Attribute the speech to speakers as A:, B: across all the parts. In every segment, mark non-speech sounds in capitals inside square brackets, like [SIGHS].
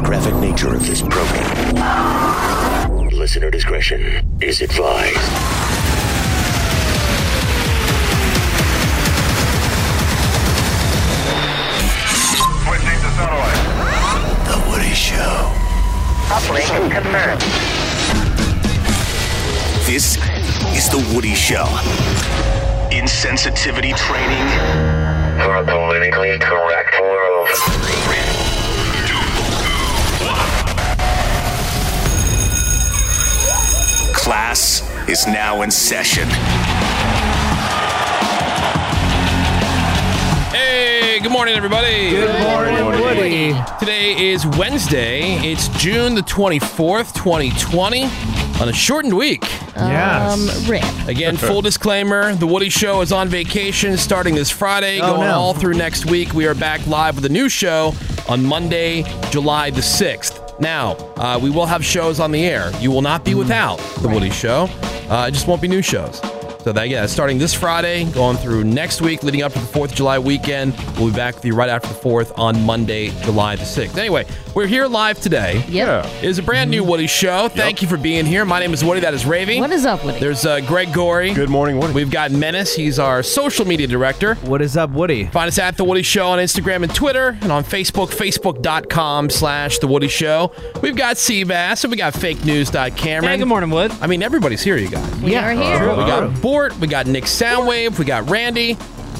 A: graphic nature of this program. Listener discretion is advised.
B: Switching to satellite.
A: The Woody Show.
C: Uplink confirmed.
A: This is The Woody Show. Insensitivity training
B: For a politically correct world.
A: class is now in session.
D: Hey, good morning, everybody. Good morning, Woody. Today is Wednesday. It's June the 24th, 2020, on a shortened week.
E: Yes.
D: Um,
F: Rip.
D: Again, full disclaimer the Woody Show is on vacation starting this Friday, going
E: no.
D: all through next week. We are back live with a new show on Monday, July the 6th. Now, uh, we will have shows on the air. You will not be without the Woody Show, uh, it just won't be new shows. So, that, yeah, starting this Friday, going through next week, leading up to the 4th of July weekend. We'll be back with you right after the 4th on Monday, July the 6th. Anyway, we're here live today.
F: Yep.
D: It is a brand new Woody Show. Thank you for being here. My name is Woody. That is Ravy.
F: What is up with it?
D: There's uh, Greg Gorey.
E: Good morning, Woody.
D: We've got Menace. He's our social media director.
E: What is up, Woody?
D: Find us at The Woody Show on Instagram and Twitter and on Facebook, facebook.com slash The Woody Show. We've got Seabass and we got fake news. Cameron.
G: Hey, good morning, Wood.
D: I mean, everybody's here, you guys.
F: We are here.
D: We got Bort, we got Nick Soundwave, we got Randy,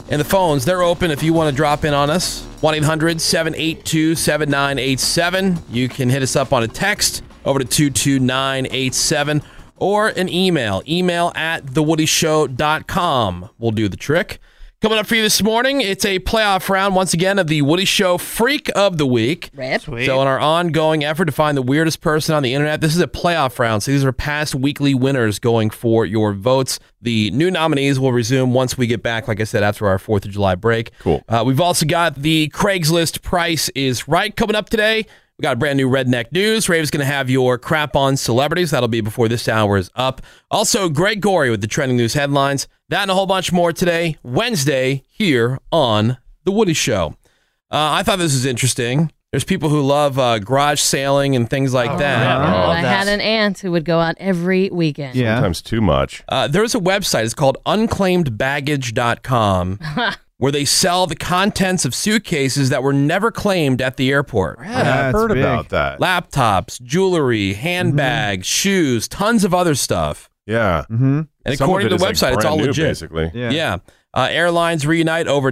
D: and the phones, they're open if you want to drop in on us. 1 800 782 7987. You can hit us up on a text over to 22987 or an email. Email at thewoodyshow.com will do the trick. Coming up for you this morning, it's a playoff round once again of the Woody Show Freak of the Week.
F: Rip.
D: So, in our ongoing effort to find the weirdest person on the internet, this is a playoff round. So, these are past weekly winners going for your votes. The new nominees will resume once we get back, like I said, after our 4th of July break. Cool. Uh, we've also got the Craigslist Price is Right coming up today. We got a brand new redneck news. Rave's going to have your crap on celebrities. That'll be before this hour is up. Also, Greg Gorey with the trending news headlines. That and a whole bunch more today, Wednesday, here on The Woody Show. Uh, I thought this was interesting. There's people who love uh, garage sailing and things like
G: Oh,
D: that.
F: Oh, Well, I had an aunt who would go out every weekend.
E: Yeah.
G: Sometimes too much.
D: Uh, there's a website. It's called unclaimedbaggage.com where they sell the contents of suitcases that were never claimed at the airport.
G: I've
E: That's
G: heard
E: big.
G: about that.
D: Laptops, jewelry, handbags, shoes, tons of other stuff.
G: Yeah.
E: Mm-hmm.
D: And
G: Some
D: according
G: of
D: to
G: it
D: the
G: is,
D: website,
G: like,
D: it's
G: brand
D: all
G: new,
D: legit.
G: Basically.
D: Yeah. Uh, airlines reunite over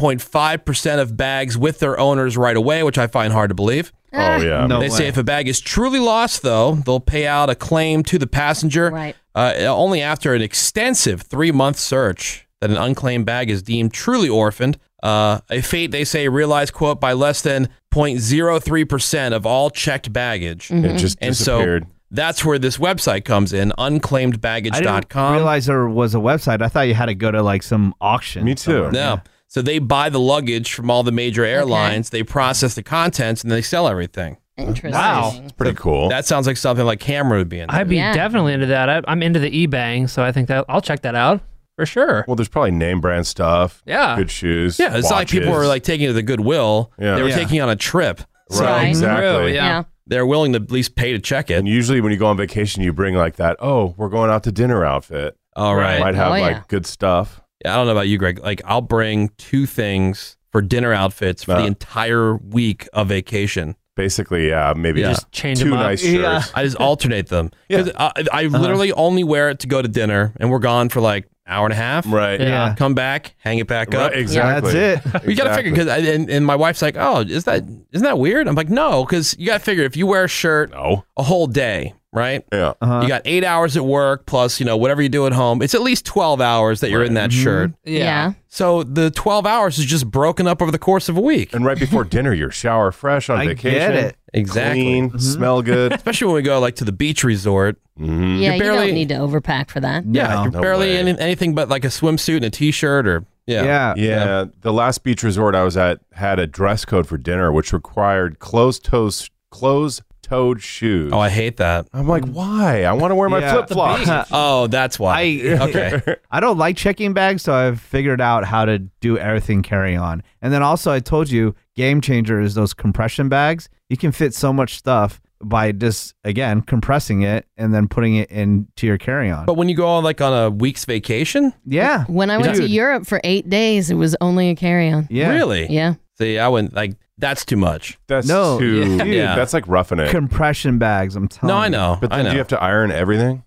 D: 99.5% of bags with their owners right away, which I find hard to believe.
G: Oh yeah.
E: No
D: they say
E: way.
D: if a bag is truly lost, though, they'll pay out a claim to the passenger
F: Right.
D: uh, only after an extensive three month search that an unclaimed bag is deemed truly orphaned. Uh, a fate they say realized, quote, by less than 0.03% of all checked baggage.
F: Mm-hmm.
G: It just
D: And so
G: disappeared.
D: that's where this website comes in
E: I didn't
D: unclaimedbaggage.com.
E: realize there was a website. I thought you had to go to like some auction.
G: Me too.
E: somewhere.
D: No. So they buy the luggage from all the major airlines, they process the contents, and they sell everything.
F: Interesting.
E: Wow.
G: Pretty cool.
D: That sounds like something like Cameron would be in.
H: I'd be
F: Yeah.
H: definitely into that. I, I'm into the e-bang, so I think that I'll check that out for sure.
G: well, there's probably name brand stuff.
H: Yeah.
G: Good shoes.
D: yeah, it's not like people
G: watches.
D: were like taking it to the Goodwill.
G: Yeah.
D: They were
E: Yeah.
D: taking it on a trip.
G: right,
F: Right.
G: exactly.
H: True, yeah.
F: Yeah.
D: They're willing to at least pay to check it.
G: And usually when you go on vacation, you bring like that. Oh, we're going out to dinner outfit.
D: All right.
G: Might have
F: Oh,
G: like
F: yeah.
G: good stuff.
D: Yeah, I don't know about you, Greg. Like, I'll bring two things for dinner outfits for
G: Uh.
D: the entire week of vacation.
G: Basically, yeah, maybe
D: Yeah.
G: just
H: Change
G: two
H: them up.
G: nice
E: Yeah.
G: shirts.
D: I just alternate
G: [LAUGHS]
D: them. 'Cause I, I
H: Uh-huh.
D: literally only wear it to go to dinner, and we're gone for like hour and a half.
G: Right.
H: Yeah.
D: Come back, hang it back up.
G: Right, exactly.
E: That's it.
D: [LAUGHS] You got to figure because and, and my wife's like, "Oh, is that isn't that weird?" I'm like, "No," because you got to figure if you wear a shirt
G: No.
D: a whole day, right?
G: Yeah.
E: Uh-huh.
D: You got eight hours at work plus you know whatever you do at home. It's at least twelve hours that you're in
E: Mm-hmm.
D: that shirt.
F: Yeah.
D: So the twelve hours is just broken up over the course of a week.
G: And
D: [LAUGHS]
G: right before dinner, you're shower fresh on
E: I get
G: vacation.
E: it.
D: Exactly. Mm-hmm.
G: Clean, smell
D: [LAUGHS]
G: good.
D: Especially when we go like to the beach resort.
G: Mhm.
F: Yeah, you
D: barely-
F: don't need to overpack for that.
D: Yeah, you're
G: no
D: barely
G: way.
D: any, anything but like a swimsuit and a t-shirt or yeah.
E: Yeah.
G: Yeah, the last beach resort I was at had a dress code for dinner, which required closed toes, closed toed shoes.
D: Oh, I hate that.
G: I'm like, why? I want to wear my
E: Yeah.
G: flip flops.
H: The
D: [LAUGHS] Oh, that's why.
E: I- [LAUGHS]
D: okay.
E: I don't like checking bags, so I've figured out how to do everything carry on. And then also, I told you, game changer is those compression bags. You can fit so much stuff by just again compressing it and then putting it into your carry on.
D: But when you go on like on a week's vacation,
E: Yeah,
F: When I
E: You
F: went
E: do.
F: to Europe for eight days, it was only a carry on.
E: yeah,
D: really?
F: Yeah.
D: See, I wouldn't like that's too much.
G: That's
E: No,
G: too.
E: yeah.
D: Yeah.
G: [LAUGHS] That's like roughing it.
E: compression bags. I'm telling.
D: no, I
E: you.
D: know.
G: But
D: I
G: then
D: know.
G: do you have to iron everything?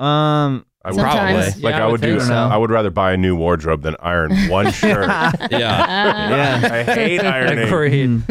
E: Um,
G: I
F: Sometimes.
D: Probably.
G: Like
H: Yeah,
G: I would do.
H: think
E: so.
G: I would rather buy a new wardrobe than iron
E: [LAUGHS]
G: one shirt.
D: yeah.
E: yeah. [LAUGHS]
G: I hate ironing.
H: Agreed.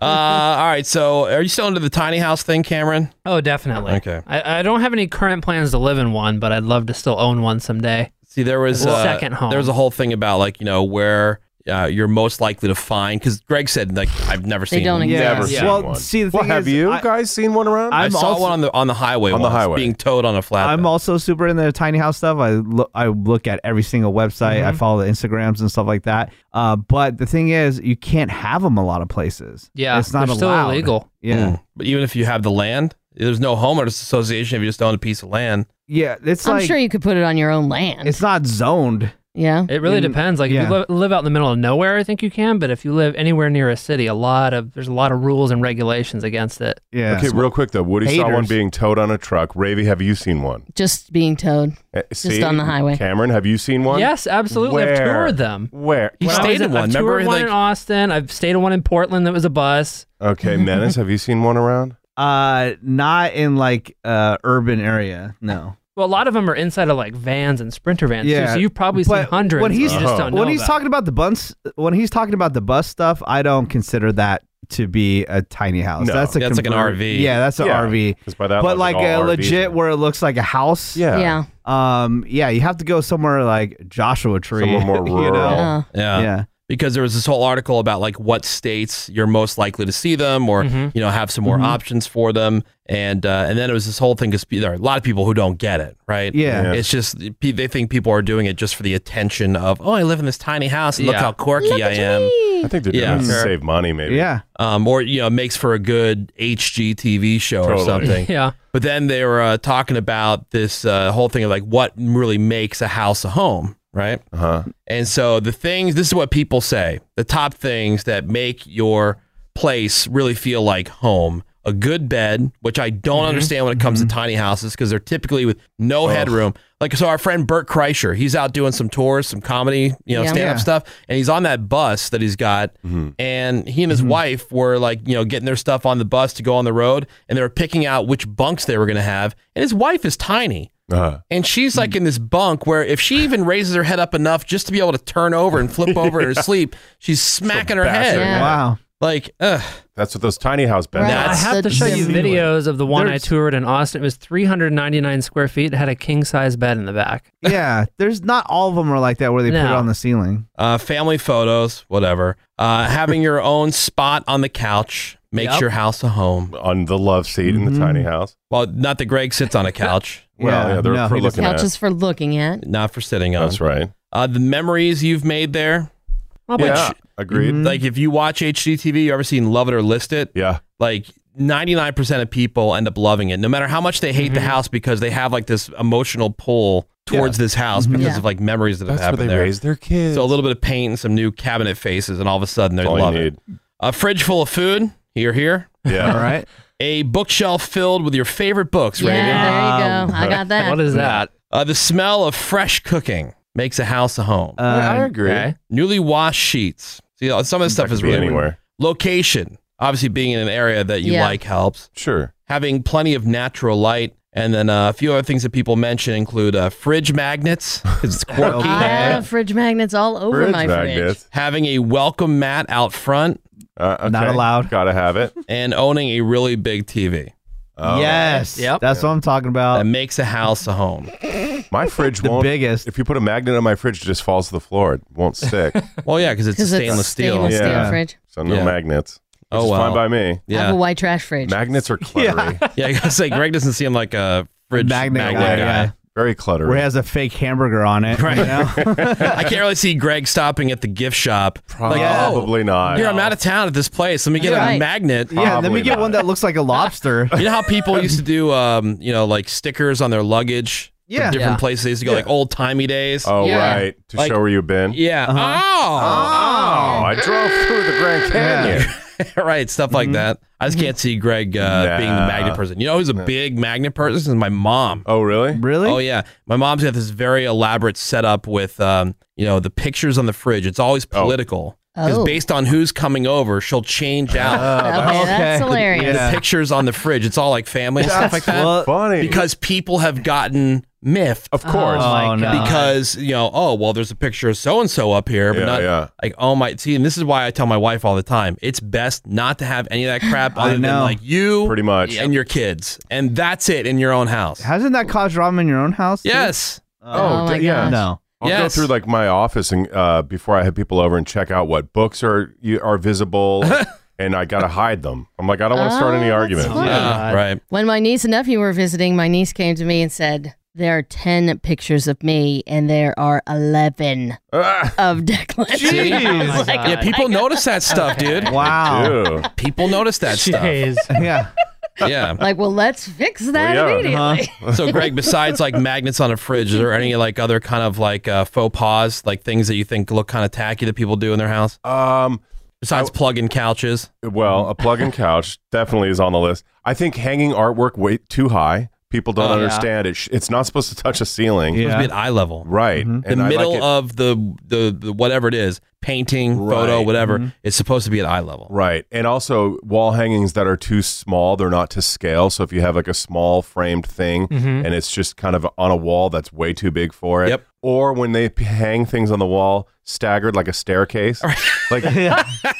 D: Uh, all right. So, are you still into the tiny house thing, Cameron?
H: Oh, definitely.
D: Okay.
H: I, I don't have any current plans to live in one, but I'd love to still own one someday.
D: See, there was
H: Well,
D: uh,
H: second home.
D: There was a whole thing about like you know where uh, you're most likely to find because Greg said like I've never
F: They
D: seen.
F: don't
D: one.
F: exist.
G: Never
H: Yeah.
G: seen
E: Well,
G: one.
E: see, the
G: well,
E: thing
G: have
E: is,
G: you
E: I-
G: guys seen one around?
D: I
E: I'm
D: saw
E: also-
D: one on the on the highway.
G: On the
D: once,
G: highway.
D: being towed on a flatbed.
E: I'm also super into the tiny house stuff. I look, I look at every single website.
H: Mm-hmm.
E: I follow the Instagrams and stuff like that. Uh, but the thing is, you can't have them a lot of places.
H: Yeah,
E: it's not
H: they're still
E: allowed.
H: illegal.
E: Yeah,
D: Mm. But even if you have the land, there's no homeowners association if you just own a piece of land.
E: yeah. It's
F: I'm
E: like
F: sure you could put it on your own land.
E: it's not zoned.
F: yeah.
H: It really
E: In-
H: depends. Like if
E: yeah.
H: you li- live out in the middle of nowhere, I think you can. But if you live anywhere near a city, a lot of there's a lot of rules and regulations against it.
E: Yeah.
G: okay, real quick though. Woody saw one
E: Haters.
G: being towed on a truck. Ravy, have you seen one?
F: Just being towed.
G: Eh, see?
F: on the highway.
G: Cameron, have you seen one?
H: Yes, absolutely. I've
G: Where?
H: toured them.
G: Where?
D: You
H: When I
D: stayed
H: was-
D: in one.
H: I've toured
D: Remember,
H: one
D: like-
H: in Austin. I've stayed in one in Portland that was a bus. [LAUGHS]
G: Okay, Menace, have you seen one around?
E: Uh, not in like uh urban area. No.
H: Well, a lot of them are inside of like vans and sprinter vans. too,
E: Yeah,
H: so you've probably seen
E: but
H: hundreds.
E: when he's-
H: you just
G: Uh-huh.
D: Uh-huh.
H: don't know
E: When he's
H: about.
E: talking about the buns, when he's talking about the bus stuff, I don't consider that to be a tiny house.
G: No.
E: that's a
D: That's like an
E: convert-
D: RV.
E: Yeah, that's an
G: Yeah.
E: RV.
G: 'Cause by that
E: But
G: logic,
E: like
G: all
E: a
G: RVs
E: legit
G: are-
E: where it looks like a house.
G: Yeah.
F: Yeah.
E: Um. Yeah, you have to go somewhere like Joshua Tree.
G: Somewhere
E: [LAUGHS]
G: more
E: you know?
G: rural.
F: Uh,
D: Yeah.
E: Yeah.
D: Because there was this whole article about like what states you're most likely to see them, or
E: Mm-hmm.
D: you know have some more options for them, and uh, and then it was this whole thing because there are a lot of people who don't get it, right?
E: Yeah.
D: It's just pe- they think people are doing it just for the attention of oh I live in this tiny house and look
H: Yeah.
D: how quirky I am,
G: I think they're doing
D: Yeah.
G: it to
D: Sure.
G: save money, maybe.
E: Yeah.
D: um, or you know it makes for a good HGTV show or
E: [LAUGHS]
G: Totally.
D: something.
H: Yeah.
D: But then they were uh, talking about this uh, whole thing of like what really makes a house a home, right?
G: Uh huh.
D: And so the things, this is what people say the top things that make your place really feel like home a good bed, which I don't understand when it comes to tiny houses because they're typically with no headroom. Like, so our friend Bert Kreischer, he's out doing some tours, some comedy, you know,
F: Yeah.
D: stand up
E: Yeah.
D: stuff. And he's on that bus that he's got.
G: Mm-hmm.
D: And he and his wife were like, you know, getting their stuff on the bus to go on the road. And they were picking out which bunks they were going to have. And his wife is tiny.
G: Uh-huh.
D: And she's like in this bunk where if she even raises her head up enough just to be able to turn over and
G: [LAUGHS]
D: flip over in her sleep, she's smacking her
G: bash
D: head.
G: her
F: Yeah.
E: Wow.
D: Like, ugh.
G: That's what those tiny house beds.
F: Right.
D: That's-
H: I have
F: the
H: to show you
F: difference.
H: videos of the one
E: There's-
H: I toured in Austin. It was 399 square feet. It had a king size bed in the back.
E: Yeah. There's not all of them are like that where they put it
H: No.
E: on the ceiling.
D: Uh, family photos, whatever. Uh, having your own spot on the couch makes
H: Yep.
D: your house a home.
G: on the love seat in the tiny house.
D: Well, not that Greg sits on a couch,
G: Well, yeah, they're
E: no,
G: for
E: he doesn't-
G: looking at.
F: Couches for looking at.
D: not for sitting on.
G: That's right.
D: Uh, the memories you've made there.
F: Oh,
H: I'll bet
G: Yeah. Agreed.
F: Mm-hmm.
D: Like, if you watch HGTV, you ever seen Love It or List It?
G: Yeah.
D: like 99% of people end up loving it no matter how much they hate
F: Mm-hmm.
D: the house because they have like this emotional pull towards this house because
F: Mm-hmm. Yeah.
D: of like memories that
G: That's
D: have
G: where they
D: happened there
G: raise their kids.
D: so a little bit of paint and some new cabinet faces and all of a sudden they
G: That's all
D: love
G: you
D: it
G: need.
D: a fridge full of food here here
G: Yeah.
E: All right.
D: a bookshelf filled with your favorite books
F: Yeah,
D: Raven.
F: there you go. I got that.
H: What is that?
D: Uh, the smell of fresh cooking makes a house a home
E: Uh,
G: I agree.
H: Okay.
D: newly washed sheets see uh, some of this stuff
G: Could
D: is
G: be
D: really weird.
G: anywhere.
D: location obviously being in an area that you
F: Yeah.
D: like helps
G: Sure.
D: having plenty of natural light. And then uh, a few other things that people mention include uh, fridge magnets, 'cause
G: [LAUGHS]
D: it's quirky.
F: I have fridge magnets all over
G: Fridge
F: my fridge.
G: magnets.
D: having a welcome mat out front
G: Uh, okay.
E: Not allowed.
G: Gotta have it.
D: and owning a really big TV
G: Oh.
E: yes.
H: Yep.
E: That's what I'm talking
D: that
E: about.
D: makes a house a home.
E: [LAUGHS]
G: My fridge
E: The
G: won't.
E: biggest.
G: If you put a magnet on my fridge, it just falls to the floor. It won't stick.
F: [LAUGHS]
D: Well, yeah, because it's
F: Because
D: stainless
F: it's
D: steel.
F: stainless steel
G: Yeah.
F: fridge.
G: So no
D: Yeah.
G: magnets. Which
D: Oh,
G: is
D: wow.
G: fine by me.
F: I have a
D: Yeah,
F: white trash fridge.
G: Magnets are clever.
D: yeah. I gotta say, Greg doesn't seem like a fridge magnet,
E: Magnet guy,
D: guy.
E: yeah.
G: Very cluttered.
E: where it has a fake hamburger on it. Right.
G: [LAUGHS]
D: I can't really see Greg stopping at the gift shop. oh,
G: Probably not.
D: Here, I'm out of town at this place. Let me get a
F: Right.
D: magnet.
E: yeah, and then we
G: Probably
E: get
G: not.
E: one that looks like a lobster.
D: You know how people used to do, um, you know, like stickers on their luggage? from
E: Yeah.
D: different
I: Yeah.
D: places. They used to go like old timey days.
G: Oh,
I: Yeah.
G: right. To
D: Like-
G: show where you've been.
D: Yeah.
G: Oh, I drove through the Grand Canyon.
D: Oh, [LAUGHS] right. Stuff like that. I just can't see Greg uh, being the
G: Nah.
D: magnet person. You know who's a big magnet person? Is my mom.
G: Oh, really?
E: Really?
D: Oh yeah, my mom's got this very elaborate setup with, um, you know, the pictures on the fridge. It's always political because
F: Oh.
D: based on who's coming over, she'll change out
F: Okay, that's hilarious.
E: Yeah.
D: the pictures on the fridge. It's all like family and stuff like that.
E: Well,
G: Funny.
D: because people have gotten miffed
G: of course.
E: Oh, my God.
D: because you know oh well there's a picture of so and so up here but
G: Yeah,
D: not
G: yeah.
D: like oh my see and this is why I tell my wife all the time it's best not to have any of
E: [GASPS]
D: that crap other than
E: know.
D: like you
G: Pretty much.
D: and your kids and that's it in your own house
E: hasn't that caused drama in your own house? too? Uh,
D: yes
F: Oh,
G: Oh,
F: my
G: d- yeah.
F: gosh.
E: No.
G: I'll go
D: Yes.
G: through like my office and uh, before I have people over and check out what books are you,
D: [LAUGHS]
G: are visible, and I gotta hide them. I'm like, I don't want to start
F: Oh,
G: any
F: that's
G: argument.
F: fun.
G: Yeah.
D: Uh, right
F: When my niece and nephew were visiting, my niece came to me and said, There are 10 pictures of me, and there are 11
G: Ah,
F: of Declan.
E: Jeez. Oh,
F: I was like,
D: yeah people notice that stuff dude
E: Wow.
G: ew.
D: people notice that stuff
I: Jeez.
E: yeah.
D: yeah
F: like, well, let's fix that
G: Well, yeah.
F: immediately.
D: [LAUGHS]
G: Uh-huh.
D: So, Greg, besides like magnets on a fridge, are there any like other kind of like uh, faux pas, like things that you think look kind of tacky that people do in their house?
G: Um. Mm-hmm.
D: Besides plug-in couches,
G: Well, a plug-in couch definitely is on the list. I think hanging artwork way too high. People don't
D: Oh, yeah.
G: understand it. Sh- it's not supposed to touch a ceiling.
D: yeah.
E: Yeah. Mm-hmm.
D: at eye level,
G: Right.
D: the
G: I like
D: middle
G: it-
D: of the, the the whatever it is, painting, photo,
G: Right. Mm-hmm.
D: whatever, it's supposed to be at eye level.
G: Right. And also wall hangings that are too small, they're not to scale. So if you have like a small framed thing and it's just kind of on a wall that's way too big for it.
D: Mm-hmm. Yep.
G: Or when they p- hang things on the wall staggered like
D: [LAUGHS]
G: a staircase. Like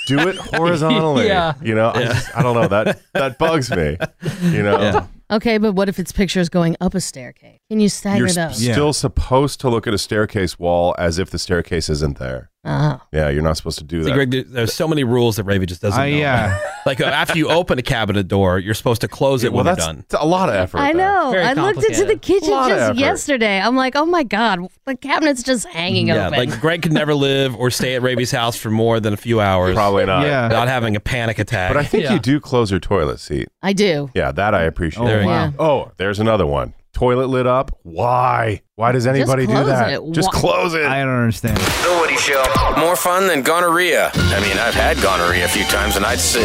G: do it horizontally.
I: Yeah.
G: You know, I, just, I don't know. That that bugs me. You know.
D: Yeah.
F: [LAUGHS] okay, but what if it's pictures going up a staircase? Can you stagger
G: You're s-
F: those?
E: Yeah.
G: still supposed to look at a staircase wall as if the staircase isn't there.
F: Oh.
G: Yeah, you're not supposed to do
D: See,
G: that.
D: Greg, there- there's so many rules that Ravi just doesn't
E: Uh,
D: know.
E: yeah.
D: [LAUGHS] Like uh, after you open a cabinet door, you're supposed to close it when
G: well, that's
D: you're done.
G: that's a lot of effort.
F: I
G: there.
F: know.
I: Very
F: I looked into the
I: complicated.
F: kitchen
G: Lot of
F: just
G: effort.
F: yesterday. I'm like, oh my God, the cabinet's just hanging
D: Yeah,
F: open.
D: like Greg could never live or stay at Ravi's house for more than a few hours
G: Probably not.
E: Yeah.
D: without having a panic attack.
G: But I think
I: Yeah.
G: you do close your toilet seat.
F: I do.
G: Yeah, that I appreciate.
E: Oh,
D: you
E: wow.
G: Oh, there's another one. Toilet lit up. Why? Why does anybody do
F: close
G: that?
F: it.
G: Just
F: Why-
G: close it.
E: I don't understand.
J: Nobody show. More fun than gonorrhea. I mean, I've had gonorrhea a few times, and I'd say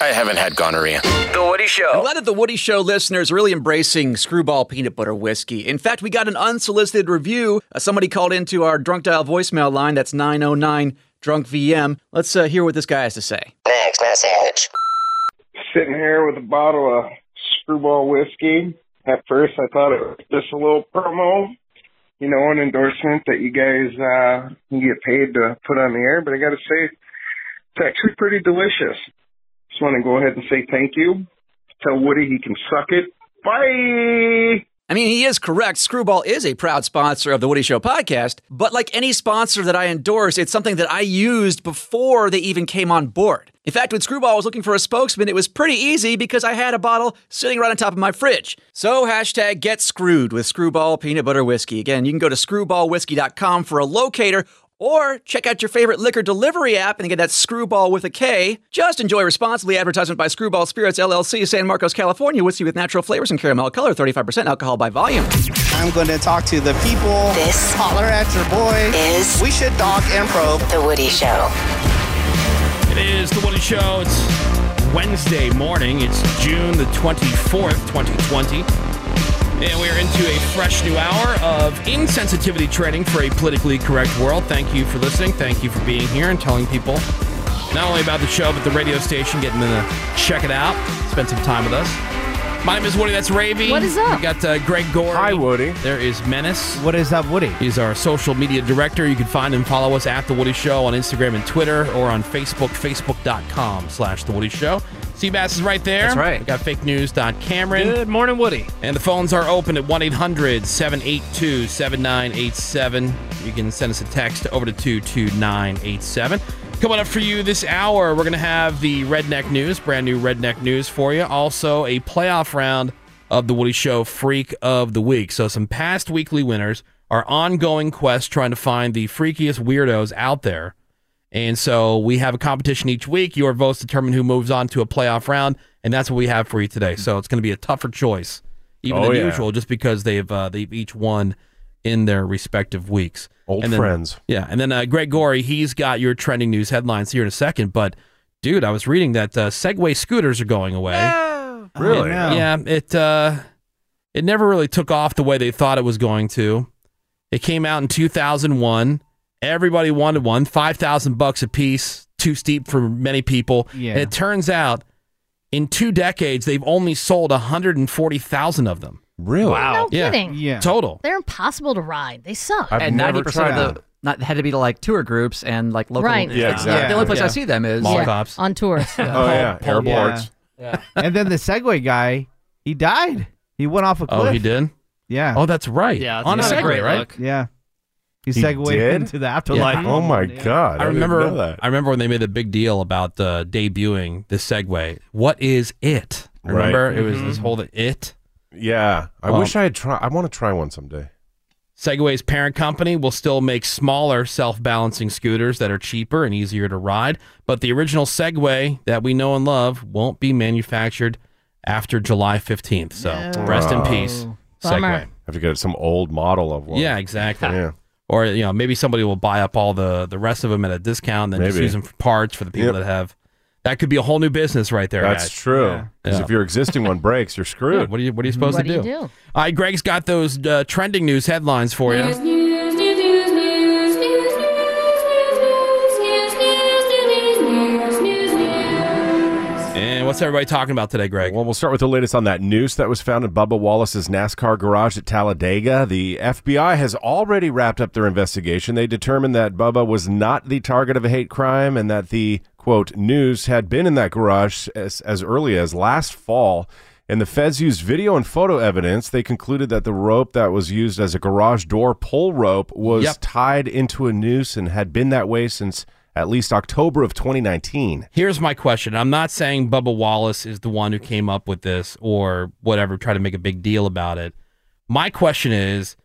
J: I haven't had gonorrhea. The Woody
K: A
J: Show.
K: lot of the Woody Show listeners really embracing screwball peanut butter whiskey. In fact, we got an unsolicited review. Uh, somebody called into our drunk dial voicemail line. That's 909 drunk VM. Let's uh, hear what this guy has to say.
L: Next message.
C: Sitting here with a bottle of screwball whiskey. At first, I thought it was just a little promo, you know, an endorsement that you guys uh, you get paid to put on the air. But I got to say, it's actually pretty delicious. Just want to go ahead and say thank you. Tell Woody he can suck it. Bye.
K: I mean, he is correct. Screwball is a proud sponsor of the Woody Show podcast, but like any sponsor that I endorse, it's something that I used before they even came on board. In fact, when Screwball was looking for a spokesman, it was pretty easy because I had a bottle sitting right on top of my fridge. So, hashtag get screwed with Screwball Peanut Butter Whiskey. Again, you can go to screwballwhiskey.com for a locator or check out your favorite liquor delivery app and get that screwball with a K. Just enjoy responsibly advertisement by Screwball Spirits LLC, San Marcos, California. Whiskey with natural flavors and caramel color, 35% alcohol by volume.
M: I'm going to talk to the people.
L: This
M: Holler at your boy.
L: is
M: We should dog and probe.
L: The Woody Show.
D: It is the Woody Show. It's Wednesday morning. It's June the 24th, 2020. And we're into a fresh new hour of insensitivity training for a politically correct world. Thank you for listening. Thank you for being here and telling people not only about the show, but the radio station, getting them to check it out, spend some time with us. My name is Woody. That's Ravy.
F: What is up?
D: We got uh, Greg Gore.
G: Hi, Woody.
D: There is Menace.
E: What is up, Woody?
D: He's our social media director. You can find and follow us at The Woody Show on Instagram and Twitter or on Facebook, facebook.com slash The Woody Show. Seabass is right there.
I: That's right.
D: We got fake news.cameron.
I: Good morning, Woody.
D: And the phones are open at 1 800 782 7987. You can send us a text over to 22987. Coming up for you this hour, we're going to have the Redneck News, brand new Redneck News for you. Also, a playoff round of the Woody Show Freak of the Week. So, some past weekly winners, our ongoing quest trying to find the freakiest weirdos out there. And so we have a competition each week. Your votes determine who moves on to a playoff round, and that's what we have for you today. So it's going to be a tougher choice, even
G: Oh,
D: than
G: yeah.
D: usual, just because they've uh, they've each won in their respective weeks. Old
G: friends.
D: yeah. And then uh, Greg Gorey, he's got your trending news headlines here in a second. But dude, I was reading that uh, Segway scooters are going away.
G: Really?
D: Yeah, it uh, it never really took off the way they thought it was going to. It came out in 2001. Everybody wanted one, five thousand bucks a piece, too steep for many people.
E: Yeah.
D: And it turns out, in two decades, they've only sold 140,000 of them.
G: Really?
D: Wow.
F: No kidding.
D: Total.
F: They're impossible to ride. They suck.
K: and ninety percent of the not had to be like tour groups and like local.
F: Right. Yeah,
K: The only place
F: exactly.
K: I see them is
F: Yeah,
D: [LAUGHS]
F: on tours.
K: Oh, yeah. Airports.
E: and then the Segway guy, he died. He went off a cliff.
D: Oh, he did.
E: Yeah.
D: Oh, that's right.
E: Yeah,
D: on a
E: that's not a
D: Segway,
E: great
D: right?
E: look. Yeah. He segued into the afterlife.
D: Yeah.
G: Oh god!
D: Oh, I,
G: I didn't
D: remember.
G: know that.
D: I remember when they made the big deal about uh, debuting the Segway. What is it? Remember,
G: Right.
D: it was
G: Mhm.
E: Mm-hmm.
D: this whole it.
G: Yeah, I
D: Um,
G: wish I had tried. I want to try one someday.
D: Segway's parent company will still make smaller self-balancing scooters that are cheaper and easier to ride, but the original Segway that we know and love won't be manufactured after July 15th. So, rest in peace,
F: Oh,
D: Segway.
G: Uh, Have to get some old model of one.
D: Yeah, exactly. Or you know, maybe somebody will buy up all the the rest of them at a discount, and then just
G: Maybe.
D: use them for parts for the people
G: Yep.
D: that have. That could be a whole new business right there.
G: That's
D: guys.
G: true. Because
D: Yeah.
G: if your existing one breaks, you're screwed.
D: Yeah, what are you What are you supposed
F: What
D: to
F: do you
D: do?
F: do?
D: All right, Greg's got those uh, trending news headlines for you. And what's everybody talking about today, Greg?
G: Well, we'll start with the latest on that noose that was found in Bubba Wallace's NASCAR garage at Talladega. The FBI has already wrapped up their investigation. They determined that Bubba was not the target of a hate crime and that the, quote, noose had been in that garage as, as early as last fall. And the feds used video and photo evidence. They concluded that the rope that was used as a garage door pull rope was
D: Yep.
G: tied into a noose and had been that way since at least October of 2019.
D: Here's my question. I'm not saying Bubba Wallace is the one who came up with this or whatever, try to make a big deal about it. My question is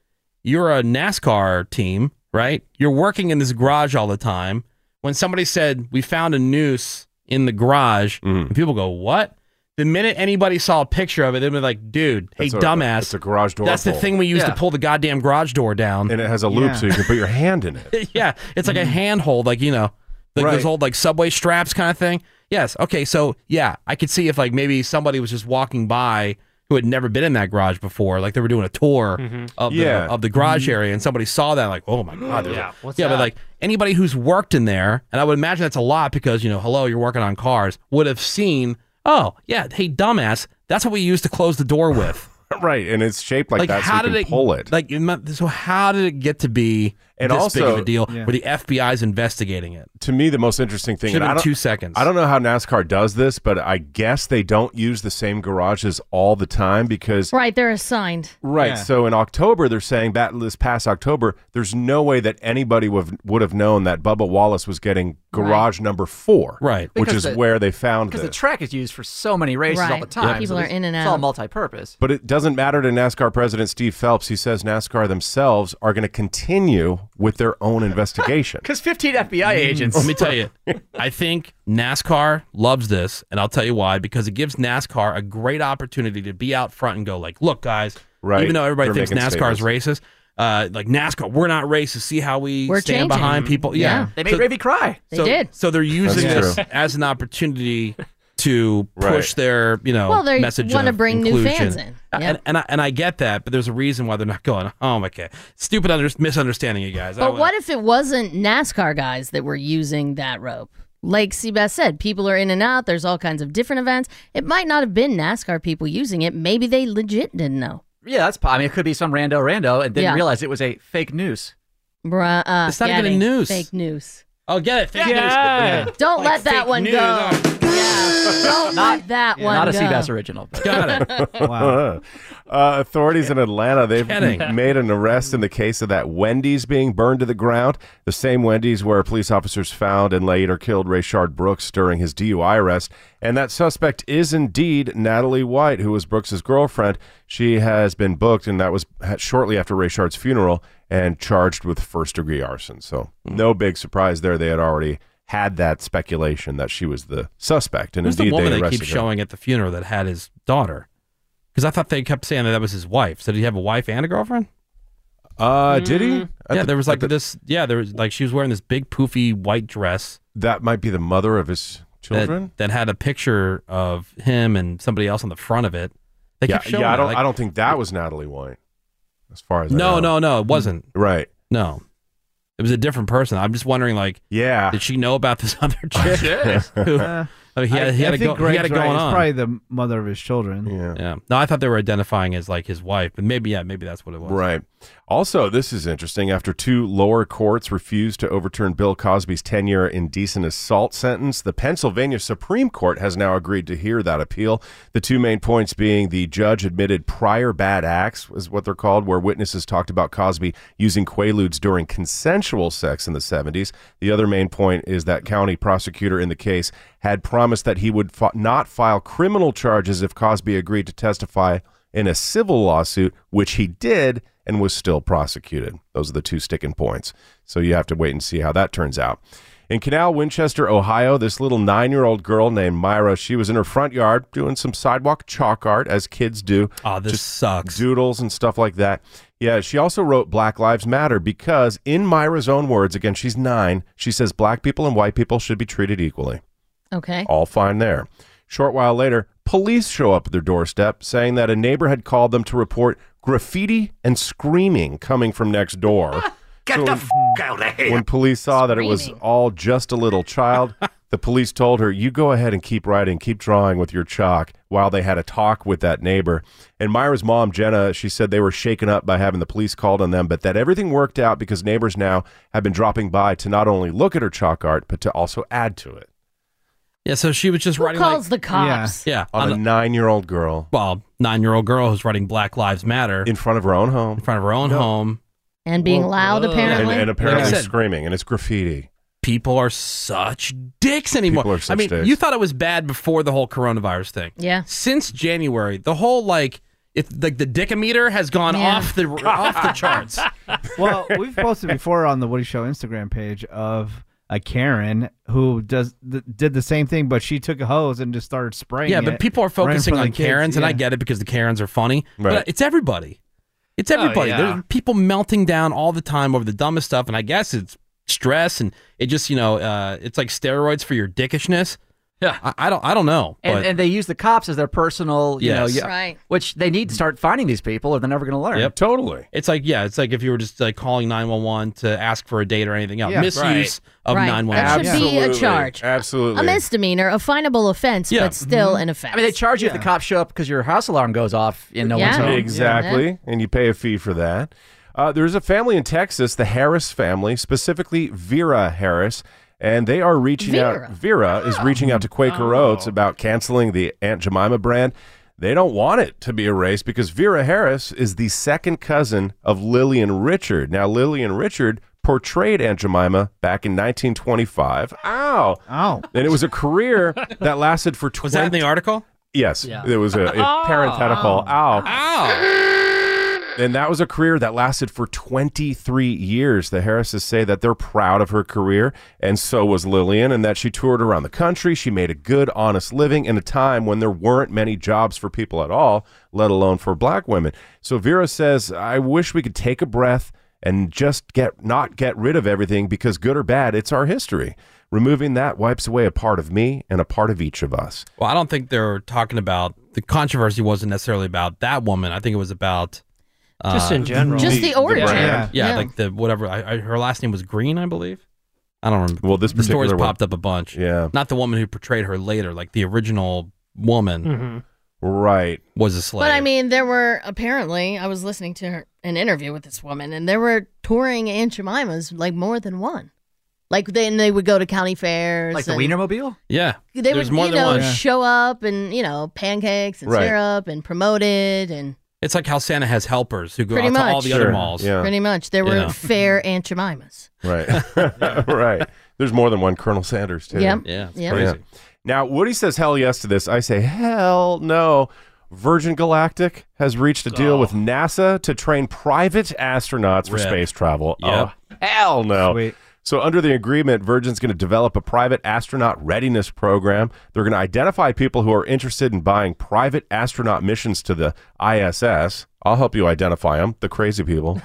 D: you're a NASCAR team, right? You're working in this garage all the time. When somebody said, We found a noose in the garage,
G: Mm.
D: and people go, What? The minute anybody saw a picture of it, they'd be like, Dude, hey,
G: That's a-
D: dumbass.
G: that's a garage door
D: That's the
G: pull."
D: thing we use
G: Yeah.
D: to pull the goddamn garage door down.
G: And it has a loop so you can put your hand in it.
D: [LAUGHS] yeah, it's like a handhold, like you know, like
G: Mm-hmm. Right.
D: those old like subway straps kind of thing. Yes. Okay. So yeah, I could see if like maybe somebody was just walking by who had never been in that garage before, like they were doing a tour of
G: Mm-hmm. Yeah. Mm-hmm.
D: the of the garage area, and somebody saw that, like, oh my god, there's a-
G: Yeah, what's
D: yeah. But
G: that?
D: like anybody who's worked in there, and I would imagine that's a lot because you know, hello, you're working on cars, would have seen, oh yeah, hey dumbass, that's what we used to close the door with.
G: [LAUGHS] Right, and it's shaped like, that, so you can
D: it
G: pull it.
D: Like, you mu- so how did it get to be
G: And
D: this big of
G: also-
D: a deal
G: Yeah.
D: where the FBI's investigating it?
G: To me, the most interesting thing.
D: Should've
G: and I
D: been
G: don't-
D: two seconds.
G: I don't know how NASCAR does this, but I guess they don't use the same garages all the time because.
F: Right, they're assigned.
G: Right,
F: Yeah.
G: so in October they're saying that this past October, there's no way that anybody would would have known that Bubba Wallace was getting garage number four,
D: right?
G: Which
K: Because
G: is
K: the-
G: where they found
K: because
G: this.
K: the track is used for so many races all
F: Right.
K: the time.
F: People
K: so
F: are
K: it's-
F: in and
K: It's all
F: out.
K: multi-purpose.
G: But it doesn't matter to NASCAR President Steve Phelps. He says NASCAR themselves are going to continue with their
K: [LAUGHS]
G: own investigation.
K: Because 15 FBI agents.
D: Mm. Let me tell you, I think NASCAR loves this, and I'll tell you why because it gives NASCAR a great opportunity to be out front and go like, "Look, guys,
G: Right.
D: even though everybody
G: They're
D: thinks
G: making
D: NASCAR is racist, uh, like NASCAR, we're not racist. See how we
K: We're
D: stand
K: changing.
D: behind people. Yeah,
K: They made Ravy cry.
D: so, So they're using this
K: That's true.
D: as an opportunity to
G: Right.
D: push their, you know,
F: Well, they
D: message.
F: wanna
D: of
F: bring new
D: inclusion.
F: fans in.
D: Uh,
F: Yeah.
D: And, and I and I get that, but there's a reason why they're not [LAUGHS] going. Oh my god, stupid under- misunderstanding, you guys. I
F: But
D: don't-
F: what if it wasn't NASCAR guys that were using that rope? Like Seabass said, people are in and out. There's all kinds of different events. It might not have been NASCAR people using it. Maybe they legit didn't know.
K: Yeah, that's. po- I mean, it could be some rando rando and didn't
F: Yeah.
K: realize it was a fake news.
F: Bruh, uh,
K: It's not
F: get
K: even
F: it.
K: news.
F: Fake news.
D: Oh, get it. Fake
K: Yeah. news.
F: Don't let that one go. Yeah. Don't let that one
K: Not a
F: go.
K: Seabass original.
D: Got
G: wow. Uh, authorities in Atlanta, they've
D: Kidding.
G: made an arrest in the case of that Wendy's being burned to the ground. The same Wendy's where police officers found and later killed Rayshard Brooks during his DUI arrest. And that suspect is indeed Natalie White, who was Brooks's girlfriend. She has been booked, and that was ha- shortly after Rayshard's funeral, and charged with first degree arson. So no big surprise there. They had already had that speculation that she was the suspect, and
D: Who's
G: indeed
D: the woman
G: they
D: that
G: arrested
D: keeps
G: her.
D: showing at the funeral that had his daughter? Because I thought they kept saying that that was his wife. So did he have a wife and a girlfriend?
G: Uh, did he?
D: yeah, there was like this. Yeah, there was like she was wearing this big poofy white dress.
G: That might be the mother of his children?
D: That, had a picture of him and somebody else on the front of it. They
G: yeah,
D: kept showing.
G: yeah, I
D: that,
G: don't.
D: like-
G: I don't think that was Natalie White, as far as I
D: No,
G: know. Mm,
D: no, no, it wasn't.
G: Right.
D: No, it was a different person. I'm just wondering, like,
G: yeah, Oh,
D: did she know about this [LAUGHS] other chick?
E: [LAUGHS]
D: Who- I mean, he had, he
E: Uh, I
D: had it
E: think
D: go- he
E: Greg's
D: had it going
E: right. It's
D: on.
E: probably the mother of his children.
G: Yeah.
D: Yeah. No, I thought they were identifying as like his wife, but maybe yeah, maybe that's what it was.
G: Right. Also, this is interesting. After two lower courts refused to overturn Bill Cosby's 10 year indecent assault sentence, the Pennsylvania Supreme Court has now agreed to hear that appeal. The two main points being the judge admitted prior bad acts, is what they're called, where witnesses talked about Cosby using Quaaludes during consensual sex in the 70s. The other main point is that county prosecutor in the case had promised that he would fi- not file criminal charges if Cosby agreed to testify in a civil lawsuit, which he did and was still prosecuted. Those are the two sticking points. So you have to wait and see how that turns out. In Canal, Winchester, Ohio, this little nine year old girl named Myra, she was in her front yard doing some sidewalk chalk art as kids do.
D: Oh, this sucks.
G: Doodles and stuff like that. Yeah, she also wrote Black Lives Matter because, in Myra's own words, again, she's nine, she says black people and white people should be treated equally.
F: Okay.
G: All fine there. Short while later, police show up at their doorstep saying that a neighbor had called them to report graffiti and screaming coming from next door.
J: Get
G: So
J: the
G: when-
J: f out of here.
G: When police saw that it was all just a
J: [LAUGHS]
G: little child, the police told her, You go ahead and keep writing, keep drawing with your chalk while they had a talk with that neighbor. And Myra's mom, Jenna, she said they were shaken up by having the police called on them, but that everything worked out because neighbors now have been dropping by to not only look at her chalk art, but to also add to it.
D: Yeah, so she was just writing
F: calls
D: like,
F: the cops?
D: Yeah,
G: On a nine year old girl.
D: Well, nine year old girl who's writing Black Lives Matter
G: in front of her own home.
D: In front of her own home.
F: And being loud,
K: uh,
F: apparently.
G: And, and apparently
D: Like I said-
G: screaming, and it's graffiti.
D: People are such dicks anymore.
G: People are
D: I
G: such
D: mean,
G: dicks.
D: you thought it was bad before the whole coronavirus thing.
F: Yeah.
D: Since January, the whole like if like the dickometer has gone off the off the
F: [LAUGHS]
D: charts.
E: well, we've posted before on the Woody Show Instagram page of a Karen who does th- did the same thing, but she took a hose and just started spraying.
D: [LAUGHS] Yeah, but
E: it
D: people are
E: right in front
D: focusing
E: of the
D: on
E: kids.
D: Karens, and I
E: Yeah.
D: get it because the Karens are funny.
E: Right.
D: But it's everybody. It's
E: Oh,
D: everybody.
E: yeah.
D: There's people melting down all the time over the dumbest stuff, and I guess it's stress, and it just you know, uh, it's like steroids for your dickishness.
K: Yeah,
D: I, I don't, I don't know.
K: And,
D: but-
K: and they use the cops as their personal, you
D: Yes.
K: know, yeah,
D: Right.
K: which they need to start finding these people or they're never going to learn.
D: Yep.
G: Totally.
D: It's like yeah, it's like if you were just like calling nine one one to ask for a date or anything else.
K: Yeah.
D: Misuse
K: Right.
D: of
K: Right.
D: nine one
F: That
D: one.
F: should be a Absolutely. charge.
G: Absolutely.
F: A misdemeanor, a finable offense,
D: Yeah.
F: but still an offense.
K: Mm-hmm. I mean, they charge you if the cops show up because your house alarm goes off in no one's home.
G: Exactly. And you pay a fee for that. Uh, there's a family in Texas, the Harris family, specifically Vera Harris, and they are reaching out. Vera Oh. is reaching out to Quaker Oats about canceling the Aunt Jemima brand. They don't want it to be erased because Vera Harris is the second cousin of Lillian Richard. Now, Lillian Richard portrayed Aunt Jemima back in 1925. Ow.
D: Oh.
E: Ow.
G: Oh. And it was a career that lasted for 20
D: Was that in the article?
G: Yes,
D: Yeah.
G: there was a, a [LAUGHS] parenthetical ow. And that was a career that lasted for 23 years. The Harrises say that they're proud of her career, and so was Lillian, and that she toured around the country. She made a good, honest living in a time when there weren't many jobs for people at all, let alone for black women. So Vera says, I wish we could take a breath and just get not get rid of everything because good or bad, it's our history. Removing that wipes away a part of me and a part of each of us.
D: Well, I don't think they're talking about the controversy. Wasn't necessarily about that woman. I think it was about uh,
H: Just in general. Just the origin.
D: brand.
H: Yeah.
D: Yeah,
H: Yeah.
D: like the whatever. I, I, her last name was Green, I believe. I don't remember.
G: Well, this
D: the stories
G: particular one-
D: popped up a bunch.
G: Yeah,
D: not the woman who portrayed her later, like the original woman.
F: Mhm.
G: Right,
D: was a slave.
F: But I mean, there were apparently I was listening to her, an interview with this woman, and there were touring Aunt Jemimas like more than one. Like then they would go to county fairs,
K: Like the
F: and
K: Wienermobile?
D: yeah,
F: They would you know show up and you know pancakes and
K: Right.
F: syrup and promote it and
D: It's like how Santa has helpers who go
F: Pretty
D: out
F: much.
D: to all the other malls.
F: Pretty much. There
D: You
F: were
D: know.
F: fair Aunt Jemimas.
G: Right. [LAUGHS] right. There's more than one Colonel Sanders, too.
F: Yep. Yeah, it's Yep. crazy.
G: Now, Woody says hell yes to this. I say hell no. Virgin Galactic has reached a deal
F: Oh.
G: with NASA to train private astronauts for
J: Rip.
G: space travel. Oh, hell no. So, under the agreement, Virgin's going to develop a private astronaut readiness program. They're going to identify people who are interested in buying private astronaut missions to the ISS. I'll help you identify them, the
F: [LAUGHS]
G: crazy people.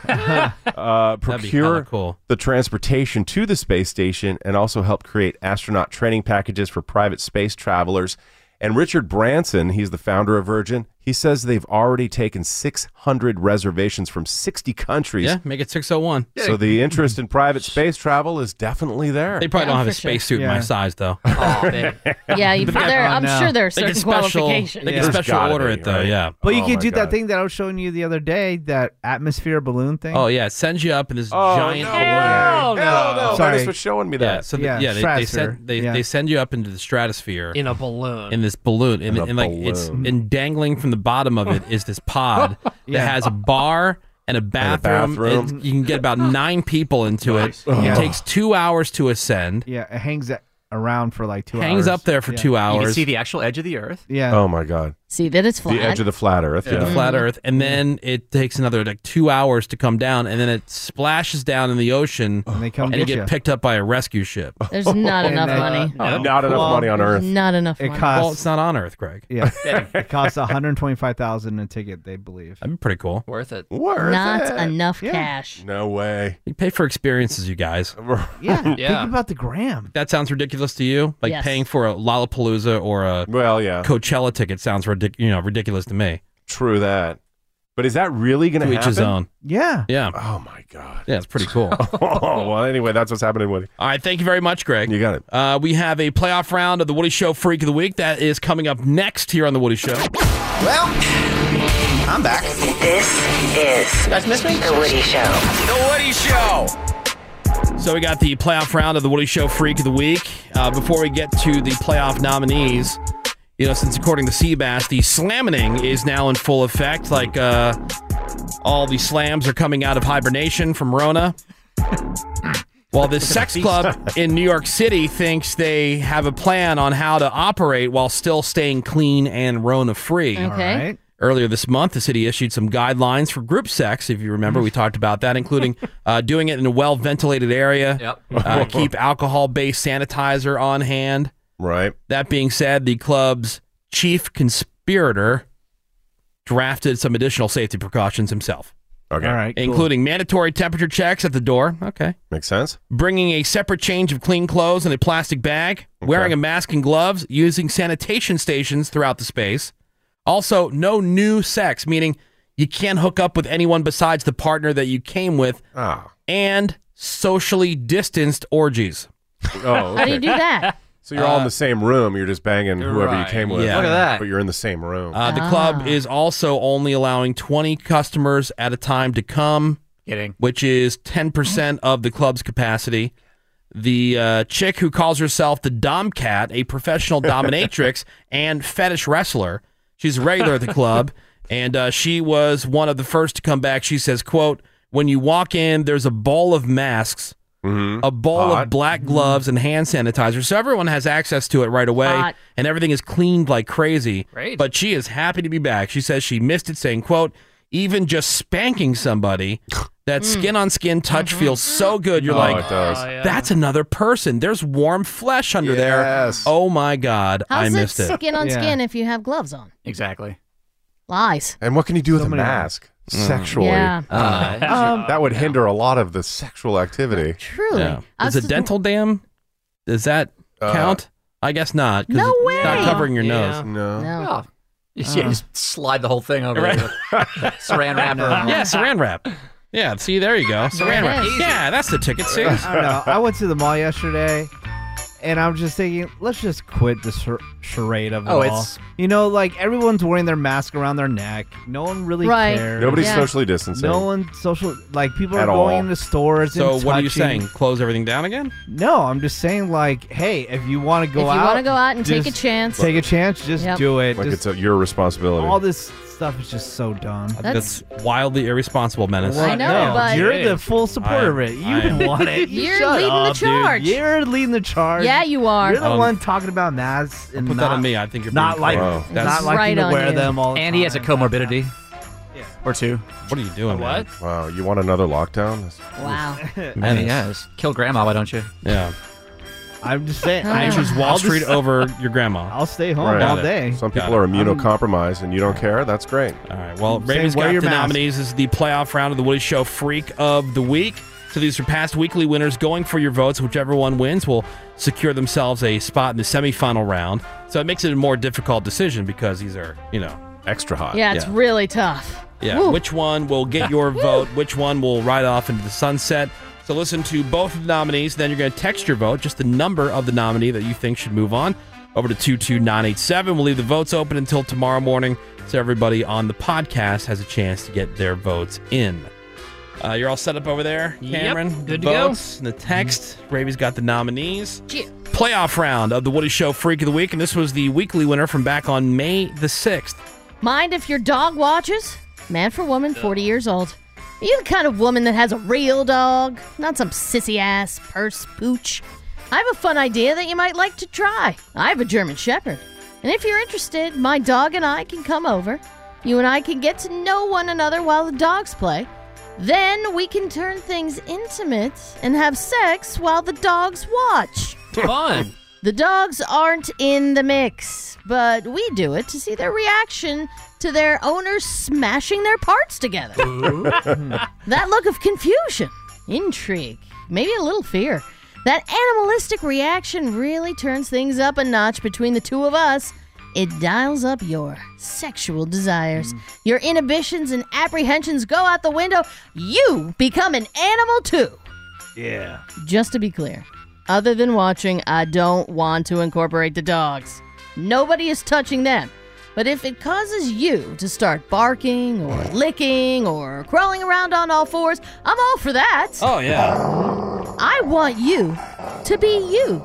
G: uh, procure [LAUGHS] the transportation to the space station and also help create astronaut training packages for private space travelers. And Richard Branson, he's the founder of Virgin, he says they've already taken 600 reservations from 60 countries.
D: Yeah, make it 601.
G: So the interest in private space travel is definitely there.
D: They probably don't have a spacesuit in my size, though. [LAUGHS] Oh,
G: man.
F: Yeah, you, there, I'm sure there are
D: They
F: certain
D: get special-
F: qualifications.
D: They can special order it, though, yeah.
E: But you
D: Oh
E: can
D: my
E: do
D: God.
E: that thing that I was showing you the other day, that atmosphere balloon thing.
D: Oh, yeah. It sends you up in this giant
E: no.
D: balloon.
E: Hell no. Hell no.
G: Sorry. Curtis was showing me
D: Yeah,
G: that.
D: so the-
G: Yeah,
D: yeah, they, they,
G: stratosphere.
D: send, they,
G: Yeah.
D: they send you up into the stratosphere.
H: in a balloon.
D: in this balloon, and,
H: In a
D: and, like it's
H: balloon.
D: and dangling from the bottom of it is this pod
H: Yeah.
D: that has a bar and a bathroom.
E: bathroom.
D: It's- you can get about nine people into it.
E: Yeah.
D: It takes two hours to ascend.
E: Yeah, it hangs a- around for like two hours.
D: Hangs up there for
E: Yeah.
D: two hours.
K: the actual edge of the Earth.
E: Yeah.
G: Oh, my God.
F: See that it's flat.
G: The edge of the flat Earth.
D: to
G: Yeah.
D: the flat Earth, and then it takes another like two hours to come down, and then it splashes down in the ocean, and
E: they come
D: and you
E: get
D: get
E: ya.
D: picked up by a rescue ship.
F: There's not enough money.
G: Not enough money on Earth.
F: Not enough
E: It
F: money.
E: costs.
D: Well, it's not on Earth, Greg. [LAUGHS]
E: Yeah, it costs one hundred twenty-five thousand a ticket. They believe.
D: That'd be pretty cool.
H: Worth it.
G: Worth
F: not
E: it.
F: enough cash.
G: No way.
D: You pay for experiences, you
G: [LAUGHS]
D: guys.
E: Yeah.
D: Yeah.
E: Think about the gram.
D: That sounds ridiculous to you? Like
E: Yes.
D: paying for a Lollapalooza or a
G: well, yeah,
D: Coachella ticket sounds ridic- you know ridiculous to me.
G: True that. But is that really going
D: to each his
G: happen?
D: own?
E: Yeah.
D: Yeah.
G: Oh my god.
D: Yeah, it's pretty cool.
G: oh, [LAUGHS] well, anyway, that's what's happening, Woody.
D: All right, thank you very much, Greg.
G: You got it.
D: Uh, we have a playoff round of the Woody Show Freak of the Week that is coming up next here on the Woody Show.
N: Well, I'm back.
C: This is. You guys miss me? The Woody Show.
J: The Woody Show.
D: So we got the playoff round of the Woody Show Freak of the Week. Uh, before we get to the playoff nominees, you know, since according to Seabass, the slamming is now in full effect. Like uh, all the slams are coming out of hibernation from Rona. [LAUGHS] While this sex club
F: [LAUGHS]
D: in New York City thinks they have a plan on how to operate while still staying clean and Rona free.
F: Okay. All right.
D: Earlier this month, the city issued some guidelines for group sex. If you remember, we talked about that, including uh, doing it in a well ventilated area.
J: Yep.
D: Uh, keep alcohol based sanitizer on hand.
G: Right.
D: That being said, the club's chief conspirator drafted some additional safety precautions himself.
G: Okay. All
E: right.
D: Including mandatory temperature checks at the door. Okay.
G: Makes sense.
D: Bringing a separate change of clean clothes in a plastic bag, wearing a mask and gloves, using sanitation stations throughout the space. Also, no new sex, meaning you can't hook up with anyone besides the partner that you came with.
G: Ah.
D: And socially distanced orgies.
G: Oh, okay.
F: How do you
H: [LAUGHS]
F: do that?
G: So you're all in the same room. You're just banging whoever you
D: Uh, Right.
G: came with.
D: Yeah. Look at that.
G: But you're in the same room.
D: Uh, the club is also only allowing 20 customers at a time to come,
K: Kidding.
D: which is 10% of the club's capacity. The uh, chick who calls herself the Dom Cat, a professional dominatrix and fetish wrestler, she's a regular at the club, and uh, she was one of the first to come back. She says, "quote When you walk in, there's a bowl of masks."
G: Mm-hmm.
D: A bowl of black gloves and hand sanitizer, so everyone has access to it right away,
J: Hot.
D: and everything is cleaned like crazy.
J: Great.
D: But she is happy to be back. She says she missed it, saying, "quote Even just spanking
G: [SIGHS]
D: somebody, that skin on skin touch feels so good. You're
G: Oh,
D: like,
G: it does. Oh, yeah.
D: that's another person. There's warm flesh under there. Oh my god, I
F: How's it
D: missed it.
F: skin on skin if you have gloves on?
K: Exactly.
F: Lies.
G: And what can you do with a mask? Sexually,
F: Yeah.
K: Uh,
F: Um,
G: that would hinder a lot of the sexual activity.
F: Truly, I
D: Is
F: was
D: a
F: just-
D: dental dam? Does that count? I guess not. 'cause
F: No
D: it's Not
F: way.
D: covering your
K: Yeah.
D: nose.
G: No.
K: Yeah. You see,
D: Uh.
K: just slide the whole thing over
D: Right.
K: with
D: [LAUGHS]
K: saran wrapper.
D: Yeah, saran wrap. Yeah, see, there you go. Saran wrap.
K: Easy.
D: Yeah, that's the ticket. See?
E: I don't know. I went to the
D: [LAUGHS]
E: mall yesterday, and I'm just thinking, let's just quit the char- charade of it
K: Oh,
E: all.
K: it's-
E: you know, like everyone's wearing their mask around their neck. No one really
G: Right.
E: cares.
G: Nobody's Yeah. socially distancing.
E: No one social like people
G: At
E: are going
G: all.
E: into stores.
D: So
E: and
D: what are you
E: touching-
D: saying? Close everything down again?
E: No, I'm just saying like, hey, if you want to go
F: If you
E: out,
F: wanna go out and take a
E: just
F: chance.
E: take a chance, just
F: Yep.
E: do it.
G: Like
E: Just
G: it's a, your responsibility.
E: all this stuff is just so dumb.
D: That's, wildly irresponsible, Menace.
E: Well, I know, no, but- you're the full supporter of
D: I-
E: it. You
D: I am.
E: want it. You
F: You're
E: shut
F: leading the
E: up, dude.
F: charge.
E: You're leading the charge.
F: Yeah, you are.
E: You're the
D: Um,
E: one talking about masks and
D: Put
E: not,
D: that on me. I think you're
E: not
D: being
E: like
D: cruel.
E: not liking to wear them all. The
K: and he has a comorbidity. Yeah. Or two.
D: What are you doing?
K: What?
G: Wow, Oh, you want another lockdown?
F: Wow.
K: [LAUGHS] I mean, yeah, just kill grandma, why don't you?
D: Yeah.
E: I'm just saying.
D: I choose Wall Street over your grandma.
E: I'll stay home all day.
G: Some people are immunocompromised and you don't care. That's great.
D: All right. Well, Ravens
G: wear
D: got
G: your
D: the
G: mask.
D: nominees. This is the playoff round of the Woody Show Freak of the Week. So these are past weekly winners going for your votes. Whichever one wins will secure themselves a spot in the semifinal round. So it makes it a more difficult decision because these are, you know,
G: extra
D: Uh,
G: hot.
F: Yeah, it's really tough.
D: Yeah,
F: Woo.
D: which one will get your vote? Which one will ride off into the sunset? So listen to both of the nominees, then you're going to text your vote, just the number of the nominee that you think should move on, over to 22987. We'll leave the votes open until tomorrow morning so everybody on the podcast has a chance to get their votes in. Uh, you're all set up over there,
H: Yep,
D: Cameron?
H: good
D: the
H: to go.
D: votes and the text. Ravi's got the nominees. Playoff round of the Woody Show Freak of the Week, and this was the weekly winner from back on May the 6th.
F: Mind if your dog watches? Man for woman, 40 years old. Are you the kind of woman that has a real dog? Not some sissy ass, purse, pooch. I have a fun idea that you might like to try. I have a German Shepherd. And if you're interested, my dog and I can come over. You and I can get to know one another while the dogs play. Then we can turn things intimate and have sex while the dogs watch.
H: Fun.
F: The dogs aren't in the mix, but we do it to see their reaction to their owners smashing their parts together. [LAUGHS] that look of confusion, intrigue, maybe a little fear. That animalistic reaction really turns things up a notch between the two of us. It dials up your sexual desires. Your inhibitions and apprehensions go out the window. You become an animal too.
E: Yeah.
F: Just to be clear, other than watching, I don't want to incorporate the dogs. Nobody is touching them. But if it causes you to start barking or licking or crawling around on all fours, I'm all for that.
D: Oh, yeah.
F: I want you to be you.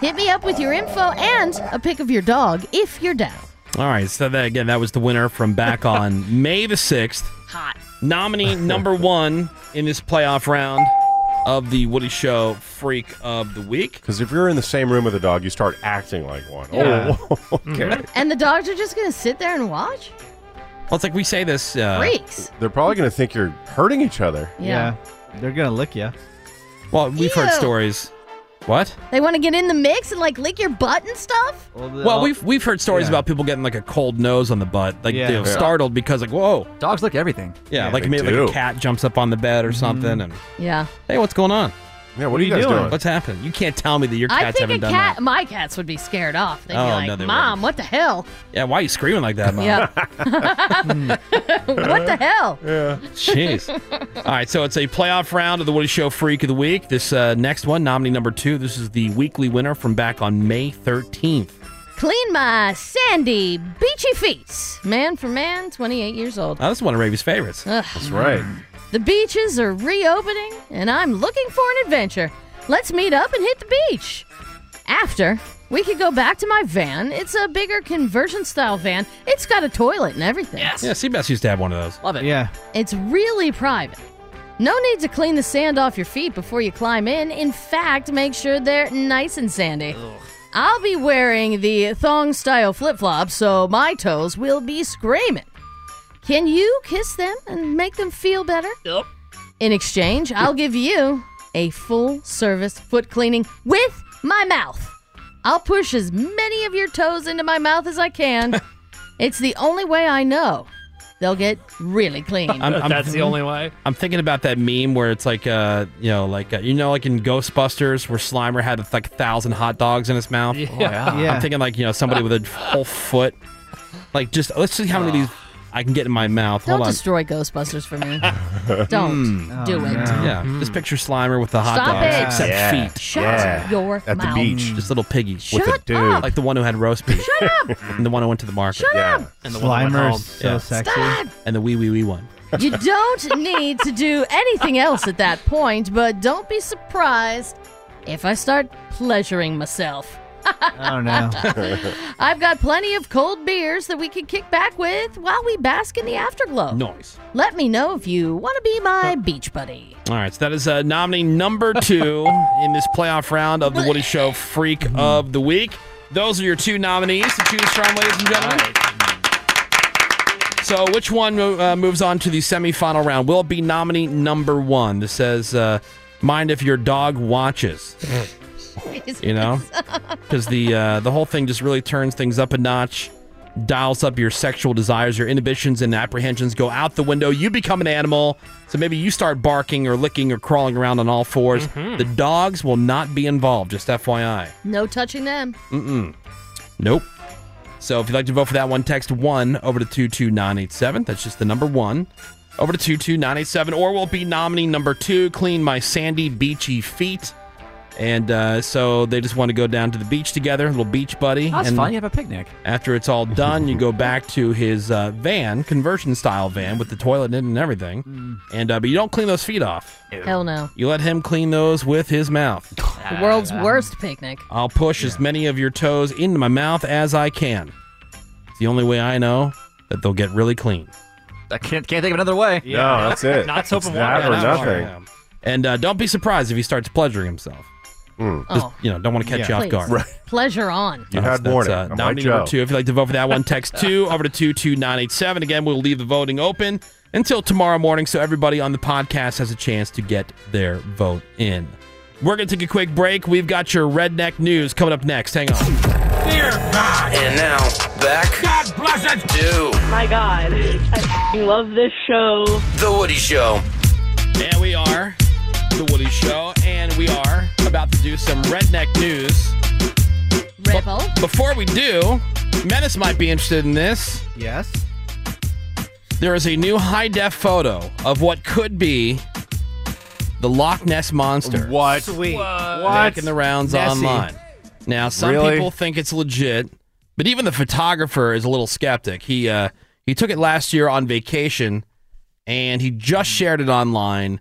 F: Hit me up with your info and a pic of your dog if you're down.
D: All right, so that again, that was the winner from back
F: [LAUGHS]
D: on May the sixth.
F: Hot.
D: Nominee
F: [LAUGHS]
D: number one in this playoff round of the Woody Show Freak of the Week.
G: Because if you're in the same room with a dog, you start acting like one.
D: Yeah. [LAUGHS]
G: Oh, okay.
F: And the dogs are just going to sit there and watch?
D: Well, it's like we say this. Uh,
F: Freaks.
G: They're probably going to think you're hurting each other.
F: Yeah.
E: They're going to lick you.
D: Well, we've heard
F: Ew.
D: stories. What?
F: They want to get in the mix and like lick your butt and stuff?
D: Well, we've we've heard stories
F: Yeah.
D: about people getting like a cold nose on the butt, like
K: Yeah.
D: they're
K: Yeah.
D: startled because like whoa,
K: Dogs lick everything.
D: yeah,
K: Yeah,
D: like
K: they
D: maybe like
K: do.
D: a cat jumps up on the bed or something, and
F: Yeah.
D: hey, what's going on?
G: Yeah, what are you guys doing?
D: What's happening? You can't tell me that your
F: I
D: cats
F: think
D: haven't
F: a
D: done
F: cat, my cats would be scared off. They'd
D: Oh,
F: be
D: no,
F: like,
D: they
F: Mom, what the hell? [LAUGHS]
D: that. Yeah, why are you screaming like that, mom?
F: Yeah.
D: [LAUGHS]
F: what the hell?
G: Yeah.
D: Jeez. All right, so it's a playoff round of the Woody Show Freak of the Week. This uh, next one, nominee number two, this is the weekly winner from back on May 13th.
F: [LAUGHS] Clean my sandy, beachy feet. Man for man, 28 years old.
D: Now, this is one of Ravy's favorites.
F: Ugh.
D: That's right.
F: The beaches are reopening, and I'm looking for an adventure. Let's meet up and hit the beach. After, we could go back to my van. It's a bigger conversion style van. It's got a toilet and everything.
D: Yeah, Seabass used to have one of those.
F: Love it.
E: Yeah.
F: It's really private. No need to clean the sand off your feet before you climb in. In fact, make sure they're nice and sandy. I'll be wearing the thong style flip flops, so my toes will be screaming. Can you kiss them and make them feel better? Yep. In exchange, I'll give you a full service foot cleaning with my mouth. I'll push as many of your toes into my mouth as
H: [LAUGHS]
F: I can. it's the only way I know they'll get really clean.
H: [LAUGHS] That's the only way.
D: I'm thinking about that meme where it's like, uh, you know, like uh, you know, like in Ghostbusters where Slimer had like a thousand hot dogs in his mouth.
H: Yeah. Oh, yeah. Yeah.
D: I'm thinking like you know somebody with a whole foot. Like just let's see how many of these I can get in my mouth.
F: Don't
D: Hold on.
F: destroy Ghostbusters for me. Don't
E: Hmm.
D: Mm.
F: do it.
D: Yeah, just picture Slimer with the hot
F: Stop
D: dogs,
F: it.
D: except
F: Oh, Hmm. Yeah.
D: feet.
F: Shut Yeah. your At the mouth. beach.
D: just little piggy
F: Shut
D: with a dude,
F: up.
D: like the one who had roast beef. Shut up! And the one who went to the market.
F: Shut Yeah. up.
D: And the one who went
E: Slimer's
D: home.
E: so sexy. Stop.
D: And the wee wee wee one. [LAUGHS]
F: You don't need to do anything else at that point, but don't be surprised if I start pleasuring myself.
E: I don't
D: [LAUGHS]
E: know.
F: I've got plenty of cold beers that we can kick back with while we bask in the afterglow.
D: Nice.
F: Let me know if you want to be my beach buddy.
D: All right, so that is uh, nominee number two in this playoff round of the Woody Show Freak of the Week. Those are your two nominees to choose from, ladies and gentlemen. So, which one uh, moves on to the semifinal round? Will it be nominee number one. This says, uh, "Mind if your dog watches." you
J: [LAUGHS]
D: know, because the uh, the whole thing just really turns things up a notch, dials up your sexual desires, your inhibitions and apprehensions go out the window. You become an animal, so maybe you start barking or licking or crawling around on all 4s
F: Mhm.
D: The dogs will not be involved. Just FYI.
F: No touching them.
D: Mm-mm. Nope. So if you'd like to vote for that one, text one over to 22987. That's just the number one. Over to 22987, or we'll be nominee number two, Clean My Sandy Beachy Feet. And uh, so they just want to go down to the beach together, little beach buddy.
K: That's
D: and
K: fun. You have a picnic.
D: After it's all done, you go back to his uh, van, conversion style van with the toilet in it and everything. And uh, but you don't clean those feet off.
F: Hell no.
D: You let him clean those with his mouth.
E: Ah,
F: The world's worst picnic.
D: I'll push as many of your toes into my mouth as I can. It's the only way I know that they'll get really clean.
K: I can't, can't think of another way.
G: No, that's it. Not soap It's and water. that
D: Yeah,
G: or
D: that's
G: nothing.
D: water, yeah. And uh, don't be surprised if he starts pleasuring himself.
G: Hmm.
D: Just,
F: Oh.
D: You know, don't want to catch you off
F: Please.
D: guard.
E: [LAUGHS]
F: Pleasure on.
D: No, that's- that's, uh,
G: I'm
D: nominee
G: like
D: number
G: Joe.
D: two. If you'd like to vote for that one, text
G: [LAUGHS]
D: two over to 22987. Again, we'll leave the voting open until tomorrow morning so everybody on the podcast has a chance to get their vote in. We're going to take a quick break. We've got your redneck news coming up next. Hang on.
J: And now, back. God bless it! To
O: My God, I f***ing love this show.
J: The Woody Show.
D: And we are The Woody Show, and we are about to do some redneck news.
F: Rebel.
D: Before we do, Menace might be interested in this.
E: Yes.
D: There is a new high def photo of what could be the Loch Ness monster.
G: What?
E: Sweet.
G: What?
D: Making the rounds
G: Nessie.
D: online. Now, some
G: Really?
D: people think it's legit, but even the photographer is a little skeptic. He uh, he took it last year on vacation, and he just shared it online.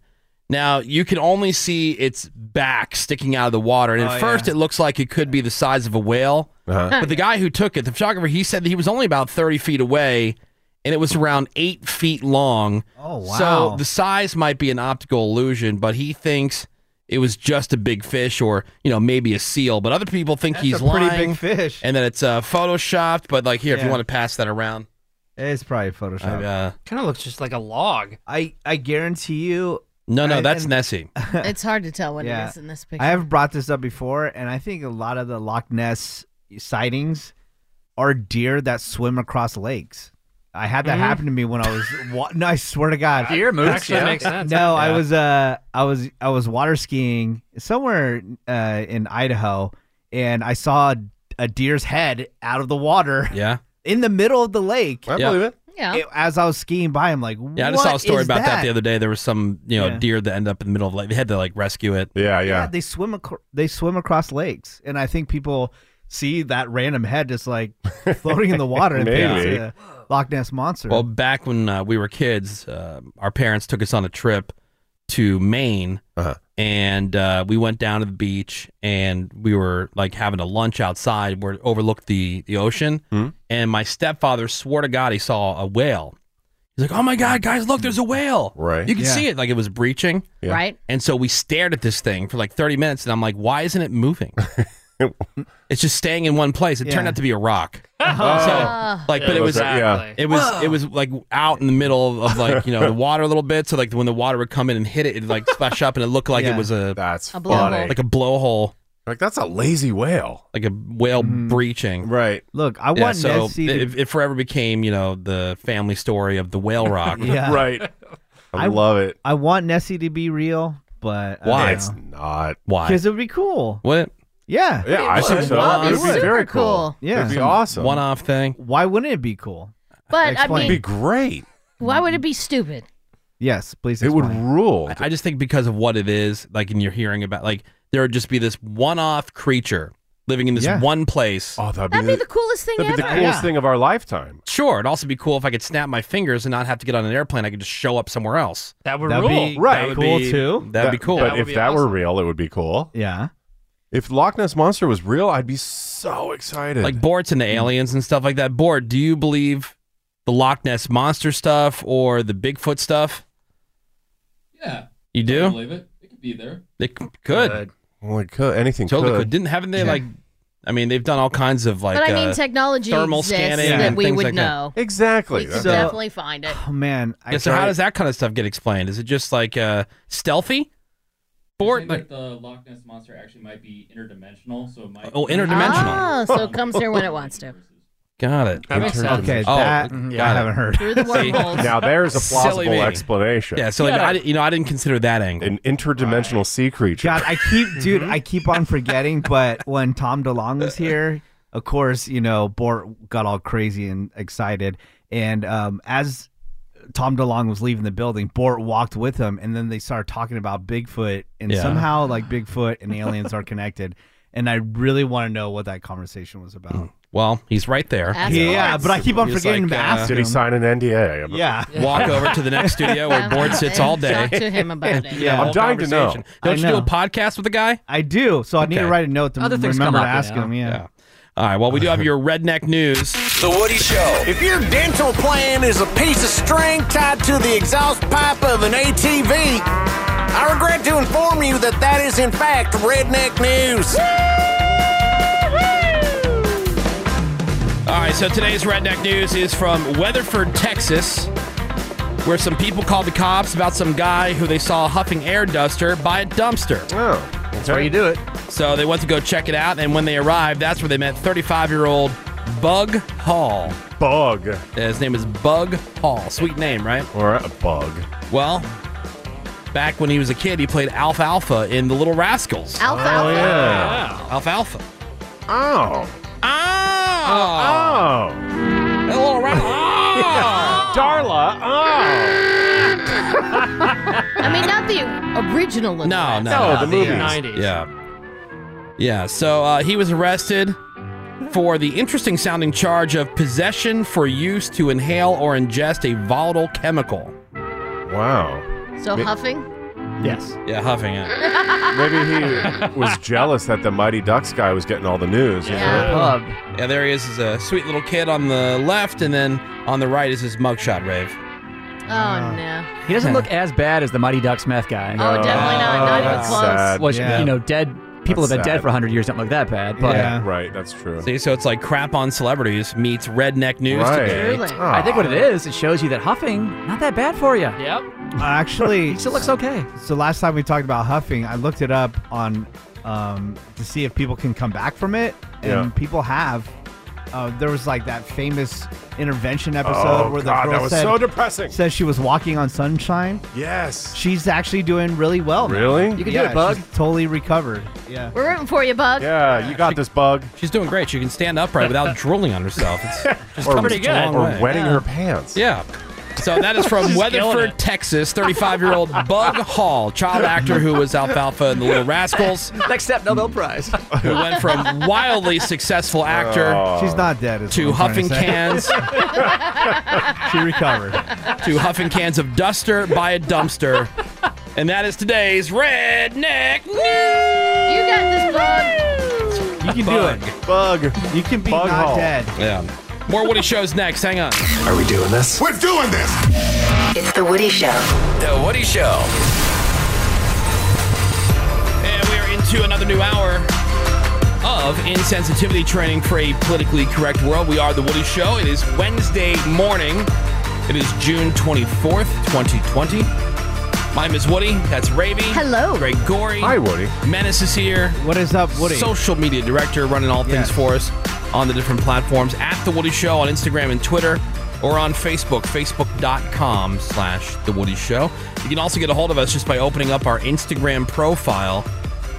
D: Now you can only see its back sticking out of the water, and at
G: Oh,
D: first it looks like it could be the size of a whale.
G: Uh-huh.
D: But the guy who took it, the photographer, he said that he was only about thirty feet away, and it was around eight feet long.
E: Oh
D: So
E: wow.
D: the size might be an optical illusion, but he thinks it was just a big fish or, you know, maybe a seal. But other people think
E: That's
D: he's
E: a pretty
D: lying.
E: big fish.
D: And then it's uh, photoshopped. But like here, if you
E: Yeah.
D: want to pass that around,
E: it's probably Photoshop.
D: I, uh,
H: Kind of looks just like a log.
E: I I guarantee you.
D: no, no,
E: I-
D: that's
E: and- [LAUGHS]
D: Nessie.
F: It's hard to tell what
E: Yeah.
F: it is in this picture.
E: I have brought this up before, and I think a lot of the Loch Ness sightings are deer that swim across lakes. I had
H: Mm-hmm.
E: that
K: Mhm.
E: happen to me when I was. Wa- no, I swear to God,
K: Deer moose, Actually yeah. makes sense.
E: No, I
K: Yeah.
E: was. Uh, I was. I was water skiing somewhere uh, in Idaho, and I saw a, a deer's head out of the water.
D: Yeah.
E: In the middle of the lake.
D: I Yeah. believe it.
F: Yeah.
E: as I was skiing by, I'm like,
D: Yeah, I just saw a
E: "What
D: story
E: is
D: about that?
E: that
D: the other day. There was some, you know,
E: Yeah.
D: deer that ended up in the middle of like they had to like rescue it.
E: yeah. they swim acro- they swim across lakes, and I think people see that random head
D: [LAUGHS]
E: just like floating in the water and think
D: Maybe.
E: it's a Loch Ness monster.
D: Well, back when uh, we were kids, uh, our parents took us on a trip to Maine, and uh, we went down to the beach, and we were like having a lunch outside where it overlooked the the ocean. And my stepfather swore to God he saw a whale. He's like, "Oh my God, guys, look, there's a whale! Right, you can
E: Yeah.
D: see it. Like it was breaching,
F: Yeah. Right.
D: And so we stared at this thing for like 30 minutes, and I'm like, "Why isn't it moving? it's just staying in one place. It turned
E: Yeah.
D: out to be a rock."
E: Oh.
D: So, like, but it was
G: Exactly.
D: it was
G: Whoa.
D: it was like out in the middle of like you know the
G: [LAUGHS]
D: water a little bit. So like when the water would come in and hit it, it like splash up and it looked like it
G: Yeah.
D: was a
G: that's
F: A blowhole. funny.
D: like a blowhole.
G: Like that's a lazy whale,
D: like a whale breaching.
G: Right.
E: Mm-hmm. Look, I
D: yeah,
E: want
D: so
E: Nessie to-
D: it, it forever became you know the family story of the whale rock.
E: [LAUGHS] Yeah. Right.
G: I love it.
E: I want Nessie to be real, but uh, I
D: Why?
E: don't
D: It's
E: know.
G: not
D: why?
E: Because it would be cool.
D: What?
E: Yeah.
G: Yeah, I think so.
D: Well,
G: It'd be
D: super
G: very cool.
D: cool.
E: Yeah.
G: It'd be awesome.
D: One-off thing.
E: Why wouldn't it be cool?
F: But, I mean- It'd be
G: great.
F: Why would it be stupid?
E: Yes, please.
D: It would
G: rule.
D: I, I just think because of what it is, like, and you're hearing about, like, there would just be this one-off creature living in this
G: Yeah.
D: one place.
G: Oh, that'd
F: That'd be the coolest thing
G: that'd
F: ever.
G: be the coolest thing of our lifetime.
D: Sure, it'd also be cool if I could snap my fingers and not have to get on an airplane. I could just show up somewhere else.
H: That
G: That'd be-
D: That would be- That'd be cool.
G: But if that were real, it would be cool.
E: Yeah.
G: If Loch Ness monster was real, I'd be so excited.
D: Like Bort's into aliens and stuff like that. Bort, do you believe the Loch Ness monster stuff or the Bigfoot stuff?
P: Yeah.
D: You do?
P: I believe it. It could be there.
D: They c- could.
G: Well, it could. Anything
D: totally
G: could.
D: could. Didn't haven't they like? I mean, they've done all kinds of like.
F: but I mean,
D: uh,
F: technology
D: thermal
F: exists
D: scanning
F: that
D: and
F: we
D: things
F: would
D: like that.
F: know.
G: Exactly.
F: We could
D: So-
F: definitely find it.
E: Oh man. I
D: yeah, so how
E: tried-
D: does that kind of stuff get explained? Is it just like uh, stealthy? Bort,
P: Think
D: like
P: that the Loch Ness monster actually might be interdimensional, so it might.
D: Oh, interdimensional.
F: Ah, so it comes here when it wants to.
D: got it.
F: That makes sense.
E: Okay,
D: Oh,
E: that-
D: got
E: yeah, I
D: it.
E: haven't heard. Through
D: [LAUGHS]
G: the
D: See?
G: wormholes. Now there's a
D: Silly
G: plausible
D: me.
G: explanation.
D: Yeah, so like,
G: Yeah.
D: I, di- you know, I didn't consider that angle. Mm-hmm.
G: An interdimensional sea creature.
E: God, I keep, dude, I keep on forgetting. But when Tom DeLong was here, of course, you know, Bort got all crazy and excited. And um, as Tom DeLong was leaving the building, Bort walked with him, and then they started talking about Bigfoot, and
D: Yeah.
E: somehow, like Bigfoot and aliens are connected. And I really want to know what that conversation
D: [LAUGHS]
E: was about.
D: Well, he's right there.
E: Ask Yeah, Bort. but I keep on
D: He's
E: forgetting to ask
G: Did he sign an NDA?
E: Yeah.
D: Walk over to the next studio where Bort sits all day.
F: Talk to him about it.
D: Yeah,
E: Yeah.
D: whole
E: I'm dying to know.
D: conversation. Don't
E: I
D: you do a
E: know.
D: podcast with the guy?
E: I do, so I need to
D: Okay.
E: write a note to
D: Other things
E: remember
D: come
E: to
D: up,
E: ask
D: you know?
E: him. yeah.
D: All right. Well, we do have your redneck news.
J: The Woody Show. If your dental plan is a piece of string tied to the exhaust pipe of an ATV, I regret to inform you that that is in fact redneck news.
D: All right, so today's redneck news is from Weatherford, Texas, where some people called the cops about some guy who they saw huffing air duster by a dumpster.
G: Oh,
D: that's
G: where you
D: do it. So they went to go check it out, and when they arrived, that's where they met 35 year old Bug Hall.
G: Bug.
D: his name is Bug Hall. Sweet name, right?
G: Or a bug.
D: Well, back when he was a kid, he played Alfalfa in The Little Rascals.
F: Alfalfa.
G: Oh, yeah.
D: Alfalfa.
G: Oh.
D: Oh.
G: That
D: little rat.
J: Oh.
G: Darla.
F: I mean, not the original. Little
D: No,
F: Rascals.
D: no, Yeah. Yeah, so uh, he was arrested for the interesting sounding charge of possession for use to inhale or ingest a volatile chemical.
G: Wow.
F: So
G: Mi-
F: huffing.
G: Yes.
D: Yeah, huffing it.
G: Maybe he was jealous that the Mighty Ducks guy was getting all the news. you know?
D: Yeah, there he is. Is a sweet little kid on the left, and then on the right is his mugshot rave.
F: [LAUGHS] Oh no.
K: He doesn't look as bad as the Mighty Ducks meth guy.
F: Oh, No. definitely not. Not even that's close. sad.
K: Which,
D: Yeah.
K: you know, dead people
D: That's
K: have been
D: sad.
K: dead for 100 years don't look that bad. But
G: right. That's true.
D: See, so it's like crap on celebrities meets redneck news today.
K: I
G: Ah.
K: think what it is, it shows you that huffing, not that bad for you. [LAUGHS] Yep.
E: Actually,
K: He still looks okay.
E: So last time we talked about huffing, I looked it up on um, to see if people can come back from it, and
G: Yeah.
E: people have. Uh, there was like that famous intervention episode
G: Oh,
E: where the
G: God,
E: girl
G: that was
E: said,
G: so depressing.
E: Said she was walking on sunshine.
G: Yes.
E: She's actually doing really well. now.
G: Really? You can do
E: Yeah,
G: it, Bug.
E: she's Totally recovered. Yeah.
F: We're rooting for you, Bug.
G: Yeah, you got this bug.
D: She's doing great. She can stand upright
F: [LAUGHS]
D: without drooling on herself. It's just
G: Or-
D: comes
G: pretty
D: such a
G: good.
D: long
G: or
D: way.
G: wetting her pants.
D: Yeah. So that is from
G: [LAUGHS] She's killing
D: Weatherford,
G: it.
D: Texas. 35 year old
G: [LAUGHS]
D: Bug Hall, child actor who was Alfalfa in The Little Rascals,
K: Next step, Nobel Prize.
D: who went from wildly successful actor
G: Oh.
E: She's not dead. Is
D: to
E: what I'm trying
D: huffing
E: to say.
D: cans
E: she recovered.
D: [LAUGHS] to huffing cans of duster by a dumpster. And that is today's redneck news.
F: You got this, Bug.
E: You can do
D: it.
G: Bug.
E: You can be
D: Bug
E: not
D: Hall.
E: dead.
D: Yeah. More Woody shows next. Hang on.
J: Are we doing this? [LAUGHS] We're doing this.
C: It's The Woody Show.
J: The Woody Show.
D: And we are into another new hour of insensitivity training for a politically correct world. We are The Woody Show. It is Wednesday morning. It is June 24th, 2020. My name is Woody. That's Ravy. Hello. Greg Gorey. Hi,
G: Woody.
D: Menace is here.
E: What is up, Woody?
D: Social media director running all things for us on the different platforms at The Woody Show on Instagram and Twitter or on Facebook, facebook.com slash The Woody Show. You can also get a hold of us just by opening up our Instagram profile.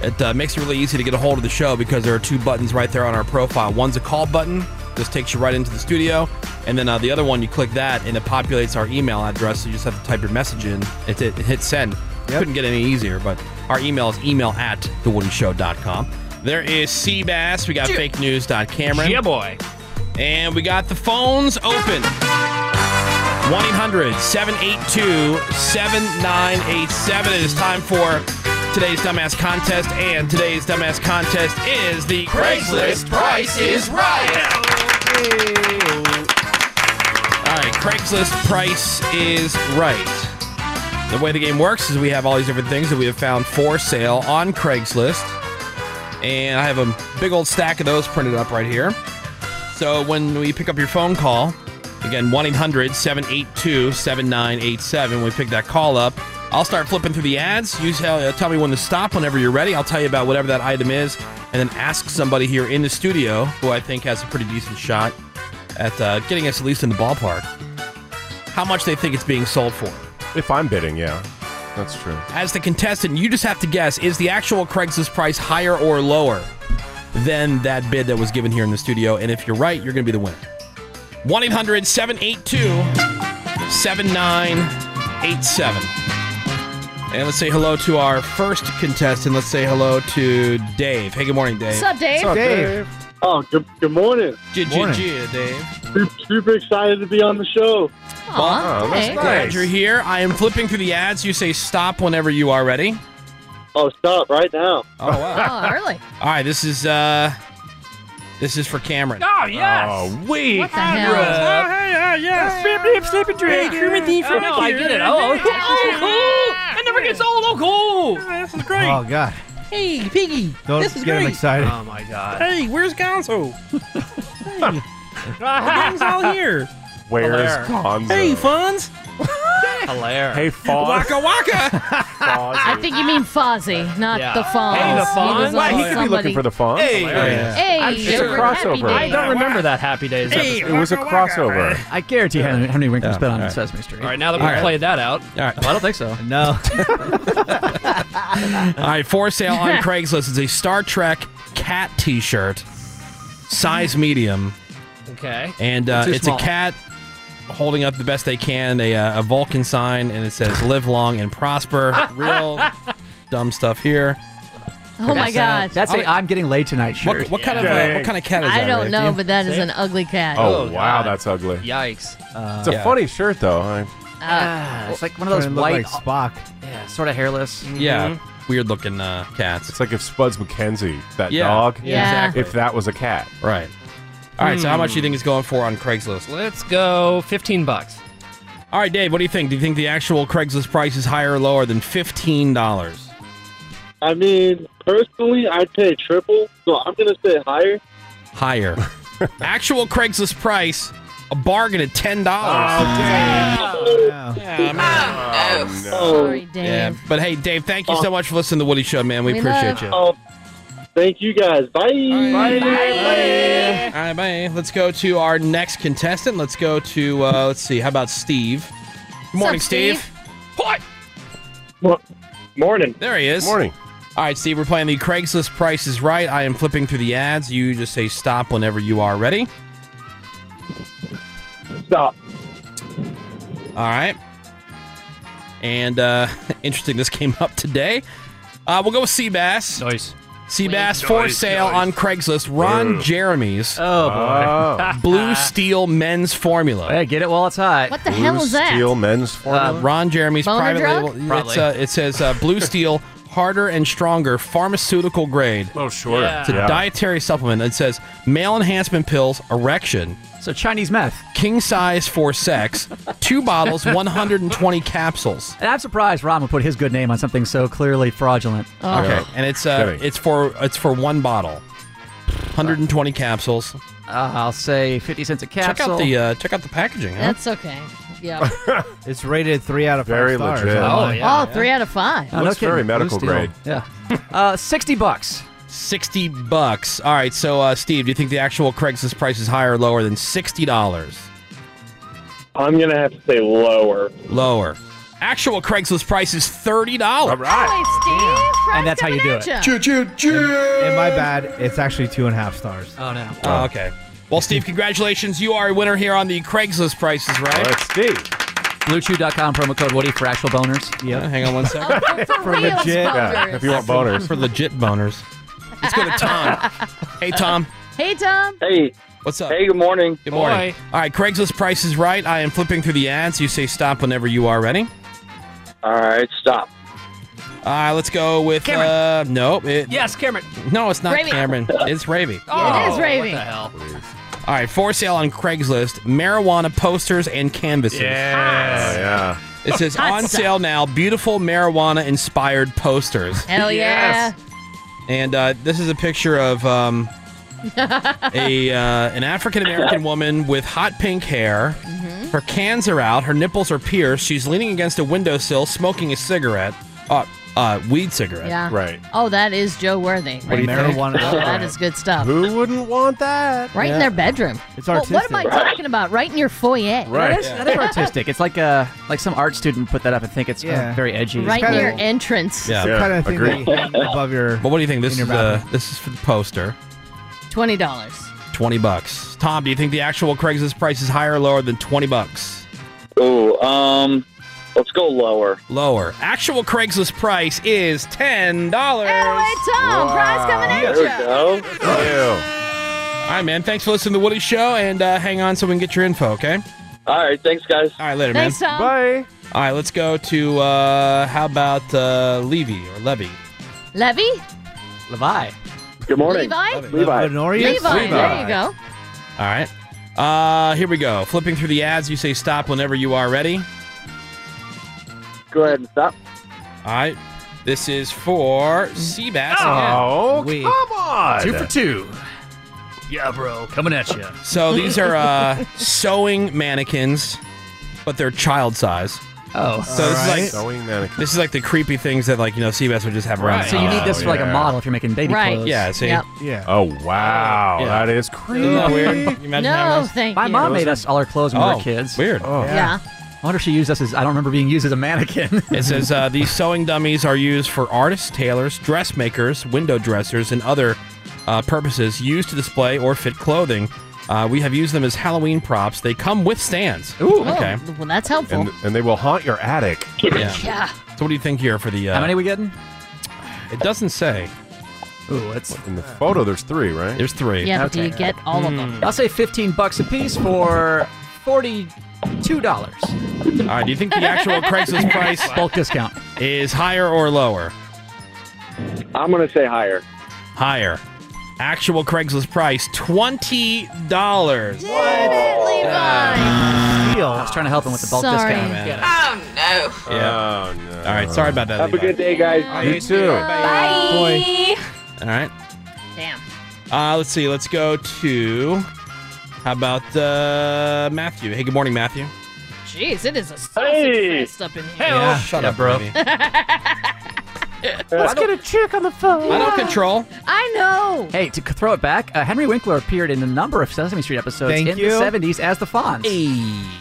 D: It uh, makes it really easy to get a hold of the show because there are two buttons right there on our profile. One's a call button, just takes you right into the studio. And then uh, the other one, you click that and it populates our email address. So you just have to type your message in. It, it, hit send. Couldn't get any easier, but our email is email at thewoodyshow.com. There is Seabass. We got
H: Yeah.
D: fake news.cameron.
H: Yeah, boy.
D: And we got the phones open 1 800 782 7987. It is time for today's dumbass contest, and today's dumbass contest is the
Q: Craigslist Price is Right.
D: All right, Craigslist price is right. The way the game works is we have all these different things that we have found for sale on Craigslist. And I have a big old stack of those printed up right here. So when we pick up your phone call, again, 1 800 782 7987, when we pick that call up, I'll start flipping through the ads. You tell, uh, tell me when to stop whenever you're ready. I'll tell you about whatever that item is, and then ask somebody here in the studio who I think has a pretty decent shot at uh, getting us at least in the ballpark. How much they think it's being sold for.
G: If I'm bidding, yeah, that's true.
D: As the contestant, you just have to guess is the actual Craigslist price higher or lower than that bid that was given here in the studio? And if you're right, you're going to be the winner. 1 800 782 7987. And let's say hello to our first contestant. Let's say hello to Dave. Hey, good morning, Dave.
F: What's up, Dave?
R: Oh, good, good morning.
D: Good morning. Gia, Dave.
R: Super, super excited to be on the show.
J: Oh,
K: oh,
D: Well, Glad you're here. I am flipping through the ads. You say stop whenever you are ready.
R: Oh, stop right now.
D: Oh, wow.
Q: [LAUGHS]
F: Oh, early.
D: All right, this is uh, this is for Cameron.
Q: Oh, yes.
D: Oh, we.
Q: What the hell? Oh, hey, yes. Beep, beep, sleep and drink.
H: Oh, I get it. Oh, oh, cool. It never gets old. Oh, cool.
Q: this is great.
E: Oh god.
Q: Hey, Piggy.
E: Don't
Q: this is
E: get him
Q: great.
E: excited.
S: Um,
H: Oh my god.
Q: Hey, where's Gonzo? hey. Gong's
J: [LAUGHS]
Q: all here.
G: Where's
Q: Hilaire.
G: Gonzo?
Q: Hey, Fonz.
H: Hilaire.
G: Hey, Fonz.
Q: Waka
D: waka.
F: I think you mean Fozzie, not
Q: Yeah.
F: the Fonz.
H: Hey, the Fonz?
F: was
H: Why, he
F: on
H: could be
F: somebody-
G: looking for the Fonz.
H: Hey.
G: Hilarious.
F: Hey,
H: I'm
F: it's a
H: sure-
F: crossover.
H: I don't remember that Happy Days
Q: Hey,
H: episode.
Q: It was a waka waka. crossover.
K: I guarantee Henry, Henry Winkler's
H: Yeah,
K: been on
H: alright.
K: Sesame Street.
H: All right, now that we've
K: Alright.
H: played that out,
K: Well, I don't
D: [LAUGHS]
K: think so.
Q: [LAUGHS]
E: No.
D: All right, for sale
Q: [LAUGHS]
D: on Craigslist is a Star Trek cat T-shirt, size medium,
H: okay.
D: and uh,
H: Too
D: it's
H: small.
D: a cat holding up the best they can a, uh, a Vulcan sign, and it says "Live long and prosper."
H: Ah.
D: Real dumb stuff here.
F: Oh my
H: uh,
F: god.
K: That's a I'm getting laid tonight shirt.
D: What kind of uh, what kind of cat is that?
F: I don't
D: Rick?
F: know,
D: You-
F: but that is
D: See?
F: an ugly cat.
G: Oh, wow, that's ugly.
H: Yikes.
D: Uh,
G: it's a
K: yeah.
G: funny shirt, though. I-
F: Uh,
K: Ah, it's like one of those
E: Kinda look
K: white.
E: like Spock.
K: Yeah, sort of hairless.
G: Mm-hmm.
D: Yeah, weird looking uh, cats.
G: It's like if Spuds McKenzie, that
D: Yeah.
G: dog,
D: Yeah. Exactly.
G: if that was a cat.
D: Right. All right, so how much do you think it's going for on Craigslist?
H: Hmm. Let's go 15 bucks.
D: All right, Dave, what do you think? Do you think the actual Craigslist price is higher or lower than fifteen dollars?
R: I mean, personally, I'd pay triple, so I'm going to say higher. [LAUGHS]
D: Higher. actual Craigslist price, a bargain at ten dollars.
R: Oh,
D: Yeah, man.
Q: Oh, Sorry, Dave.
D: Yeah, but hey, Dave, thank you so much for listening to the Woody Show, man. We,
Q: We
D: appreciate
Q: love-
D: you.
R: Oh, thank you guys. Bye. Bye.
D: All right, bye. Let's go to our next contestant. Let's go to uh, let's see. How about Steve? Good morning, Steve. What?
R: Morning.
D: There he is.
G: Morning.
D: All right, Steve. We're playing the Craigslist Price is Right. I am flipping through the ads. You just say stop whenever you are ready.
R: Stop.
D: All right. And uh, [LAUGHS] interesting, this came up today. Uh, we'll go with Seabass.
H: Nice.
D: Seabass for
Q: Nice,
D: sale
Q: nice.
D: on Craigslist. Ron
Q: Ugh.
D: Jeremy's.
K: Oh,
Q: boy. Oh. [LAUGHS]
D: Blue Steel Men's Formula.
K: Hey, get it while it's hot.
F: What the hell is that?
G: Men's
D: Formula. Uh, Ron Jeremy's
F: Boner
D: private
F: drug?
D: label. It's,
K: Probably.
D: uh, it says uh, Blue Steel Harder and Stronger Pharmaceutical Grade.
G: Oh, sure.
K: Yeah.
D: It's a
K: Yeah.
D: dietary supplement. It says male enhancement pills, erection.
K: So Chinese meth.
D: King size for sex. Two bottles, 120 capsules.
K: And I'm surprised Ron would put his good name on something so clearly fraudulent.
D: Okay, and it's uh, it's for it's for one bottle, 120 capsules.
K: I'll say 50 cents a
D: Check out the uh, check out the packaging. Huh?
F: That's okay. Yeah.
E: It's rated three out of five
G: Very
E: stars.
G: legit.
E: online.
F: oh, three out of five.
E: Oh, no Looks kidding. very medical
K: Blue steel.
E: grade.
K: Yeah. [LAUGHS] Uh, 60 bucks.
D: 60 bucks. All right, so uh, Steve, do you think the actual Craigslist price is higher or lower than $60?
R: I'm going to have to say lower.
D: Lower. Actual Craigslist price is $30. All
K: And that's how you do
D: it. at ya. Choo, choo, choo.
E: And my bad. It's actually two and a half stars.
K: Oh, no.
D: Oh, okay. Well, Steve, congratulations. You are a winner here on the Craigslist prices, right?
G: Let's see.
K: BlueChew.com promo code Woody for actual boners.
D: Yeah. Hang on one
F: [LAUGHS]
D: second.
Q: for real legit- Yeah, boners. if you want boners.
D: For legit boners. Let's go to Tom. hey, Tom.
F: Hey, Tom.
R: Hey.
D: What's up?
R: Hey, good morning.
D: Good morning. All right, Craigslist price is right. I am flipping through the ads. You say stop whenever you are ready.
R: All right, stop.
D: All right, let's go with. Uh, nope. It,
H: Yes, Cameron.
D: No, it's not
H: Ravy.
D: Cameron. It's Ravy.
H: Oh,
F: is Ravy.
H: What the hell?
D: All right, for sale on Craigslist, marijuana posters and canvases.
G: Yes. yeah.
D: It says
F: Hot
D: on
F: stuff.
D: sale now, beautiful marijuana inspired posters.
F: Hell yeah.
D: And uh, this is a picture of um, a uh, an African American woman with hot pink hair.
E: Mm-hmm.
D: Her cans are out. Her nipples are pierced. She's leaning against a windowsill, smoking a cigarette. Uh, uh, weed cigarette.
F: Yeah. Oh, that is Joe Worthy.
D: do you think? Marijuana
F: Oh, that
D: cigarette.
F: is good stuff.
G: Who wouldn't want that?
F: Right in their bedroom.
K: It's
F: Well, what am I
K: artistic.
F: talking about? Right in your foyer.
K: That is, that is artistic. It's like uh, like some art student put that up and think it's uh,
F: Yeah.
K: very edgy.
F: [LAUGHS] Right
K: It's
F: in your
K: cool.
F: entrance.
D: above
E: your.
D: But what do you think? This
E: in
D: is
E: your
D: uh, this is for the poster.
F: Twenty dollars.
D: Twenty bucks. Tom, do you think the actual Craigslist price is higher or lower than twenty bucks?
R: Oh, um, let's go lower.
D: Lower. Actual Craigslist price is ten dollars.
F: Tom, prize coming at There we ya.
D: go. All right, man. Thanks for listening to the Woody Show, and uh, hang on so we can get your info. Okay.
R: All right, thanks, guys.
D: All right, later,
F: Thanks,
D: man.
F: Tom. Bye.
D: All right, let's go to uh, how about uh, Levy or Levy?
F: Levy?
D: Levi.
R: Good
F: Levi? Levi.
D: Levi.
F: There you go.
D: All right. Uh, here we go. Flipping through the ads, you say stop whenever you are ready.
R: [LAUGHS] Go ahead and stop.
D: All right. This is for Seabass.
G: Oh,
D: again.
G: come on.
D: Two for
T: two. Yeah, bro, coming at you.
Q: [LAUGHS]
D: So these are uh,
K: [LAUGHS]
D: sewing mannequins, but they're child size.
K: Oh.
D: so
K: All
D: this is
K: right.
D: like
K: Sewing
G: mannequins.
D: This is like the creepy things that like you know Seabass would just have around. the
K: So you
D: house.
K: need this for like a model if you're making baby
F: Right.
K: clothes.
D: Yeah, see?
E: Yeah.
G: Oh wow,
D: Yeah.
G: that is
D: Isn't
G: creepy.
D: that weird? You imagine having
F: No,
D: this?
F: thank
K: My
F: you.
K: mom made us all our clothes when we
D: Oh,
K: were kids.
D: Weird.
F: Yeah.
K: I wonder if she used us as I don't remember being used as a mannequin.
D: It says uh, these sewing dummies are used for artists, tailors, dressmakers, window dressers, and other uh, purposes used to display or fit clothing. Uh, we have used them as Halloween props. They come with stands. Ooh, okay.
F: Oh, well, that's helpful.
G: And, and they will haunt your attic.
D: Yeah.
F: yeah.
D: So what do you think here for the? Uh,
K: How many we getting?
D: It doesn't say.
K: Ooh, it's
G: in the photo. There's three, right?
D: There's three.
K: Yeah, but do you get all of them? I'll say 15 bucks a piece for $42.
D: All right. Do you think the actual
K: [LAUGHS]
D: Craigslist price
K: Bulk discount.
D: is higher or lower?
R: I'm going to say higher.
D: Higher. Actual Craigslist price twenty dollars.
J: Uh,
K: I was trying to help him with the bulk
D: Sorry.
K: discount.
D: Yeah.
K: Get it.
U: Oh no.
D: Yeah. Oh, All right. Sorry about that.
R: Have a
D: Levi.
R: good day, guys.
D: You You too. too.
U: Bye.
D: All right.
F: Damn.
D: Uh, let's see. Let's go to. How about uh, Matthew? Hey, good morning, Matthew.
F: Jeez, it is a sausage fest up in here.
D: Oh, shut up, bro. I
K: Let's get a chick on the phone.
D: I don't control.
F: I know.
K: Hey, to c- throw it back, uh, Henry Winkler appeared in a number of Sesame Street episodes
E: Thank
K: in
E: you.
K: the 70s as the Fonz.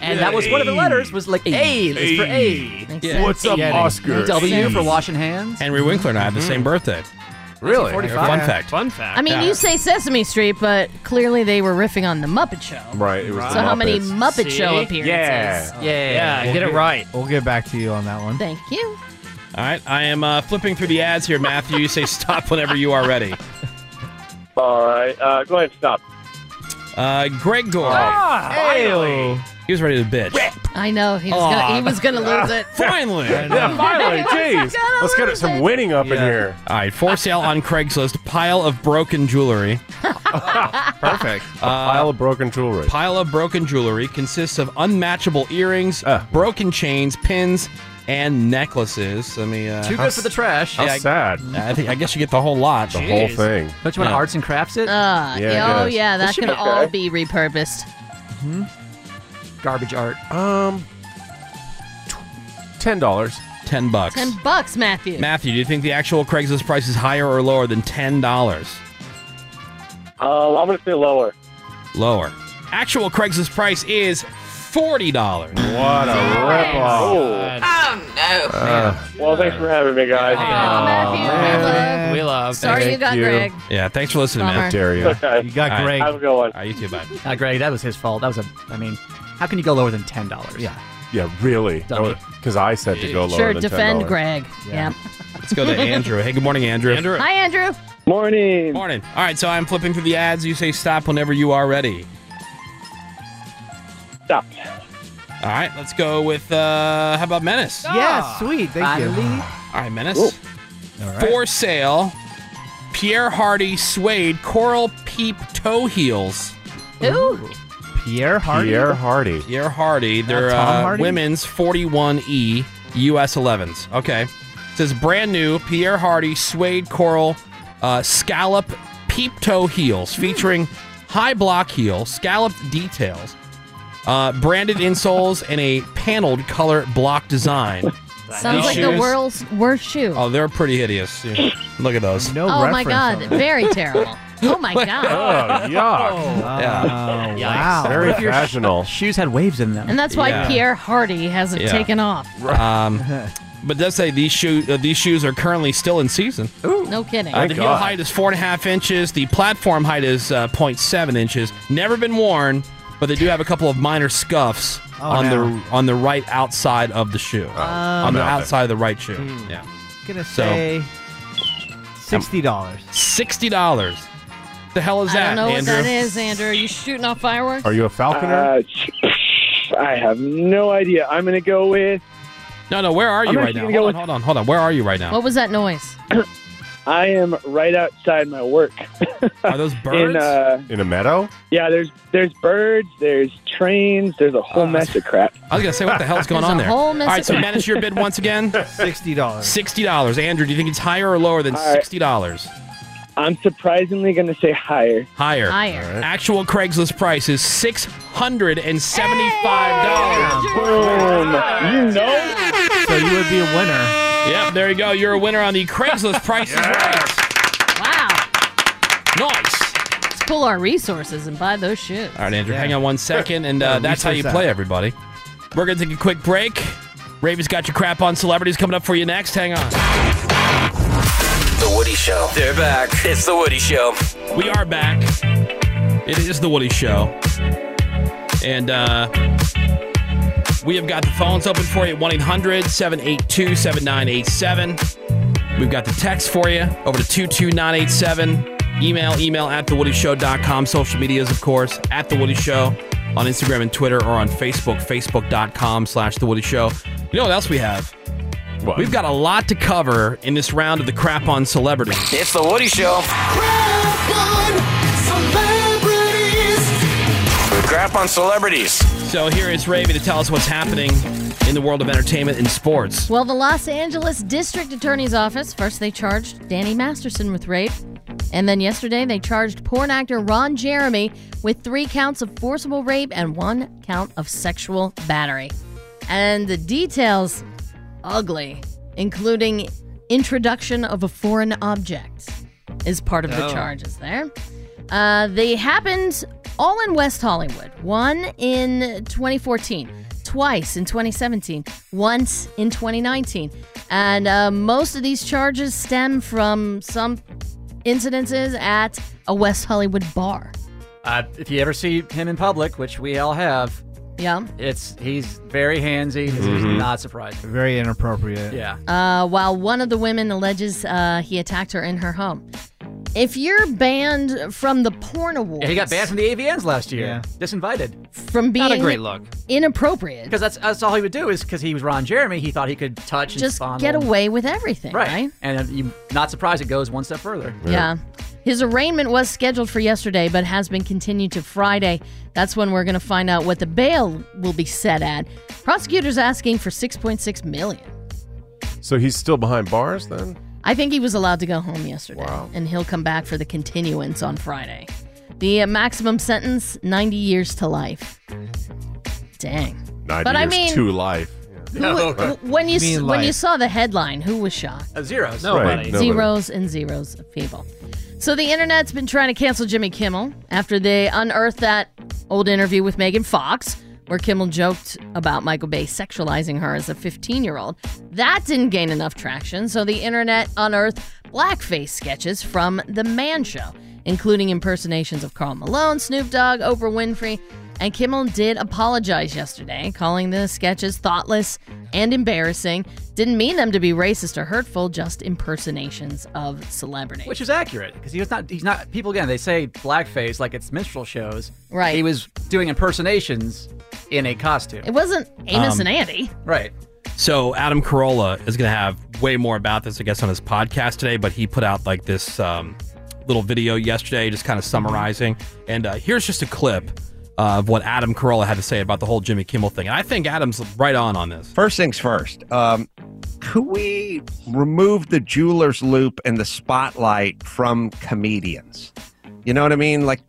K: And that was one of the
E: Hey.
K: letters was like A, is for
E: Hey.
K: A.
E: Makes
D: [LAUGHS]
E: Yeah. sense. What's up,
K: Getting.
E: Oscar?
K: W for
E: Sense.
K: washing hands. Mm-hmm.
D: Henry Winkler and I have the same birthday.
K: Really?
D: Fun fact.
K: Fun
F: I mean, you say Sesame Street, but clearly they were riffing on the Muppet Show.
G: Right. It was
F: So how many Muppet
H: See?
F: Show appearances?
G: Yeah.
H: Yeah, get it right.
E: We'll get back to you on that one.
F: Thank you.
D: All right, I am uh, flipping through the ads here, Matthew. You say stop whenever you are ready.
R: All right. Uh, go ahead and stop.
D: Uh, Greg Gore.
R: Ah,
D: finally. He was ready to bitch.
F: I know he was
D: Aw.
F: gonna he was gonna lose
D: [LAUGHS]
F: it. [LAUGHS]
D: Finally.
G: Yeah, finally. Jeez. Let's get some winning up in here.
D: All right, for sale on Craigslist, pile of broken jewelry. Uh,
G: Perfect. A pile of broken jewelry.
D: Pile of broken jewelry consists of unmatchable earrings,
G: Ah.
D: broken chains, pins, and necklaces. I mean, uh,
K: Too good for the trash.
D: Yeah, I- I, think, I guess you get the whole lot.
K: The whole Jeez. thing. Don't you want to arts and crafts it?
F: Uh,
D: Yeah,
F: yeah,
D: I
F: oh
D: guess.
F: yeah,
K: This
F: that
K: should
F: could
K: be
F: all
K: okay.
F: be repurposed.
K: Garbage art.
G: Um, ten dollars.
D: Ten bucks.
F: Ten bucks, Matthew.
D: Matthew, do you think the actual Craigslist price is higher or lower than ten dollars?
R: Uh, I'm going to say lower.
D: Lower. Actual Craigslist price is forty dollars. What a
R: Oh.
F: Um,
U: Oh no.
D: Uh,
R: well, thanks for having me, guys.
H: Oh,
D: We
K: love.
F: Sorry you Thank got you. Greg.
D: Yeah, thanks for listening, man.
K: Bummer. Dare
D: [LAUGHS]
K: you. You got
D: All right.
K: Greg. Have a
R: good one.
D: All right, you too, bye.
K: Uh, Greg, that was his fault. That was a, I mean, how can you go lower than $10? Yeah.
G: Yeah, really. Because I said to go lower
F: Sure,
G: than
F: defend
G: $10.
F: Greg.
D: Yeah.
F: Yeah.
D: Let's go
F: [LAUGHS]
D: to Andrew. Hey, good morning, Andrew. Andrew.
F: Hi, Andrew.
R: Morning.
D: Morning. All right, so I'm flipping through the ads. You say stop whenever you are ready.
R: Stop.
D: All right, let's go with uh how about Menace?
E: Yeah, sweet. Thank you.
D: All right, Menace. For sale, Pierre Hardy suede coral peep toe heels.
F: Who?
E: Pierre Hardy.
G: Pierre Hardy.
D: Pierre Hardy. They're
E: Tom
D: uh,
E: Hardy?
D: women's E 41E US 11s. Okay. It says brand new Pierre Hardy suede coral uh, scallop peep toe heels featuring high block heel, scalloped details, uh, branded insoles, and a paneled color block design.
F: Sounds
D: These
F: like the
D: shoes-
F: world's worst shoe.
D: Oh, they're pretty hideous. Yeah. Look at those.
F: oh my god, very terrible.
D: [LAUGHS]
F: Oh my god.
D: Oh,
K: [LAUGHS]
G: Oh,
D: yeah.
K: wow.
G: Very
K: If your sh-
G: fashionable.
K: [LAUGHS] Shoes had waves in them.
F: And that's why
D: Yeah.
F: Pierre Hardy hasn't
D: Yeah.
F: taken off.
E: [LAUGHS]
D: Um, but it does say these shoe uh, these shoes are currently still in season.
F: No kidding.
D: Uh, the heel height is four and a half inches. The platform height is uh, 0.7 inches. Never been worn, but they do have a couple of minor scuffs
E: Oh,
D: on
E: no. Oh,
D: the on the right outside of the shoe,
F: Um,
D: on the
E: no.
D: outside of the right shoe.
F: Hmm.
D: Yeah,
E: gonna
D: So- um,
E: say sixty dollars.
D: sixty dollars. The hell is that,
F: I don't know
D: Andrew?
F: what that is, Andrew. Are you shooting off fireworks?
G: you a
D: falconer?
R: Uh, I have no idea. I'm going to go with.
D: No, no. Where are you
R: I'm
D: right
R: actually
D: now?
R: gonna go
D: Hold on, hold on, hold on. Where are you right now?
F: What was that
D: [CLEARS THROAT]
F: noise?
R: I am right outside my work.
D: Are those
R: [LAUGHS] In, uh,
G: In a meadow?
R: yeah, there's there's birds, there's trains, there's a whole mess of crap.
D: Uh, I was gonna say, what the hell's
R: [LAUGHS]
D: going
R: There's
D: on
R: a
D: there?
R: whole
D: All
R: mess
D: right,
R: of-
D: so manage your bid once again.
E: [LAUGHS] Sixty dollars.
D: Sixty dollars, Andrew. Do you think it's higher or lower than
R: All right.
D: sixty dollars?
R: I'm surprisingly going to say higher.
D: Higher.
R: Higher. All right.
D: Actual Craigslist price is six hundred and seventy-five dollars.
R: Boom. You know.
E: So you would be a winner.
D: Yep. There you go. You're a winner on the
E: [LAUGHS]
D: Craigslist price is right.
F: Wow.
D: Nice.
F: Let's pull our resources and buy those shoes.
D: All right, Andrew. Hang on one second, and
F: Yeah,
D: uh, that's how
F: research
D: you
F: that.
D: play, everybody. We're gonna take a quick break. Raven's got your crap on celebrities coming up for you next. Hang on.
J: The Woody Show. They're back. It's The Woody Show.
D: We are back. It is the Woody Show. And uh, we have got the phones open for you at 1 800 782 7987. We've got the text for you over to 22987. Email, email at thewoodyshow.com. Social medias, of course, at The Woody Show on Instagram and Twitter or on Facebook, facebook.com slash The Woody Show. You know what else we have? We've got a lot to cover in this round of the crap on celebrities.
J: It's The Woody Show. Crap on celebrities.
D: So here is Ravy to tell us what's happening in the world of entertainment and sports.
F: Well, the Los Angeles District Attorney's Office first they charged Danny Masterson with rape, and then yesterday they charged porn actor Ron Jeremy with three counts of forcible rape and one count of sexual battery. And the details ugly, including introduction of a foreign object is part of the
U: Oh.
F: charges there. Uh, they happened all in West Hollywood. One in 2014, twice in 2017, once in 2019. And uh, most of these charges stem from some incidences at a West Hollywood bar.
K: Uh, if you ever see him in public, which we all have,
F: Yeah.
K: it's he's very handsy. It's
E: Mhm.
K: not surprising.
E: Very inappropriate.
K: Yeah.
F: uh, while one of the women alleges uh, he attacked her in her home. If you're banned from the porn awards,
K: Yeah, he got banned from the AVNs last year. Disinvited.
F: from being
K: Not a great look.
F: inappropriate.
K: Because that's, that's all he would do is because he was Ron Jeremy, he thought he could touch and
F: Just
K: fondle.
F: get away with everything,
K: Right.
F: right?
K: And uh, you, not surprised it goes one step further.
F: Yeah. His arraignment was scheduled for yesterday, but has been continued to Friday. That's when we're going to find out what the bail will be set at. Prosecutors asking for 6.6 million.
G: So he's still behind bars then?
F: I think he was allowed to go home yesterday, and he'll come back for the continuance on Friday. The uh, maximum sentence: 90 years to life. Dang.
G: 90
F: But I
G: years
F: mean-
G: to life. [LAUGHS]
F: Who, wh- when you s-
G: Mean
F: when you
G: life.
F: saw the headline, who was shocked?
K: Uh, zeros.
G: Nobody. Right,
F: zeros and zeros of people. So the internet's been trying to cancel Jimmy Kimmel after they unearthed that old interview with Megan Fox, where Kimmel joked about Michael Bay sexualizing her as a 15 year old. That didn't gain enough traction, so the internet unearthed blackface sketches from The Man Show, including impersonations of Carl Malone, Snoop Dogg, Oprah Winfrey. And Kimmel did apologize yesterday, calling the sketches thoughtless and embarrassing. Didn't mean them to be racist or hurtful, just impersonations of celebrities.
K: Which is accurate because he was not. He's not. People again, they say blackface like it's minstrel shows.
F: Right.
K: He was doing impersonations in a costume.
F: It wasn't Amos
D: Um,
F: and Andy.
K: Right.
D: So Adam Carolla is going to have way more about this, I guess, on his podcast today, but he put out like this um, little video yesterday, just kind of summarizing. And uh, here's just a clip uh, of what Adam Carolla had to say about the whole Jimmy Kimmel thing. And I think Adam's right on on this.
S: First things first, um, could we remove the jeweler's loop and the spotlight from comedians? You know what I mean? Like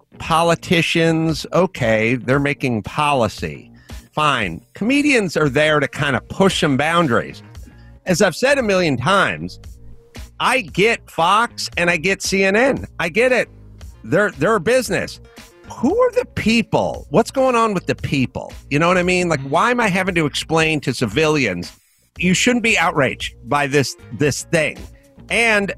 S: politicians, okay, they're making policy. Fine. Comedians are there to kind of push some boundaries. As I've said a million times, I get Fox and I get CNN. I get it. They're they're a business. Who are the people? What's going on with the people? You know what I mean? Like why am I having to explain to civilians you shouldn't be outraged by this this thing? And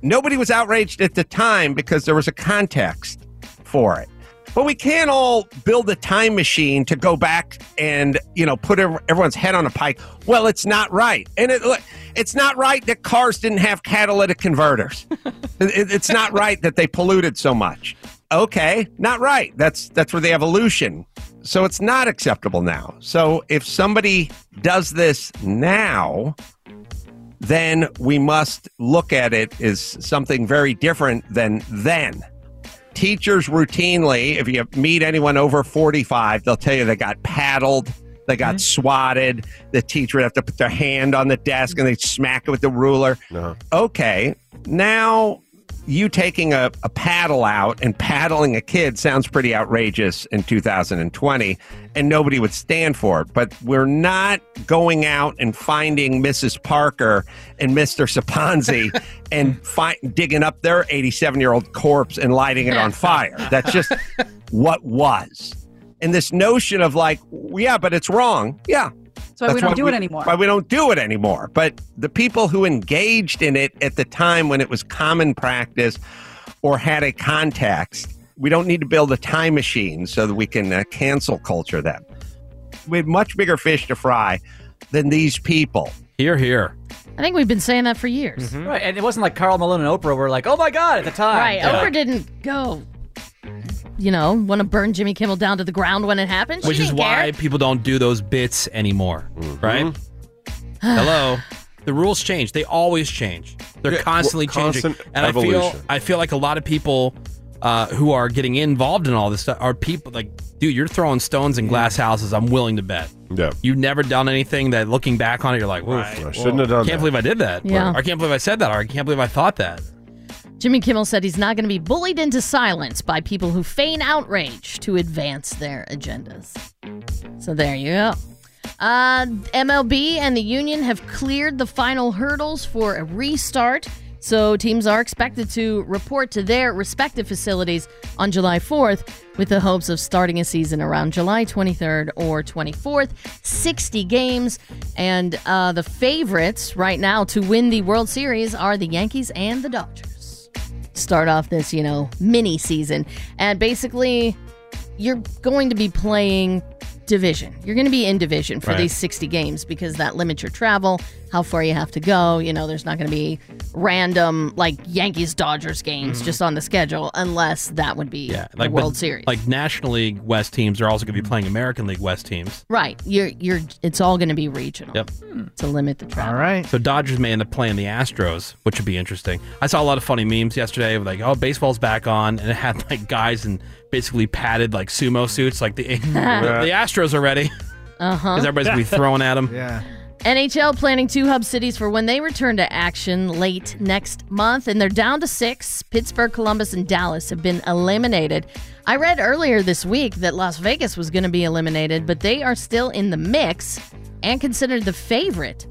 S: nobody was outraged at the time because there was a context for it. But we can't all build a time machine to go back and you know put ev- everyone's head on a pike. Well, it's not right, and it look, it's not right that cars didn't have catalytic converters. [LAUGHS] It- it's not right that they polluted so much. Okay, not right. That's that's for the evolution. So it's not acceptable now. So if somebody does this now, then we must look at it as something very different than then. Teachers routinely, if you meet anyone over 45, they'll tell you they got paddled, they got swatted, the teacher would have to put their hand on the desk and they smack it with the ruler. Okay, now you taking a, a paddle out and paddling a kid sounds pretty outrageous in 2020, and nobody would stand for it. But we're not going out and finding Mrs. Parker and Mr. Saponzi and fi- digging up their 87 year old corpse and lighting it on fire. That's just what was. And this notion of like, yeah, but it's wrong. Yeah.
V: That's why we don't do it
S: we-
V: anymore.
S: Why we don't do it anymore. But the people who engaged in it at the time when it was common practice or had a context, we don't need to build a time machine so that we can uh, cancel culture them. We have much bigger fish to fry than these people.
D: Here, here.
F: I think we've been saying that for years.
K: Right, and it wasn't like Carl Malone and Oprah were like, "Oh my God!" at the Mm-hmm. time.
F: Right.
K: Yeah.
F: Oprah [LAUGHS] didn't go, you know, want to burn Jimmy Kimmel down to the ground when it happened. She
D: Which is
F: didn't care.
D: why people don't do those bits anymore,
F: [SIGHS]
G: Mm-hmm.
D: right? Hello. The rules change. They always change. They're
G: Yeah,
D: constantly
G: well, constant
D: changing. And I feel
G: evolution.
D: I feel like a lot of people uh, who are getting involved in all this stuff are people like, dude, you're throwing stones in glass houses. I'm willing to bet.
G: Yeah.
D: You've never done anything that looking back on it, you're like, Whoa,
G: I shouldn't have
D: Can't
G: done that."
D: believe I did that.
F: Yeah.
D: Or I can't believe I said that. Or I can't believe I thought that.
F: Jimmy Kimmel said he's not going to be bullied into silence by people who feign outrage to advance their agendas. So there you go. Uh, MLB and the union have cleared the final hurdles for a restart. So teams are expected to report to their respective facilities on July 4th with the hopes of starting a season around July 23rd or 24th. 60 games. And uh, the favorites right now to win the World Series are the Yankees and the Dodgers start off this, you know, mini season. And basically, you're going to be playing division. You're going to be in division for
U: Right.
F: these 60 games because that limits your travel, how far you have to go. You know, there's not going to be random, like, Yankees Dodgers games
D: Mhm.
F: just on the schedule unless that would be
D: Yeah.
F: the
D: Like
F: World
D: but,
F: Series.
D: Like National League West teams are also going to be playing American League West teams.
F: right. You're, you're, it's all going to be regional
D: Yep.
F: to limit the travel.
D: All right. So Dodgers may end up playing the Astros, which would be interesting. I saw a lot of funny memes yesterday of like, oh, baseball's back on, and it had like guys in basically padded like sumo suits, like the [LAUGHS] the Astros are ready
F: Uh huh.
D: because everybody's gonna be [LAUGHS] throwing at them.
E: Yeah.
F: NHL planning two hub cities for when they return to action late next month, and they're down to six. Pittsburgh, Columbus, and Dallas have been eliminated. I read earlier this week that Las Vegas was going to be eliminated, but they are still in the mix and considered the favorite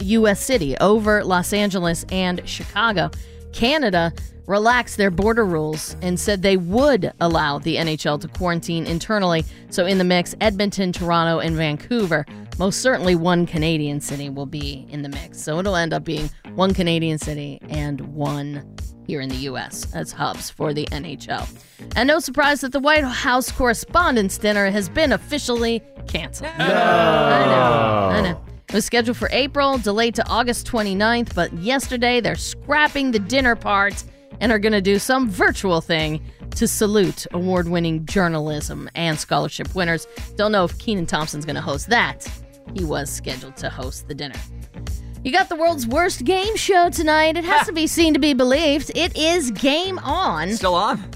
F: U.S. city over Los Angeles and Chicago. Canada relaxed their border rules and said they would allow the NHL to quarantine internally. So, in the mix, Edmonton, Toronto, and Vancouver. Most certainly, one Canadian city will be in the mix. So, it'll end up being one Canadian city and one here in the U.S. as hubs for the NHL. And no surprise that the White House Correspondents' Dinner has been officially canceled. I know. It was scheduled for April, delayed to August 29th, but yesterday they're scrapping the dinner part and are going to do some virtual thing to salute award winning journalism and scholarship winners. Don't know if Keenan Thompson's going to host that. He was scheduled to host the dinner. You got the world's worst game show tonight. It has to be seen to be believed. It is game on.
W: Still on?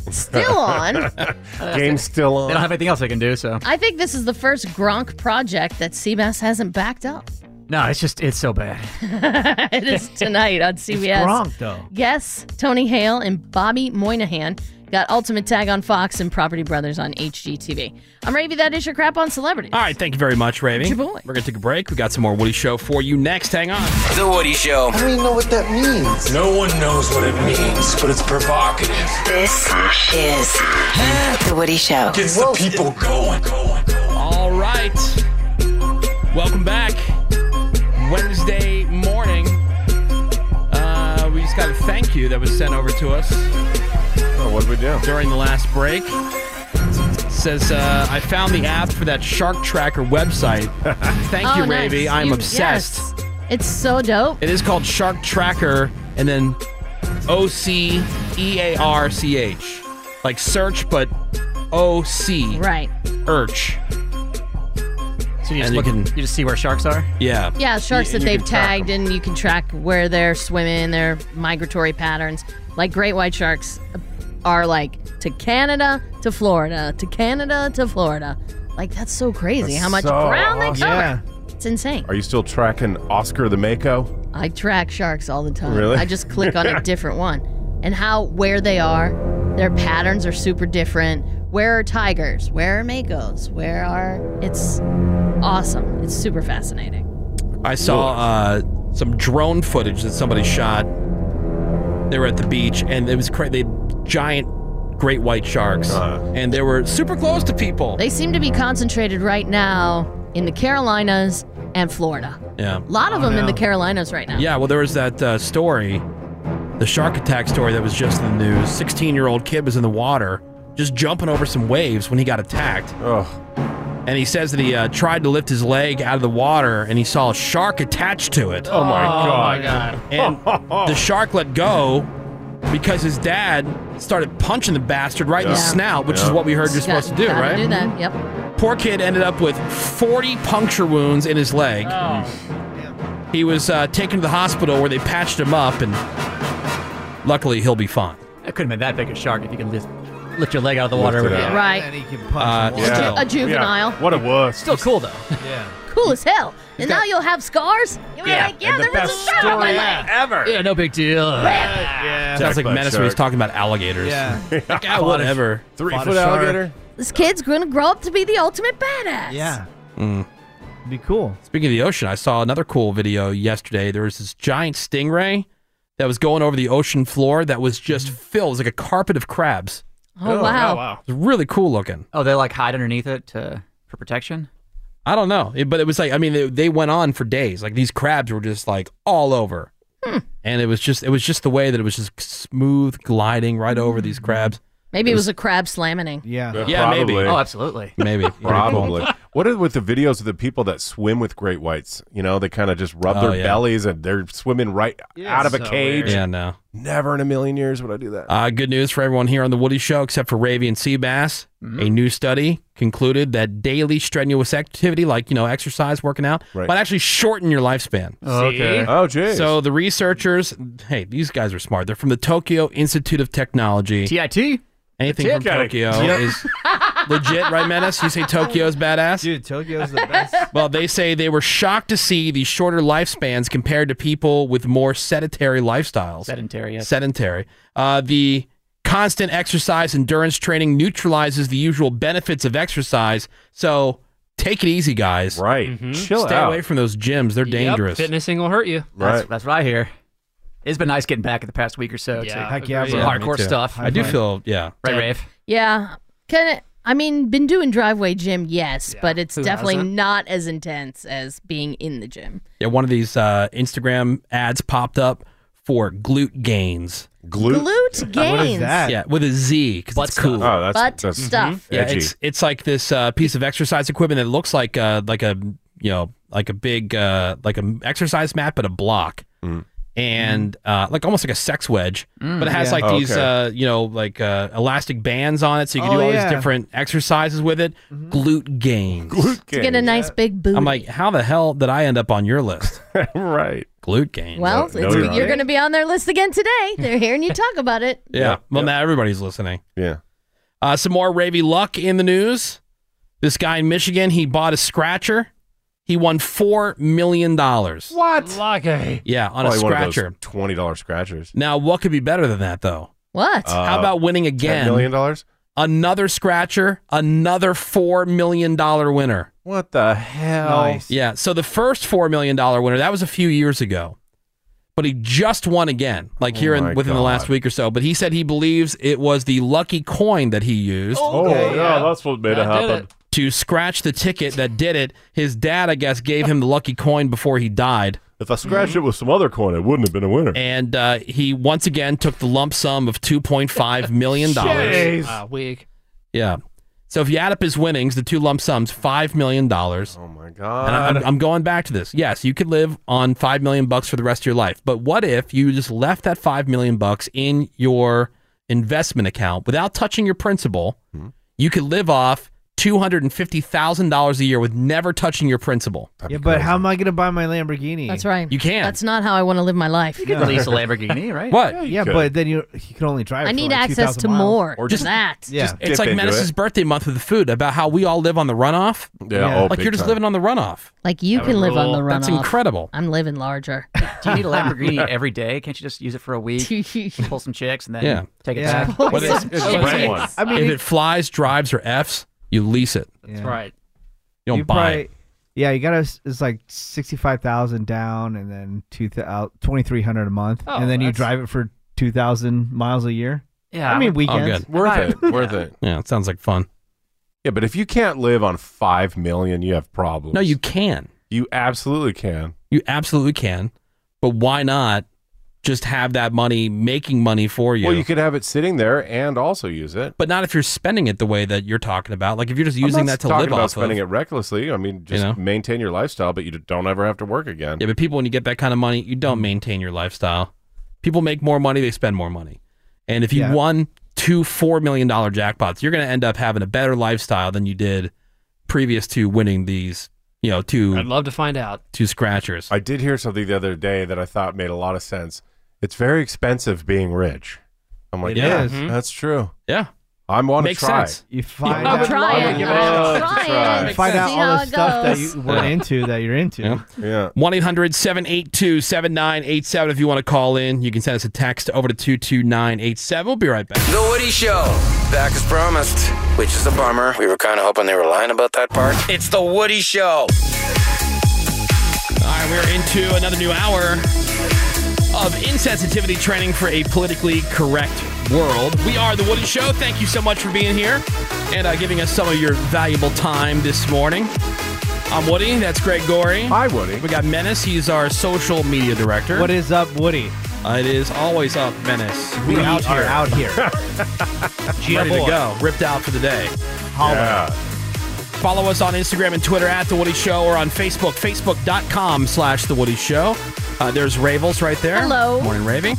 W: [LAUGHS]
F: Still on.
G: Game's still on.
K: They don't have anything else they can do, so.
F: I think this is the first Gronk project that CBS hasn't backed up.
K: No, it's just, it's so bad.
F: [LAUGHS] it is tonight on CBS.
K: Gronk, though.
F: Yes, Tony Hale and Bobby Moynihan got Ultimate Tag on Fox and Property Brothers on HGTV. I'm Ravy. That is your crap on celebrities.
D: All right, thank you very much, Ravy. We're going to take a break. We got some more Woody Show for you next. Hang on.
J: The Woody Show. I don't even know what that means. No one knows what it means, but it's provocative.
C: This is The Woody Show.
J: Gets the people going.
D: All right. Welcome back. Wednesday morning. Uh, we just got a thank you that was sent over to us.
G: Oh, what did we do?
D: During the last break. It says, uh, I found the app for that Shark Tracker
G: [LAUGHS]
D: website. thank you,
F: Oh, nice.
D: Ravy. I'm
F: You-
D: obsessed.
F: yes. It's so dope.
D: It is called Shark Tracker and then O C E A R C H. Like search, but O C.
F: Right.
D: Urch.
H: So you
D: just look
H: you just see where sharks are.
D: Yeah.
F: Yeah, sharks
H: You-
F: that
H: you
F: they've
H: can track
F: tagged, and you can track where they're swimming, their migratory patterns. Like great white sharks are like to Canada to Florida, to Canada to Florida. Like that's so crazy
G: That's
F: how much
G: so
F: ground they cover.
G: awesome. Yeah.
F: It's insane.
G: Are you still tracking Oscar the Mako?
F: I track sharks all the time.
G: Really?
F: I just click on a different one, and how where they are, their patterns are super different. Where are tigers? Where are makos? Where are? It's awesome. It's super fascinating.
D: I saw uh, some drone footage that somebody shot. They were at the beach, and it was crazy. They giant great white sharks, and they were super close to people.
F: They seem to be concentrated right now in the Carolinas and Florida.
D: yeah,
F: A lot of them in the Carolinas right now.
D: Yeah, well, there was that uh, story, the shark attack story that was just in the news. 16 year old kid was in the water, just jumping over some waves when he got attacked.
G: Ugh.
D: And he says that he uh, tried to lift his leg out of the water and he saw a shark attached to it.
G: Oh my Oh God. my God.
D: And the shark let go because his dad started punching the bastard right in the
F: Yeah.
D: snout, which is
F: Yeah.
D: what we heard you're
F: Just got-
D: supposed to do,
F: gotta
D: right?
F: Do that. Yep.
D: Poor kid ended up with 40 puncture wounds in his
K: Oh.
D: leg. He was uh, taken to the hospital where they patched him up, and luckily he'll be fine.
K: That couldn't have been that big a shark if you could lift, lift your leg out of the water.
D: Lift it
K: Yeah.
D: out.
F: Right.
D: Uh,
K: A ju-
D: still.
F: A juvenile.
G: What a wuss.
K: Still cool, though.
F: Cool as hell. And now you'll have scars. You'll be like, yeah, there was a shark on my leg.
G: ever.
H: Yeah, no big deal.
D: Sounds like menace when he's talking about alligators. [LAUGHS]
H: Yeah.
D: Like, ah,
H: Fought a-
D: whatever.
G: Three
H: fought a foot shark. alligator?
F: This kid's going to grow up to be the ultimate badass.
E: Yeah.
D: Mm.
E: Be cool.
D: Speaking of the ocean, I saw another cool video yesterday. There was this giant stingray that was going over the ocean floor that was just filled. It was like a carpet of crabs.
F: Oh, wow. wow.
D: It was really cool looking.
K: Oh, they like [LAUGHS] hide underneath it to, for protection?
D: I don't know, It- but it was like I mean they, they went on for days. Like these crabs were just like all over,
K: Hmm.
D: and it was just it was just the way that it was just smooth gliding right over these
K: Hmm.
D: crabs.
F: Maybe it was a crab slamming.
D: Yeah, maybe.
K: Oh, absolutely.
D: [LAUGHS]
K: [LAUGHS]
D: Maybe.
G: Probably. what are with the videos of the people that swim with great whites? You know, they kind of just rub
D: Oh,
G: their
D: yeah.
G: bellies and they're swimming right out of a
D: So
G: cage.
D: weird. Yeah, no.
G: Never in a million years would I do that.
D: Uh, good news for everyone here on the Woody Show, except for Ravy and Seabass.
K: Mm-hmm.
D: A new study concluded that daily strenuous activity, like you know exercise, working out, might actually shorten your lifespan.
G: Oh, okay. See? Oh, geez.
D: So the researchers, hey, these guys are smart. They're from the Tokyo Institute of Technology.
K: TIT.
D: Anything from
K: Got it.
D: Tokyo
K: Yep.
D: is legit, right, Menace? You say [LAUGHS] Tokyo's badass? Dude,
E: Tokyo's the best.
D: [LAUGHS] well, they say they were shocked to see the shorter lifespans compared to people with more sedentary lifestyles.
K: Sedentary, yes.
D: Sedentary. Uh, the constant exercise endurance training neutralizes the usual benefits of exercise. So take it easy, guys.
G: Right.
K: Chill
D: Stay
K: out.
D: away from those gyms. They're dangerous.
K: Fitnessing will hurt you.
D: Right.
K: That's, that's what I hear. It's been nice getting back in the past week or so. too.
D: Yeah,
E: Heck yeah, bro.
K: Some
E: Yeah, me
K: hardcore
D: too.
K: stuff.
D: I do feel- yeah.
K: Right,
D: Yeah.
K: Rave.
F: Yeah. Can it, I mean, been doing driveway gym, yes, but it's
D: Who
F: definitely
D: hasn't?
F: not as intense as being in the gym.
D: Yeah, one of these uh, Instagram ads popped up for glute gains.
G: Glute,
F: Glute What is that? gains?
D: Yeah, with a Z because it's cool.
G: Oh, that's
F: Butt that's stuff.
D: Yeah,
G: edgy.
D: it's it's like this uh, piece of exercise equipment that looks like uh, like a you know like a big uh, like an exercise mat, but a block. and uh, like almost like a sex wedge,
W: Mm,
D: but it has
W: yeah.
D: like these
W: Okay.
D: uh, you know like uh, elastic bands on it, so you can
F: Oh,
D: do all
F: yeah. Mm-hmm.
D: these different exercises with it. Glute gains. Glute
F: to get a nice big boot.
D: I'm like, how the hell did I end up on your list?
G: [LAUGHS] right.
D: Glute gains.
F: well, it's, you're going to be on their list again today. They're hearing you talk about it.
D: Yeah. Well, now everybody's listening.
G: Yeah.
D: Uh, some more Ravy luck in the news. This guy in Michigan, he bought a scratcher. He won $4 million.
G: What?
H: Lucky.
D: Yeah, on a
G: Probably one of those
D: scratcher.
G: $20 scratchers.
D: Now, what could be better than that, though?
F: What?
D: How about winning again?
G: $10 million?
D: Another scratcher, another $4 million winner.
G: What the
D: Uh,
G: hell?
D: Yeah. So the first four million dollar winner that was a few years ago, but he just won again, like here
G: Oh my
D: in, within the last week or so. But he said he believes it was the lucky coin that he used.
G: Oh, yeah, that's what made
D: That did it. To scratch the ticket that did it, his dad, I guess, gave him the lucky coin before he died.
G: If I scratched it with some other coin, it wouldn't have been a winner.
D: And uh, he once again took the lump sum of two point five million dollars.
H: Ah, weak.
D: Yeah. So if you add up his winnings, the two lump sums, five million dollars. Oh
G: my
D: god! And I'm, I'm going back to this. Yes, you could live on five million bucks for the rest of your life. But what if you just left that five million bucks in your investment account without touching your principal? You could live off two hundred and fifty thousand dollars a year with never touching your principal.
E: Yeah, but how am I going to buy my Lamborghini?
F: That's right.
D: You can.
F: That's not how I want to live my life.
E: could No. [LAUGHS]
F: [LAUGHS]
E: lease a
D: Lamborghini, right? What?
E: Yeah,
D: Yeah, you could.
E: but then you you can only drive.
F: I
E: it for
F: need
E: like
F: access
E: 2,000
F: to
E: miles.
F: more. Or
D: just-
F: that.
E: Yeah.
D: It's like Menace's birthday month with the food about how we all live on the runoff.
G: Yeah, Yeah. oh,
D: like
G: big
D: you're just
G: time.
D: living on the runoff.
F: Like you
D: That
F: can
D: would
F: live on
D: rule.
F: the runoff.
D: That's incredible.
F: I'm living larger.
K: Do
F: [LAUGHS]
K: you need a Lamborghini every day? Can't you just use it for a week, pull some chicks, and then
D: Yeah.
K: take it
E: Yeah.
K: back?
D: But
E: [LAUGHS]
D: it's- it's
K: Rent
D: rent
K: one.
D: one.
E: I mean,
D: if
E: it-
D: it flies, drives, or Fs, you lease it.
E: That's right.
D: You don't buy
E: probably-
D: it.
E: Yeah, you gotta. It's like sixty five thousand down, and then two twenty three hundred a month,
K: Oh,
E: and then you
K: that's-
E: drive it for two thousand miles a year.
K: Yeah,
E: I
K: I
E: mean
K: would-
E: weekends.
D: Oh, good.
G: Worth it. Worth it.
D: Yeah, it sounds like fun.
G: Yeah, but if you can't live on five million, you have problems.
D: No, you can.
G: You absolutely can.
D: You absolutely can. But why not just have that money making money for you?
G: Well, you could have it sitting there and also use it.
D: but not if you're spending it the way that you're talking about. Like if you're just
G: I'm
D: using
G: not
D: that to
G: talking
D: live
G: about
D: off
G: spending
D: of.
G: it recklessly. I mean, just
D: know?
G: maintain your lifestyle, but you don't ever have to work again.
D: Yeah, but people, when you get that kind of money, you don't maintain your lifestyle. People make more money, they spend more money. And if you
G: Yeah.
D: won two $4 million jackpots, you're going to end up having a better lifestyle than you did previous to winning these, you know, two,
H: I'd love to find out.
D: two scratchers.
G: I did hear something the other day that I thought made a lot of sense. It's very expensive being rich. I'm like,
D: It
G: yeah,
D: is. Mhm.
G: that's true.
D: Yeah,
G: I want to
D: Makes
G: try.
D: sense.
E: You find
G: I would
E: out,
G: love to
F: Oh, it.
G: give
F: I'll
G: it a
F: try
G: shot.
F: it.
E: you find out
F: See
E: all
F: how
E: the
F: it
E: stuff that
F: goes.
E: you weren't
D: Yeah.
E: into that
D: [LAUGHS]
E: you're into.
G: Yeah.
D: 1 800 782 7987. If you want to call in, you can send us a text over to 22987. We'll be right back.
J: The Woody Show. Back as promised, which is a bummer. We were kind of hoping they were lying about that part. It's The Woody Show.
D: All right, we're into another new hour of insensitivity training for a politically correct world. We are The Woody Show. Thank you so much for being here and uh, giving us some of your valuable time this morning. I'm Woody. That's Greg Gorey. Hi,
G: Woody.
D: We got Menace. He's our social media director.
E: What is up, Woody?
D: Uh, it is always up, Menace. We, out
E: are
D: here.
E: out
D: [LAUGHS]
E: here.
D: Ready to
E: boy.
D: go. Ripped out for the day.
E: Holler.
D: Follow us on Instagram and Twitter at The Woody Show or on Facebook, facebook.com slash The Woody Show. Uh, there's Ravels right there.
F: Hello.
D: Morning, Raving.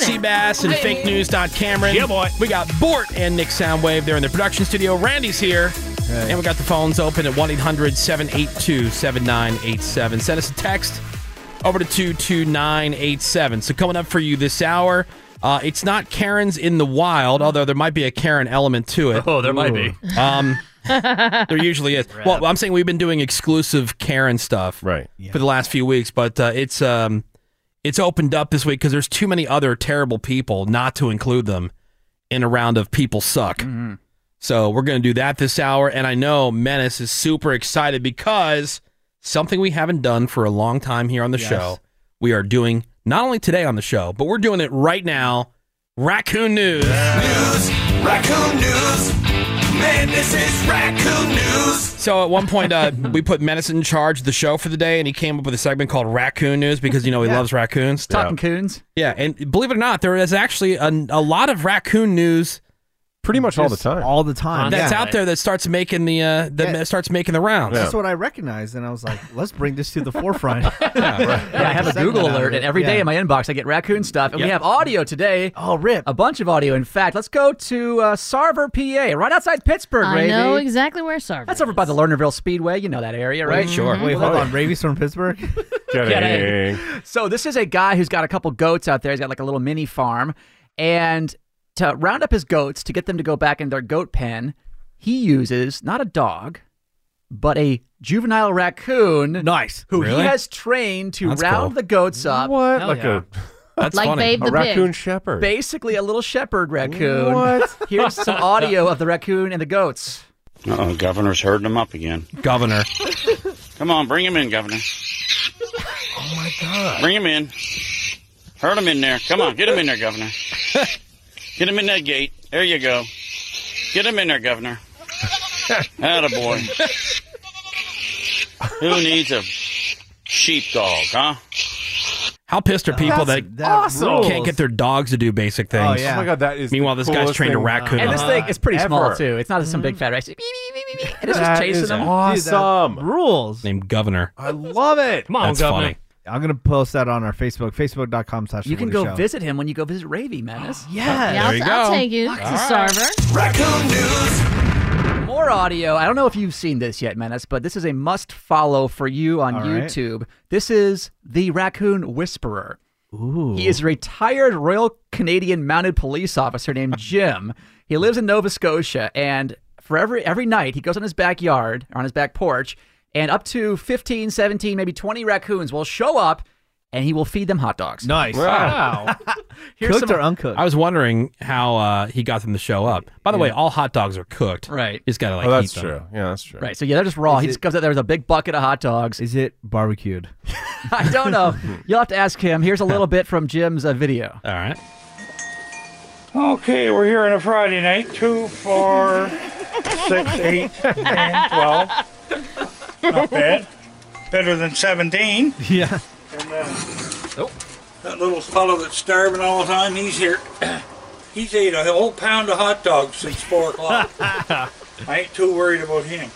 D: Seabass and
F: Hey.
D: fake news. Cameron. Yeah, boy. We got Bort and Nick Soundwave. They're in the production studio. Randy's here. And we got the phones open at 1 800 782 7987. Send us a text over to 22987. So, coming up for you this hour, uh, it's not Karen's in the wild, although there might be a Karen element to it.
T: Oh, there might be. [LAUGHS]
D: Um, there usually is. Well, I'm saying we've been doing exclusive Karen stuff
G: right
D: for the last few weeks, but uh, it's um it's opened up this week because there's too many other terrible people not to include them in a round of people suck.
T: Mm-hmm.
D: So we're gonna do that this hour, and I know Menace is super excited because something we haven't done for a long time here on the
E: Yes.
D: show. We are doing not only today on the show, but we're doing it right now. Raccoon News.
J: Raccoon News. Man, this is Raccoon News.
D: So at one point,
K: [LAUGHS]
D: uh, we put Menace in charge of the show for the day, and he came up with a segment called Raccoon News because you know he loves raccoons.
K: Talking coons.
D: Yeah, and believe it or not, there is actually a, a lot of raccoon news
G: Pretty much all the
E: Just
G: time.
E: All the time.
D: that's
E: yeah.
D: out there that starts making the uh, that
E: Yeah.
D: starts making the rounds.
E: That's what I recognized, and I was like, "Let's bring this to the forefront."
K: [LAUGHS]
E: [LAUGHS]
K: Yeah, I have a Google alert, and every day in my inbox I get raccoon stuff, and we have audio today.
E: Oh, rip!
K: A bunch of audio. In fact, let's go to uh, Sarver, PA, right outside Pittsburgh.
F: I
K: Ravy.
F: know exactly where Sarver.
K: That's over by the Lernerville Speedway. You know that area, right?
D: Mm-hmm.
E: Wait, hold on. Ravy's from Pittsburgh.
K: Kidding. So this is a guy who's got a couple goats out there. He's got like a little mini farm, and to round up his goats to get them to go back in their goat pen, he uses not a dog, but a juvenile raccoon.
E: Nice,
K: who
G: Really?
K: he has trained to
G: That's
K: round
G: cool.
K: the goats up.
G: What? Like [LAUGHS] a
K: like
G: a raccoon shepherd.
K: Basically, a little shepherd raccoon.
G: What?
K: [LAUGHS] Here's some audio of the raccoon and the goats.
V: Uh-oh, Governor's herding them up again.
D: Governor.
V: Come on, bring him in, Governor.
K: Oh my god!
V: Bring him in. Herd him in there. Come on, get him in there, Governor. Get him in that gate. There you go. Get him in there, Governor. Atta boy. Who needs a sheepdog, huh?
D: How pissed are people
V: That's-
D: that,
V: that Awesome.
D: can't get their dogs to do basic things?
K: Oh, yeah. Oh my God, that is
D: Meanwhile, this guy's trained a raccoon.
K: And this thing is pretty
G: Uh,
K: small too. It's not some big fat raccoon. And it's just chasing them.
E: rules.
D: Named Governor.
G: I love it.
E: Come
D: on, That's Governor. funny.
E: I'm gonna post that on our Facebook, facebook.com slash.
K: You can go visit him when you go visit Ravy, Menace. [GASPS]
E: Yeah,
F: Yeah, I'll, I'll take you to Sarver.
K: Raccoon news. More audio. I don't know if you've seen this yet, Menace, but this is a must follow for you on
E: All right.
K: YouTube. This is the Raccoon Whisperer. He is a retired Royal Canadian Mounted Police officer
E: [LAUGHS]
K: named Jim. he lives in Nova Scotia, and for every every night he goes on his backyard or on his back porch, and up to 15, 17, maybe 20 raccoons will show up, and he will feed them hot dogs.
E: Nice.
D: Wow.
K: Here's some,
E: uncooked?
D: I was wondering how uh, he got them to show up. By the way, all hot dogs are cooked.
K: Right.
D: You just gotta like.
G: Oh, that's
D: heat
G: true.
D: Them.
G: Yeah, that's true.
K: Right, so yeah, they're just raw.
E: Is
K: he
E: it-
K: just comes out there with a big bucket of hot dogs.
E: Is it barbecued?
K: [LAUGHS] I don't
G: [LAUGHS]
K: know. You'll have to ask him. Here's a little bit from Jim's uh, video.
D: All right.
Q: Okay, we're here on a Friday night. Two, four, six, eight, and twelve. Not bad. Better than seventeen.
E: Yeah.
Q: And then that little fellow that's starving all the time, he's here. [CLEARS THROAT] He's ate a whole pound of hot dogs since four o'clock. I ain't too worried about him.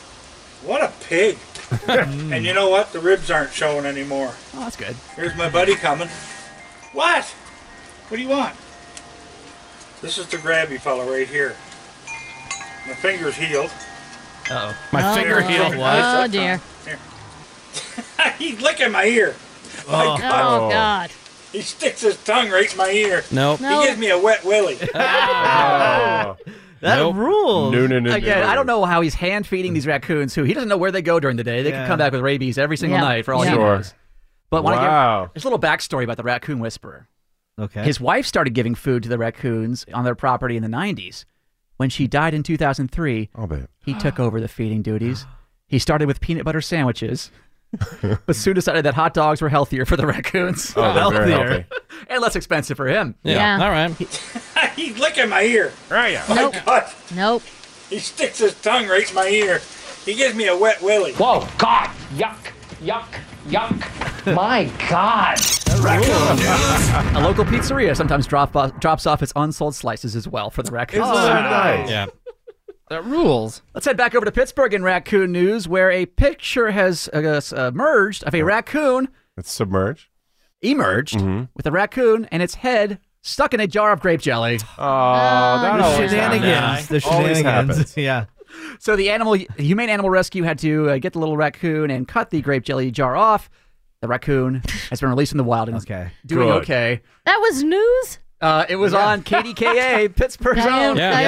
Q: What a pig! and you know what? The ribs aren't showing anymore.
K: Oh, that's good.
Q: Here's my buddy coming. What? What do you want? This is the grabby fella right here. My finger's healed.
K: Uh-oh.
D: My
Q: Oh,
D: finger
Q: boy.
D: healed.
Q: Oh,
F: dear.
Q: He's licking my ear. My
D: Oh. Oh, God.
Q: He sticks his tongue right in my ear.
D: Nope.
Q: He gives me a
D: [LAUGHS]
Q: wet willy. [LAUGHS]
E: That rules.
G: No, no, no, no,
K: Again,
G: no.
K: I don't know how he's hand feeding these raccoons who he doesn't know where they go during the day. They
G: Yeah.
K: can come back with rabies every single
G: Yeah.
K: night for all he
G: Sure.
K: knows. But when I
G: Wow.
K: give, there's a little backstory about the raccoon whisperer.
E: Okay.
K: His wife started giving food to the raccoons on their property in the 90s. When she died in 2003, he took over the feeding duties. He started with peanut butter
Q: [LAUGHS]
K: sandwiches, but soon decided that hot dogs were healthier for the raccoons.
Q: Oh, they're very healthy.
K: and less expensive for him.
Q: Yeah. Yeah. All
D: right.
Q: He's licking my ear. Right.
F: Nope.
Q: My God.
F: Nope.
Q: He sticks his tongue right in my ear. He gives me a wet willy. Whoa, God. Yuck. Yuck. Yuck.
K: My God. A local pizzeria sometimes drop off, drops off its unsold slices as well for the raccoons. Oh,
Q: Isn't that Wow. nice?
D: Yeah.
K: That rules. Let's head back over to Pittsburgh in raccoon news, where a picture has uh, emerged of a raccoon
G: It's submerged. Mm-hmm.
K: emerged with a raccoon and its head stuck in a jar of grape jelly. Oh,
G: that always happens. The Always shenanigans. happens.
E: yeah.
K: So the animal, humane animal rescue had to uh, get the little raccoon and cut the grape jelly jar off. The raccoon has been released in the wild and okay. doing
F: Good.
K: okay.
F: That was news.
K: Uh, it was on KDKA, Pittsburgh's
F: I am-
K: own.
F: I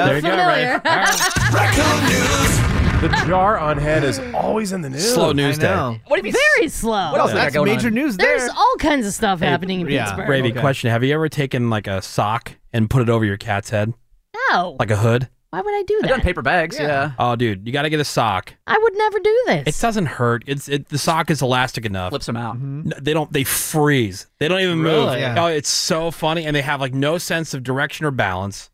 F: am familiar. [LAUGHS]
G: The jar on head is always in the news.
D: Slow news day.
K: What do you mean?
F: Very slow.
K: What else they got That's going major on?
E: news
F: There's all kinds of stuff happening in
D: Yeah.
F: Pittsburgh.
D: Ravy, question: Have you ever taken like a sock and put it over your cat's head,
F: No.
D: like a hood?
F: Why would I do that?
K: I've done paper bags, yeah.
D: Oh, dude, you got to get a sock.
F: I would never do this.
D: It doesn't hurt. It's it, the sock is elastic enough.
K: Flips them out.
G: Mm-hmm.
D: No, they don't. They freeze. They don't even move.
K: Really? Yeah.
D: Oh, it's so funny, and they have like no sense of direction or balance.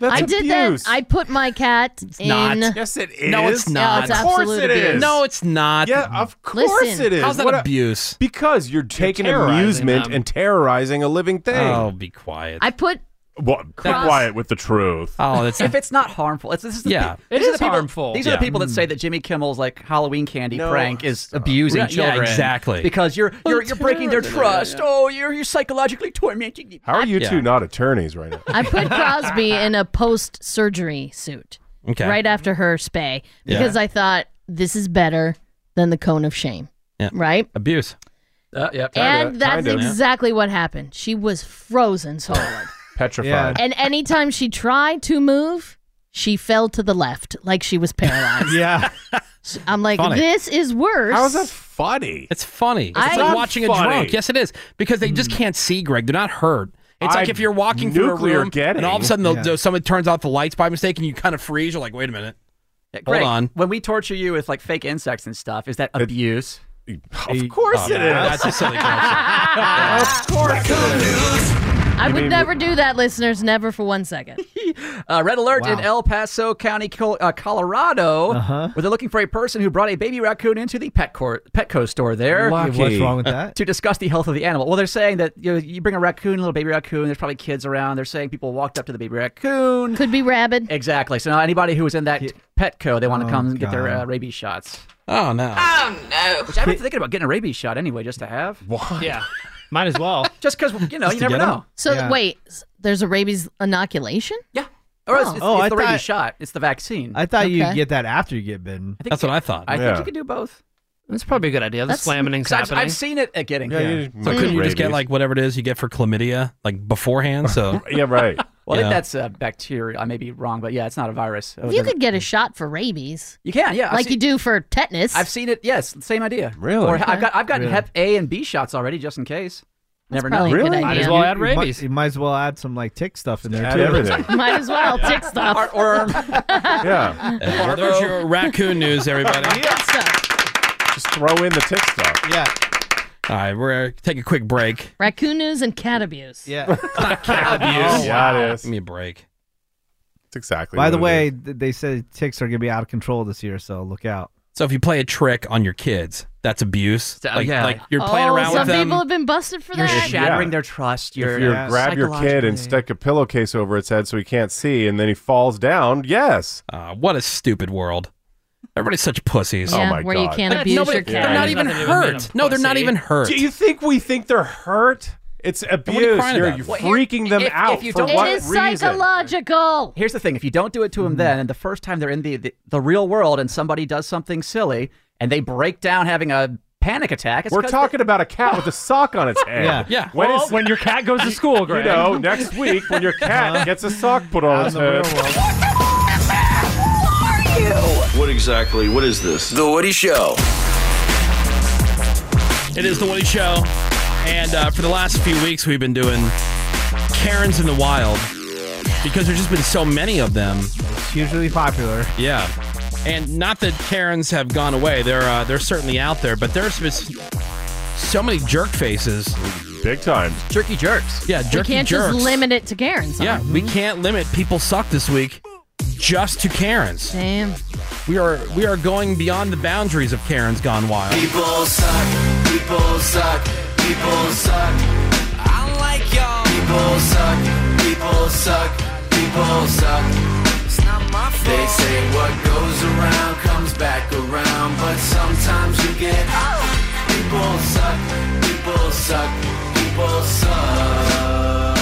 F: I did that. I put my cat in.
D: not. Yes,
G: it
D: No, it's not.
F: No, it's absolute abuse.
D: No, it's not.
G: Yeah, of course
F: Listen.
G: it is.
D: How's that
G: What a-
D: abuse?
G: because you're taking
D: terrorizing
G: amusement
D: them.
G: and terrorizing a living thing.
D: Oh, be quiet.
F: I put
G: Well, keep
K: Cross-
G: quiet with the truth.
D: Oh,
K: [LAUGHS]
D: [LAUGHS]
K: if it's not harmful, it's this is the
G: Yeah.
K: pe-
H: It
K: these are
H: is
K: the people-
H: harmful.
K: These are
H: Yeah.
K: the
D: Mm.
K: people that say that Jimmy Kimmel's like Halloween candy
H: No.
K: prank is abusing
H: Yeah, yeah,
K: children,
H: exactly.
K: because you're
D: Oh,
K: you're, you're breaking their
H: Yeah, yeah, yeah.
K: trust. Oh, you're you're psychologically tormenting. me.
G: How are you
K: Yeah.
G: two not attorneys right now?
F: I put Crosby in a post surgery suit
G: Okay.
F: right after her spay because
D: Yeah.
F: I thought this is better than the cone of shame.
D: [LAUGHS] Yeah.
F: Right?
D: Abuse.
K: Uh, yep.
F: and that's exactly what happened. She was frozen solid.
G: Petrified.
F: and anytime she tried to move, she fell to the left like she
D: [LAUGHS]
K: [LAUGHS]
F: was paralyzed.
E: yeah.
F: I'm like,
D: Funny.
F: this is worse. How is that
G: funny?
D: It's funny. It's
F: I-
D: like
F: Not
D: watching a
F: funny.
D: drunk. Yes, it is because they
G: Hmm.
D: just can't see Greg. They're not heard. It's like
G: I-
D: if you're walking through a
G: nuclear
D: room
G: getting.
D: and all of a sudden they'll-
G: Yeah.
D: they'll- someone turns off the lights by mistake and you kind of freeze. You're like, wait a minute.
K: Greg,
D: Hold on.
K: When we torture you with like fake insects and stuff, is that abuse?
G: Of course
D: it Oh, no, is. that's a silly
G: [LAUGHS]
D: Oh,
K: of course.
F: I
K: You
F: would
K: mean-
F: never do that, listeners. Never for
K: [LAUGHS]
F: one second.
K: Uh, red alert in
F: Wow.
K: El Paso County, Col- uh, Colorado,
E: Uh-huh.
K: where they're looking for a person who brought a baby raccoon into the pet court, Petco store there.
E: Lucky. What's
K: [LAUGHS]
E: wrong with that?
K: To discuss the health of the animal. Well, they're saying that you, know, you bring a raccoon, a little baby raccoon. There's probably kids around. They're saying people walked up to the baby raccoon.
F: Could be rabid.
K: Exactly. So now anybody who was in that Petco, they want to
E: Oh,
K: come and get their
E: God.
K: uh, rabies shots.
D: Oh no.
K: Oh no. Which I've been thinking about getting a rabies shot anyway, just to have. What? Yeah. Might as well. [LAUGHS] just because you know you never know.
F: So wait, s- there's a rabies inoculation?
K: Yeah. Or it's, it's,
E: Oh,
K: it's
E: I
K: the rabies
E: thought-
K: shot. It's the vaccine.
E: I thought you'd
K: Okay.
E: get that after you get bitten.
K: That's
D: what I thought.
K: I think you could do both.
H: That's probably a good idea. The
K: That's-
H: slamming's
K: 'cause I've-
H: happening.
K: I've seen it at getting.
D: So
H: Hmm.
D: couldn't you just get like whatever it is you get for chlamydia like beforehand?
G: [LAUGHS]
D: So
K: Well,
D: You
K: I think
D: know.
K: that's a bacteria. I may be wrong, but yeah, it's not Oh, a virus.
F: You could get a shot for rabies.
K: You can, yeah. I've
F: like
K: seen-
F: you do for tetanus. [LAUGHS]
K: I've seen it. Yes, same idea.
G: Really?
K: Or I've got I've gotten
E: Really?
K: Hep A and B shots already, just in case. Never know.
E: probably a good Really?
H: Might as idea. well add
E: You might-
H: rabies.
E: You might as well add some like tick stuff in there
G: Add
E: too.
G: everything.
K: [LAUGHS]
F: Might as well tick stuff.
K: Or,
F: [LAUGHS]
K: or
G: yeah.
D: well, there's your raccoon news,
G: [LAUGHS]
D: everybody.
G: Just throw in the tick stuff.
E: Yeah.
D: All right, we're gonna take a quick
G: [LAUGHS]
D: break.
F: Raccoon news and cat abuse.
K: [LAUGHS]
E: Yeah.
D: Cat abuse.
G: Oh, yeah, it is.
D: Give me a break.
G: That's exactly.
E: By the
G: what it
E: way, th- they said ticks are going to be out of control this year, so look out.
D: So if you play a trick on your kids, that's abuse. Like, like you're playing
F: oh,
D: around
F: some
D: with them.
F: people have been busted for
K: um, You're
F: that.
K: shattering their trust.
G: is.
K: You're,
G: if you grab your kid and stick a pillowcase over its head so he can't see, and then he falls down, yes.
D: Uh, what a stupid world. Everybody's such pussies.
G: Yeah,
D: oh my
G: where
D: god.
G: you can't
D: That's-
G: abuse your
D: They're
G: cat.
D: not
G: There's
D: even
G: nothing to admit,
D: hurt.
G: I'm
D: No, they're not
G: pussy.
D: even hurt.
G: Do you think we think they're hurt? It's abuse.
D: crying
G: You're
D: about?
G: you
D: Well,
K: here-
G: freaking them
K: if- if
G: out
K: you
G: for
K: don't-
G: what
F: it is
G: reason? Mm-hmm.
F: psychological.
K: Here's the thing: if you don't do it to them then, and the first time they're in the, the the real world, and somebody does something silly, and they break down having a panic attack, it's
G: We're
K: 'cause
G: talking about a
K: [LAUGHS]
G: cat with a sock on its head.
K: Yeah.
D: Yeah.
G: When
J: Oh,
H: Well,
G: is-
H: when your cat goes to school,
G: [LAUGHS] you
H: Greg.
G: know, next week when your cat gets a sock put on its head.
X: What exactly? What is this? The Woody Show.
D: It is the Woody Show, and uh, for the last few weeks we've been doing Karens in the Wild because there's just been so many of them.
E: Hugely popular.
D: Yeah, and not that Karens have gone away. They're uh, they're certainly out there, but there's just so many jerk faces,
G: big time
K: jerky jerks.
D: Yeah,
F: we
D: jerky
F: can't
D: jerks.
F: just limit it to Karen's.
D: yeah, we can't limit people suck this week just to Karens.
F: Damn.
D: We are we are going beyond the boundaries of Karens gone wild.
J: People suck. People suck. People suck. I don't like y'all. People suck. People suck. People suck. It's not my fault. They say what goes around comes back around, but sometimes you get. People suck. People suck. People suck.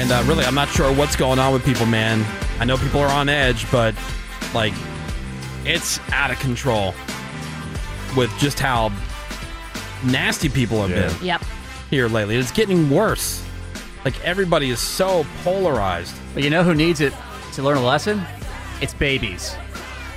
D: And uh, really, I'm not sure what's going on with people, man. I know people are on edge, but like, it's out of control with just how nasty people have been
F: Yep.
D: here lately. It's getting worse. Like everybody is so polarized.
K: But you know who needs it to learn a lesson? It's babies.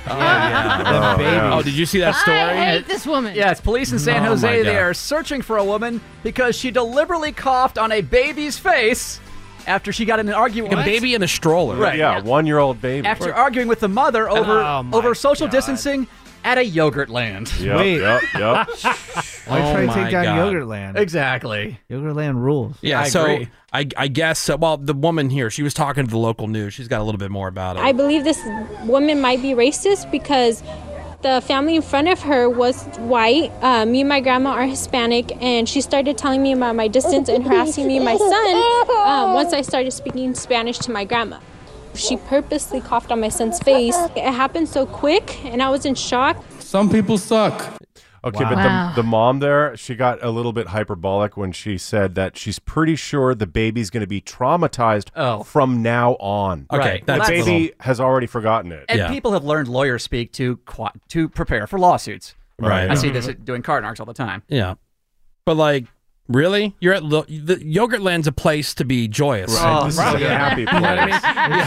D: Oh, yeah.
K: The
D: Oh, yeah.
K: babies.
D: Oh, did you see that
K: I
D: story?
F: hate this woman.
K: Yeah, it's police in San
D: Oh, my
K: Jose. They
D: God.
K: are searching for a woman because she deliberately coughed on a baby's face after she got in an argument.
D: Like a
K: What?
D: baby in a stroller.
K: Right.
G: Yeah, one year old baby.
K: After arguing with the mother over
G: Oh, my
K: over social distancing at a yogurt land.
G: Yep, yep, yep. [LAUGHS]
E: Why
D: Oh
E: try to
D: my
E: take down
D: God.
E: Yogurtland?
K: Exactly.
E: Yogurtland rules.
D: Yeah, so I, I guess, uh, well, the woman here, she was talking to the local news. She's got a little bit more about it.
Y: I believe this woman might be racist because
A: The family in front of her was white. Uh, me and my grandma are Hispanic, and she started telling me about my distance and harassing me and my son um, once I started speaking Spanish to my grandma. She purposely coughed on my son's face. It happened so quick, and I was in shock.
G: Some people suck. Okay, but
A: Wow.
G: the, the mom there, she got a little bit hyperbolic when she said that she's pretty sure the baby's going to be traumatized
K: Oh.
G: from now on.
D: Okay, Right. that's
G: the
D: a
G: baby
D: little-
G: has already forgotten it.
K: And people have learned lawyer speak to qua to prepare for lawsuits.
D: Right.
K: I see
D: Mhm.
K: this
G: Mm-hmm.
K: doing card narcs all the time.
D: Yeah. But like, really? You're at lo- the Yogurtland's a place to be joyous.
K: Right. This is a [LAUGHS] happy
D: You know what I mean?
K: place.
D: You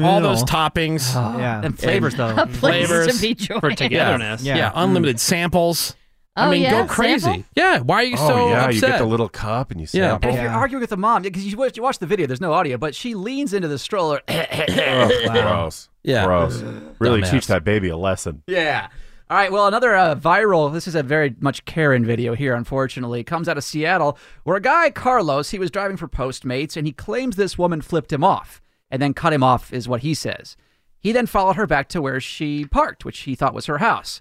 D: have all those toppings.
K: [SIGHS]
E: yeah.
K: And flavors, though. A place to
D: flavors
K: be joyous. For togetherness. Mm.
D: Yeah,
K: Yeah.
D: Yeah, unlimited samples. I
K: Oh,
D: mean,
K: yeah,
D: go crazy.
K: sample?
D: Yeah. Why are you
G: oh,
D: so
G: yeah,
D: upset?
G: you get the little cup and you
D: Yeah.
G: sample.
K: And if you're
G: [COUGHS]
K: arguing with the mom, because you watch, you watch the video, there's no audio, but she leans into the stroller. [LAUGHS]
G: Ugh, Gross.
D: [LAUGHS] Yeah.
G: Gross. Really
D: Dumbass.
G: teach that baby a lesson.
K: Yeah. All right. Well, another uh, viral. This is a very much Karen video here. Unfortunately, It comes out of Seattle, where a guy Carlos he was driving for Postmates, and he claims this woman flipped him off and then cut him off, is what he says. He then followed her back to where she parked, which he thought was her house.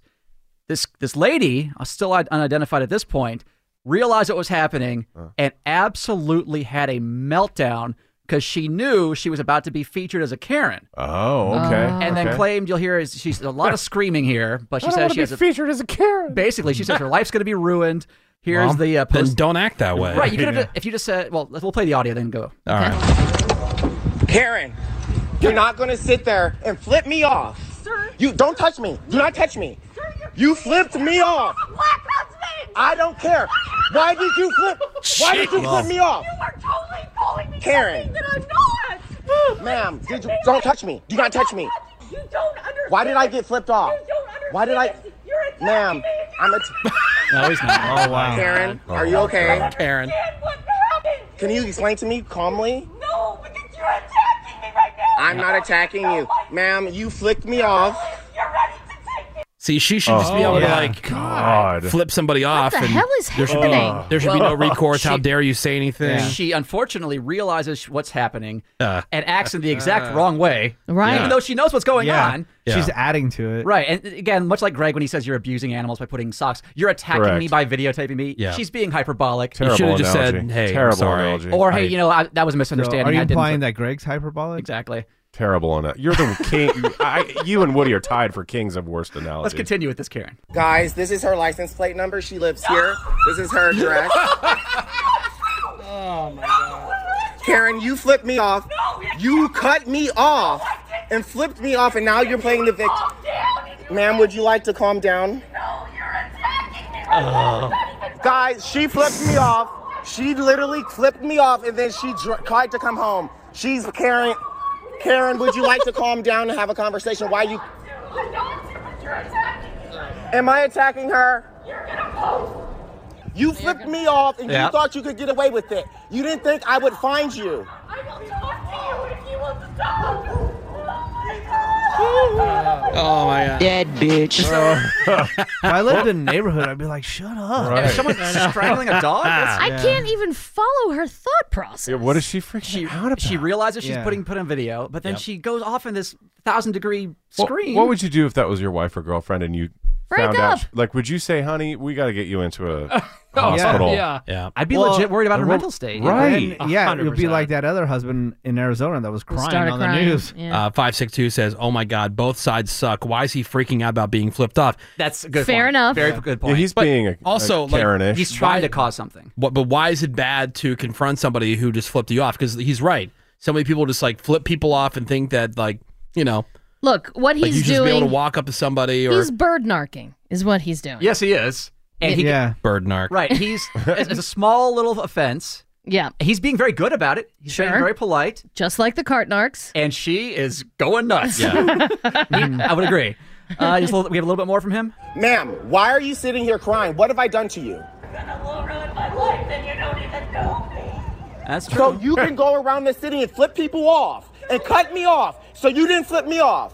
K: This this lady, uh, still un- unidentified at this point, realized what was happening and absolutely had a meltdown because she knew she was about to be featured as a Karen.
G: Oh, okay.
K: And then
G: okay.
K: claimed you'll hear is she's a lot of screaming here, but
G: I
K: she
G: don't
K: says
G: wanna
K: she
G: be
K: has featured as a Karen. Basically, she says her life's going to be ruined. Here's
D: Mom,
K: the uh,
D: then
K: post.
D: don't act that way.
K: Right, you could have if you just said, well, let's- we'll play the audio then go.
D: All right.
Y: Karen, you're not gonna sit there and flip me off. Sir. You don't touch me. Do not touch me. you flipped me off. What I don't care. Why did you flip? Why did you
J: Shit.
Y: flip me off?
J: You
Y: are totally pulling me. Karen. That I'm not. Ma'am, did you, don't touch me. Do not touch me. You don't understand. Why did I get flipped off? You don't understand. Why did I? You're attacking Ma'am, I'm a.
J: [LAUGHS] No, he's not.
Y: Oh, wow. Karen,
J: Oh,
Y: are you
J: wow.
Y: okay?
D: Karen.
Y: Can you explain to me calmly? No, because you're attacking me right now. I'm not attacking you. Ma'am, you flicked me off.
D: See, she should just be
Y: Oh,
D: able to
Y: yeah.
D: like flip somebody off.
K: the
D: and
K: hell is
D: there should be-
K: happening?
D: there should be no
K: Well,
D: recourse. How
K: she-
D: dare you say anything?
K: She unfortunately realizes what's happening
D: Uh,
K: and acts in the exact
E: uh,
K: wrong way.
E: Right.
K: Even though she knows what's going
E: yeah.
K: on.
E: She's adding to it.
K: Right. And again, much like Greg when he says you're abusing animals by putting socks, you're attacking
E: Correct.
K: me by videotaping me.
E: Yeah.
K: She's being hyperbolic.
D: You should've just said, "Hey, I'm
G: Terrible
D: sorry,"
G: analogy.
K: Or, hey, you know, I, that was a misunderstanding.
E: So are you
K: I didn't
E: implying that Greg's hyperbolic?
K: Exactly.
G: Terrible on it. You're the
K: [LAUGHS]
G: king. I, you and Woody are tied for kings of worst analogy.
K: Let's continue with this, Karen.
Y: Guys, this is her license plate number. She lives here. This is her [LAUGHS] address.
J: Oh my god.
Y: Karen, you flipped me off. You cut me off and flipped me off, and now you're playing the victim. Ma'am, would you like to calm down? Guys, she flipped me off. She literally flipped me off, and then she dr- tried to come home. She's Karen. Karen, would you like to calm down and have a conversation? Why you? Am I attacking her? You flipped me off, and
J: Yeah.
Y: you thought you could get away with it. You didn't think I would find you.
D: Oh my god.
Y: Dead bitch.
E: [LAUGHS] if I lived in a neighborhood, I'd be like, shut up.
K: Right. If
D: [LAUGHS]
K: someone's strangling a dog, that's-
F: I
K: Yeah.
F: can't even follow her thought process.
G: what is she freaking out about?
K: She realizes she's
G: Yeah.
K: putting put on video, but then
G: Yep.
K: she goes off in this thousand degree
G: What-
K: scream.
G: What, would you do if that was your wife or girlfriend and you
K: Break
G: found
K: up. Oh,
G: out? Like, would you say, "Honey, we got to get you into
K: [LAUGHS]
G: a hospital"?
E: yeah.
D: yeah.
K: I'd be legit worried about her mental
E: [LAUGHS]
K: state.
E: Right.
K: Yeah.
E: yeah, it would be
K: 100%.
E: like that other husband in Arizona that was crying
K: started
E: on
K: crying.
E: the news.
D: Uh, Five six two says, "Oh my God, both sides suck. Why is he freaking out about being flipped off?"
K: That's a good.
F: Fair
K: point.
F: enough.
K: Very
F: Yeah.
K: good
D: Yeah,
K: point.
D: he's But being a- also, a like, Karen-ish.
K: he's trying
D: Why-
K: to cause something.
D: What, but why is it bad to confront somebody who just flipped you off? Because he's right. So many people just like flip people off and think that like you know,
F: Look, what
D: like you
F: he's
D: should just be able to
F: doing,
D: walk up to somebody or
F: he's bird narking, is what he's doing.
K: Yes, he is. And he
E: yeah.
D: bird narc.
K: right. He's it's, it's a small little offense.
F: Yeah.
K: He's being very good about it. He's being very polite.
F: Just like the cart narcs.
K: And she is going nuts. [LAUGHS]
Y: Yeah.
K: I would agree. Uh, just a little- we have a little bit more from him.
Y: Ma'am, why are you sitting here crying? What have I done to you?
K: That's true.
Y: So you can go around the city and flip people off and cut me off. So you didn't flip me off.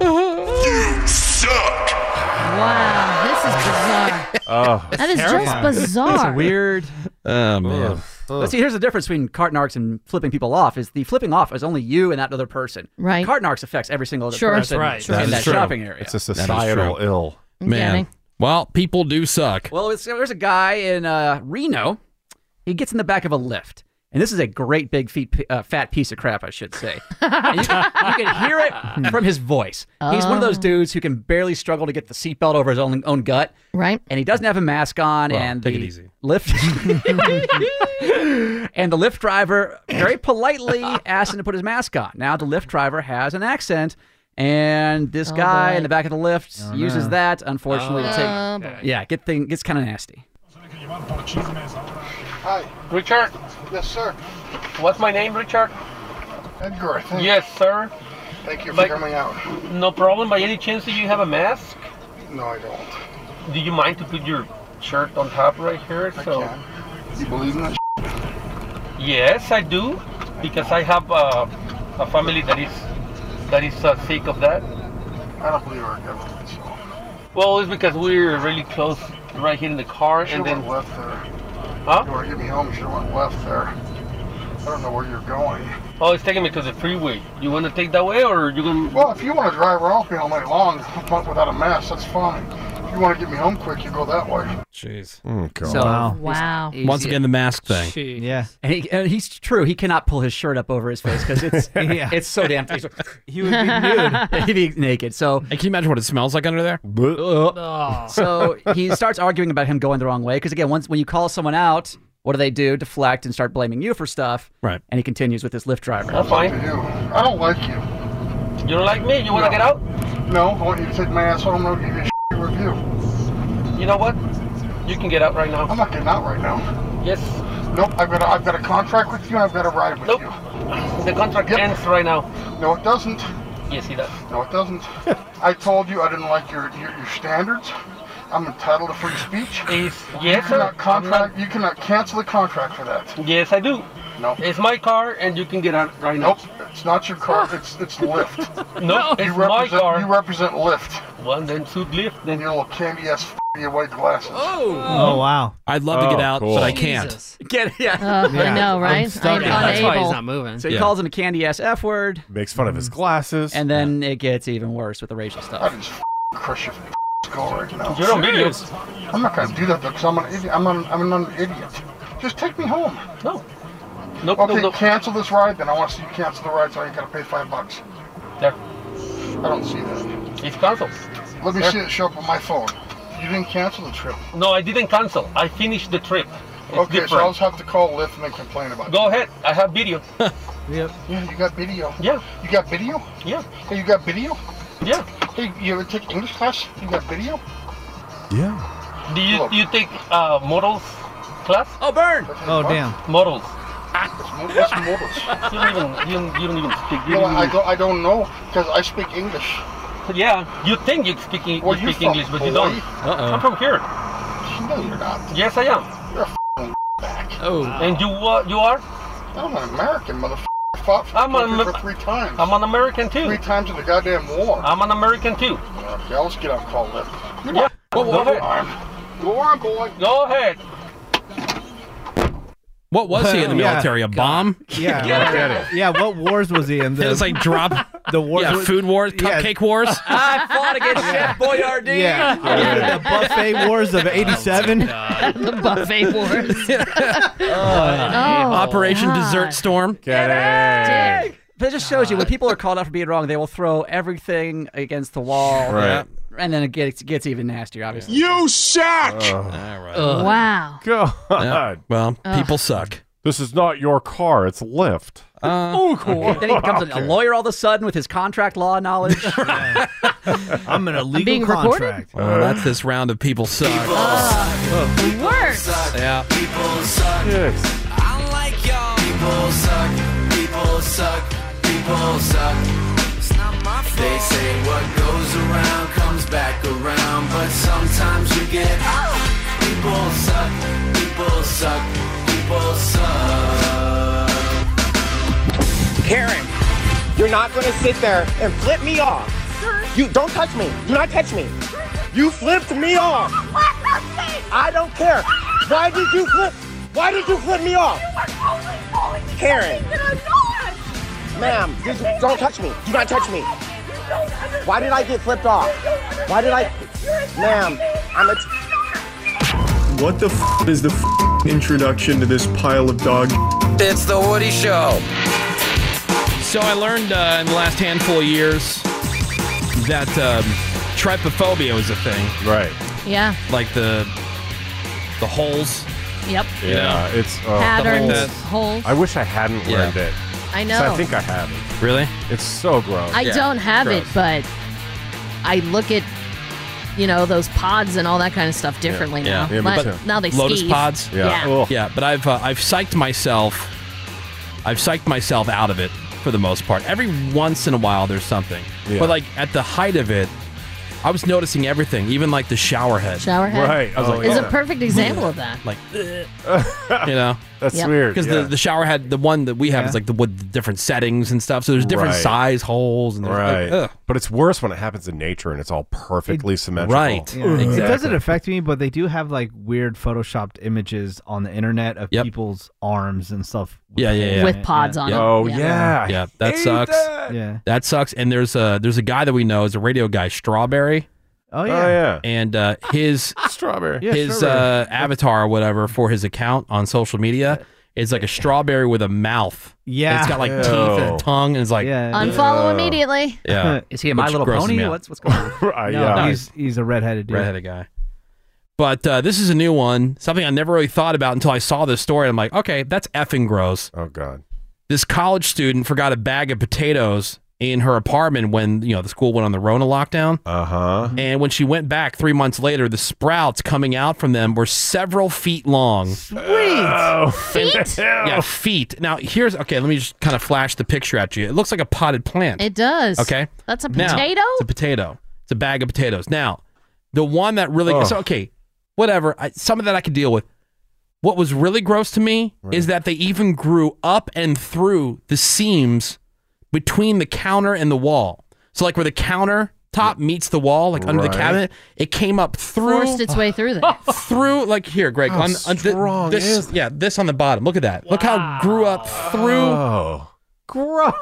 Y: You suck.
F: Wow, this is bizarre.
G: Oh,
F: That is just bizarre.
K: weird.
D: Oh man.
K: But see, here's the difference between Cartnarks and flipping people off: is the flipping off is only you and that other person.
F: Right.
K: Cartnarks affects every single other
F: Sure.
K: person
F: That's
K: in that shopping area.
G: It's a
D: That is
G: societal
D: true.
G: ill.
D: Man.
K: Getting.
D: Well, people do suck.
K: Well, it's, there's a guy in uh, Reno. He gets in the back of a lift, and this is a great big feet, uh, fat piece of crap, I should
F: [LAUGHS]
K: say. And you, can, [LAUGHS] you can hear it from his voice. He's one of
F: Oh.
K: those dudes who can barely struggle to get the seatbelt over his own own gut.
F: Right.
K: And he doesn't have a mask on.
F: Well,
K: and
F: take
K: the
F: it easy. [LAUGHS]
K: Lift. [LAUGHS] and the lift driver very politely asks him to put his mask on. Now the lift driver has an accent. And this
F: Oh,
K: guy
F: boy.
K: in the back of the lift
F: Oh,
K: uses
F: no.
K: that, unfortunately, to take
F: Oh, boy.
K: yeah, get thing gets kind of nasty.
B: Hi, Richard. Yes, sir. What's my name, Richard?
N: Edgar, I think.
B: Yes, sir.
N: Thank you for
B: Like-
N: coming out.
B: No problem. By any chance, do you have a mask?
N: No, I don't.
B: Do you mind to put your shirt on top right here?
N: I
B: so.
N: can. You believe in that?
B: Yes, I do, because I have uh, a family that is that is uh, sick of that.
N: I don't believe our government. So.
B: Well, it's because we're really close, right here in the car,
N: You should
B: and then
N: went left there.
B: huh?
N: You want to get me home? You should have went left there. I don't know where you're going.
B: Oh, it's taking me to the freeway. You want to take that way, or you gonna?
N: Well, if you want to drive around with me all night long [LAUGHS] but without a mask, that's fine. If you want to get me home quick, you go that way.
D: Jeez.
J: Mm,
K: So,
D: wow.
F: Wow.
D: Once again, the mask thing.
K: Yeah, and, he, and he's true. He cannot pull his shirt up over his face because it's
D: [LAUGHS] Yeah.
K: it's so damn. He's like,
D: He would be nude.
K: He'd be naked. So,
D: can you imagine what it smells like under there?
K: Oh.
H: [LAUGHS]
K: so he starts arguing about him going the wrong way because again, once when you call someone out, what do they do? Deflect and start blaming you for stuff. Right. And he continues with this lift driver.
B: That's fine.
N: I don't like you.
B: You don't like me? You
N: No.
B: want to get out?
N: No, I want you to take my ass home. and I'll give you a shitty review.
B: You know what? You can get out right now.
N: I'm not getting out right now.
B: Yes.
N: Nope. I've got a, I've got a contract with you. and I've got a ride with
B: Nope.
N: you.
B: The contract ends right now.
N: No, it doesn't.
B: Yes, he does.
N: No, it
B: [LAUGHS]
N: doesn't. I told you I didn't like your your, your standards. I'm entitled to free speech. you
B: yes, sir.
N: cannot contract. You cannot cancel the contract for that.
B: Yes, I do.
N: No.
B: It's my car, and you can get out right now.
N: Nope. It's not your car. It's it's Lyft.
B: [LAUGHS] No,
N: you
B: it's my
N: represent,
B: car.
N: You represent Lyft.
B: Well, then suit Lyft. Then
N: your little candy ass f- white glasses.
D: Oh,
E: wow.
D: I'd love to
E: Oh,
D: get out,
E: cool.
D: but I can't.
K: Get yeah.
D: [LAUGHS]
F: Uh, [LAUGHS] I Yeah. know, I'm right? stuck. I'm Yeah, that's why he's unable. not moving.
K: So he
D: Yeah.
K: calls him a candy ass f word. Mm.
G: Makes fun of his glasses.
K: And then it gets even worse with the racial
N: I
K: stuff.
N: can just f- crush your f- skull right now.
K: You're on video.
N: I'm not gonna do that though, cause I'm an idiot. I'm, an, I'm an idiot. Just take me home.
B: No. Nope,
N: Okay,
B: no, no.
N: cancel this ride. Then I want to see you cancel the ride, so I ain't gotta pay five bucks.
B: There.
N: I don't see that.
B: It's canceled.
N: Let me
B: There.
N: see it show up on my phone. You didn't cancel the trip.
B: No, I didn't cancel. I finished the trip. It's
N: okay,
B: different.
N: so I'll just have to call Lyft and then complain about
B: Go ahead. I have video.
N: [LAUGHS] Yep. Yeah, you got video.
B: Yeah.
N: You got video?
B: Yeah.
N: Hey, you got video?
B: Yeah.
N: Hey, you ever take English class? You got video?
G: Yeah.
B: Do you you take uh, models class?
K: Oh, burn!
N: Oh, damn.
B: Models.
N: What's models?
B: [LAUGHS] you don't even you don't, you don't even speak. [LAUGHS] You
N: No,
B: don't
N: I
B: even-
N: don't. I don't know because I speak English.
B: Yeah, you think you speak, E- you
N: Well, you
B: speak
N: from
B: English, but you don't.
N: Hawaii?
B: I'm from here.
N: No, you're not.
B: Yes, I am.
N: You're a f***ing back.
B: Oh. And you uh, you are?
N: I'm an American motherfucker. I fought for,
B: I'm
N: I'm
B: an Amer-
N: for three times.
B: I'm an American too.
N: Three times in the goddamn war.
B: I'm an American too.
N: Okay, I'll just get on call list.
B: Yeah. Go,
N: Go
B: ahead.
N: Go on, boy.
B: Go ahead.
D: What was he in the
E: [LAUGHS] Yeah.
D: military? A bomb?
K: [LAUGHS]
E: Yeah, yeah. What wars was he
D: [LAUGHS]
E: in? The,
D: It's like drop
E: the wars.
D: Yeah,
E: with-
D: food wars,
E: yeah.
D: cupcake wars.
E: [LAUGHS]
K: I fought against Chef Boyardee.
E: Yeah. the buffet
K: [LAUGHS]
E: wars
K: Oh
E: of '87.
F: the
J: [LAUGHS]
F: buffet wars. Oh,
K: Oh,
J: Oh.
D: Operation Desert Storm.
G: Get
K: But it just shows you when people are called out for being wrong, they will throw everything against the wall.
G: Right.
K: And then it gets, gets even nastier, obviously.
G: You suck. [LAUGHS]
K: Ugh.
F: Wow.
G: Oh, God.
D: Yeah. Well,
F: Ugh.
D: people suck. Uh,
G: This is not your car. It's Lyft. [LAUGHS]
K: oh, cool. Then he becomes
G: Okay.
K: a lawyer all of a sudden with his contract law knowledge.
E: I'm in a legal
K: being recorded?
E: contract.
D: Well, Oh, that's this round of people suck.
F: Worse.
D: Yeah.
J: People suck. I don't like y'all. People suck. People suck. People suck. It's not my fault. They say what goes around comes back around, but sometimes you get oh. people suck. People suck. People suck.
Y: Karen, you're not gonna sit there and flip me off. You don't touch me. Do not touch me. You flipped me off. I don't care. Why did you flip? Why did you flip me off? Karen. Ma'am, you don't touch me. Do not touch me. Why did I get flipped off? Why did I? Ma'am, I'm a.
O: What the f is the f introduction to this pile of dog?
D: It's the Woody Show. So I learned uh, in the last handful of years that um, trypophobia was a thing.
G: Right.
F: Yeah.
D: Like the the holes.
F: Yep.
G: Yeah, it's uh,
F: Patterns,
G: the
F: holes.
G: I wish I hadn't
D: Yeah.
G: learned it.
F: I
G: 'Cause
F: know.
G: I think I have it.
D: Really?
G: It's so gross.
F: I don't have it, but I look at you know those pods and all that kind of stuff differently now. Like, now they
D: Lotus
F: skeeve.
D: pods.
F: Yeah.
D: yeah. But I've uh, I've psyched myself. I've psyched myself out of it for the most part. Every once in a while, there's something.
G: Yeah.
D: But like at the height of it, I was noticing everything, even like the shower head.
F: Shower head
D: I was like,
F: is
D: "Oh."
F: a perfect example of that.
D: Like, [LAUGHS] you know
F: That's Yep. weird,
D: because
F: yeah.
D: the, the shower had the one that we have
G: Yeah.
D: is like the with the different settings and stuff so there's different
G: Right.
D: size holes and there's
G: right.
D: like, ugh.
G: but it's worse when it happens in nature and it's all perfectly symmetrical.
D: right.
E: Yeah. It doesn't affect me, but they do have like weird photoshopped images on the internet of people's arms and stuff.
D: yeah yeah yeah
E: With pods on it. Oh, Yeah. yeah.
D: yeah that
E: Hate
D: sucks
E: that. Yeah.
D: that sucks and there's a there's a guy that we know is a radio guy strawberry
E: Oh, yeah. Oh, yeah.
D: and
E: [LAUGHS]
D: uh his
G: strawberry
E: Yeah,
D: his
E: strawberry.
D: uh [LAUGHS] avatar or whatever for his account on social media is like a strawberry with a mouth
E: Yeah.
D: it's got like teeth and
E: Ew.
D: a tongue and it's like
F: Unfollow immediately.
E: [LAUGHS]
D: Yeah.
K: Is he a My
D: Which
K: Little
D: grosses me
K: Pony?
D: out.
K: What's what's going on?
E: No,
D: yeah.
E: he's he's a redheaded dude.
D: redheaded guy. But uh, this is a new one, something I never really thought about until I saw this story. And I'm like, okay, that's effing gross.
G: Oh god.
D: This college student forgot a bag of potatoes in her apartment when you know the school went on the Rona lockdown.
G: Uh huh.
D: And when she went back three months later, the sprouts coming out from them were several feet long.
G: Oh, feet.
D: Yeah, feet. Now here's okay. Let me just kind of flash the picture at you. It looks like a potted plant.
F: It does.
D: Okay.
F: That's a
D: Now,
F: potato?
D: it's a potato. It's a bag of potatoes. Now, the one that really
G: Ugh.
D: so okay, whatever. I, some of that I could deal with. What was really gross to me is that they even grew up and through the seams between the counter and the wall. So like where the counter top meets the wall, like under
F: Right.
D: the cabinet, it came up through
F: Forced its way through there.
D: [LAUGHS] through like here, Greg.
F: How
D: on, on thi-
F: strong
D: this,
F: is
D: yeah, this on the bottom. Look at that. Look how it grew up through.
G: Oh, [LAUGHS] gross.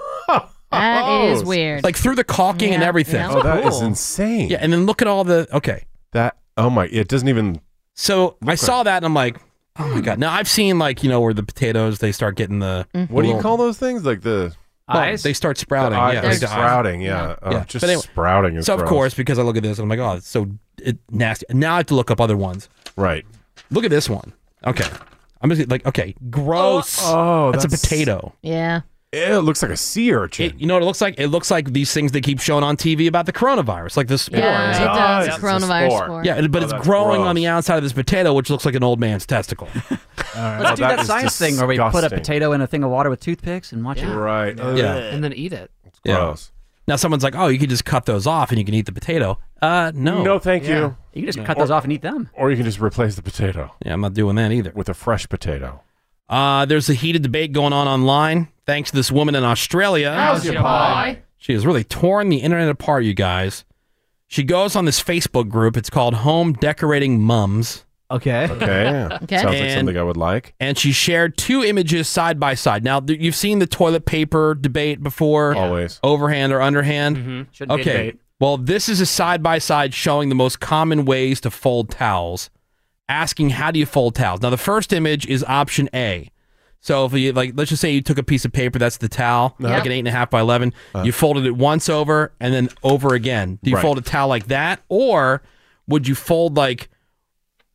F: That is weird.
D: Like through the caulking and
F: Yeah,
D: everything.
F: yeah.
G: Oh, that is insane.
D: Yeah, and then look at all the okay.
G: That oh my, it doesn't even.
D: So I
G: right.
D: saw that and I'm like, oh my god. Now I've seen like you know where the potatoes they start getting the
F: Mm-hmm.
G: What do you
D: little-
G: call those things? Like the
D: well, They start sprouting.
G: The eye-
D: yeah,
G: they're
D: like the eyes.
G: sprouting, yeah. Oh, just sprouting is
D: So of
G: gross.
D: course, because I look at this, I'm like, oh, it's so it, nasty. Now I have to look up other ones.
G: Right.
D: Look at this one. Okay. I'm just like, okay, gross.
G: Oh,
D: that's,
G: that's-
D: a potato.
F: Yeah.
G: Ew, it looks like a sea urchin.
D: you know what it looks like? It looks like these things they keep showing on TV about the coronavirus, like the spore.
F: Yeah,
D: and
F: it
D: stuff.
F: does. It's a Coronavirus spore. spore.
D: Yeah, but
F: Oh,
D: it's
F: that's
D: growing
F: gross.
D: on the outside of this potato, which looks like an old man's
G: [LAUGHS]
D: testicle.
K: Let's do that, science thing where we put a
D: disgusting.
K: potato in a thing of water with toothpicks and watch it.
G: Right.
D: Yeah.
H: And then eat it.
D: Yeah.
G: Gross.
D: Now someone's like, "Oh, you can just cut those off and you can eat the potato." Uh, no,
G: No, thank
K: Yeah.
G: you.
K: You can just
D: Yeah.
K: cut those off and eat them.
G: Or you can just replace the potato.
D: Yeah, I'm not doing that either.
G: With a fresh potato.
D: Uh, there's a heated debate going on online thanks to this woman in Australia.
J: How's your pie?
D: She has really torn the internet apart, you guys. She goes on this Facebook group. It's called Home Decorating Mums.
G: [LAUGHS]
E: Okay.
G: Okay.
D: Okay.
G: Sounds like
D: And-
G: something I would like.
D: And she shared two images side by side. Now, th- you've seen the toilet paper debate before.
G: Always.
D: Overhand or underhand.
G: Shouldn't Mm-hmm. be a
D: okay.
G: debate.
D: Well, this is a side by side showing the most common ways to fold towels, asking how do you fold towels. Now, the first image is option A. So if you like, let's just say you took a piece of paper that's the towel,
G: Uh-huh.
D: like an eight and a half by eleven. you folded it once over and then over again. Do you
G: Uh. Right.
D: fold a towel like that, or would you fold like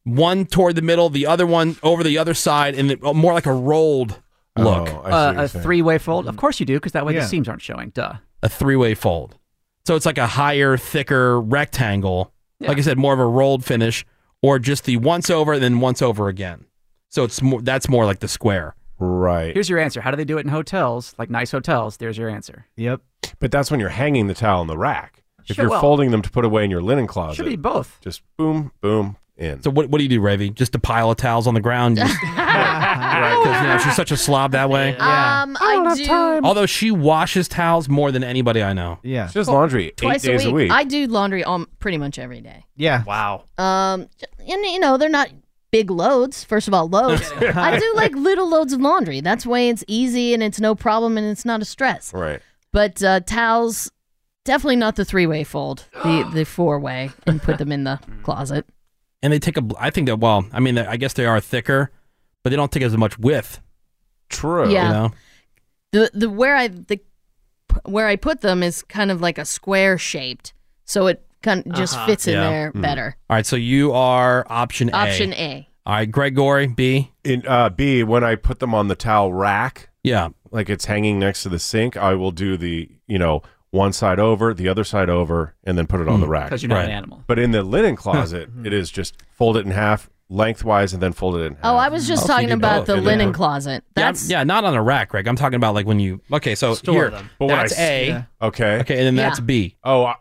D: one toward the middle, the other one over the other side, and then, more like a rolled
G: Oh,
D: look?
K: Uh, a three-way fold. Of course you do, because that way
D: Yeah.
K: the seams aren't showing. Duh.
D: a three-way fold. So it's like a higher, thicker rectangle. Like I said, more of a rolled finish, or just the once over and then once over again. So it's more that's more like the square.
G: Right.
K: Here's your answer. How do they do it in hotels, like nice hotels? There's your answer.
E: Yep.
G: But that's when you're hanging the towel in the rack. If
K: Sure,
G: you're
K: well-
G: folding them to put away in your linen closet,
K: Should be both.
G: Just boom, boom, in.
D: So what, what do you do, Ravy? Just a pile of towels on the ground?
F: [LAUGHS]
D: Just, right, 'cause, you know, she's such a slob that way.
F: Um, I, do
D: Although she washes towels more than anybody I know.
E: Yeah.
G: She does laundry
F: twice a, week. I do laundry um, pretty much every day.
E: Yeah.
H: Wow.
F: Um, and you know they're not big loads. First of all, [LAUGHS] loads. I do like little loads of laundry. That's why it's easy and it's no problem and it's not a stress.
G: Right.
F: But uh, towels, definitely not the three way fold, [GASPS] the the four way, and put them in the closet.
D: And they take a. I think that. Well, I mean, they- I guess they are thicker, but they don't take as much width.
G: True.
F: Yeah. the the where I the where I put them is kind of like a square shaped, so it kind of just
D: Uh-huh.
F: fits in there
G: Hmm.
F: better.
D: All right. So you are option Hmm. A.
F: Option A.
D: All right, Greg Gory, B.
G: In uh, B, when I put them on the towel rack,
D: yeah,
G: like it's hanging next to the sink, I will do the you know one side over, the other side over, and then put it on
D: Mm.
G: the rack
K: 'Cause you're not an Right. animal.
G: But in
K: [LAUGHS]
G: the linen closet, it is just fold it in half lengthwise and then fold it in. half.
F: Oh, I was just
D: Oh, so you
F: talking
D: do
F: about
D: both.
F: the
D: Yeah.
F: linen closet.
D: Yeah, I'm-
F: That's
D: yeah, not on a rack, Greg. I'm talking about like when you. Okay, so
F: Store
D: here,
F: them.
G: But when I
D: that's
G: s-
D: A.
G: yeah. Okay.
D: Okay, and then that's
F: Yeah.
D: B.
G: Oh, I,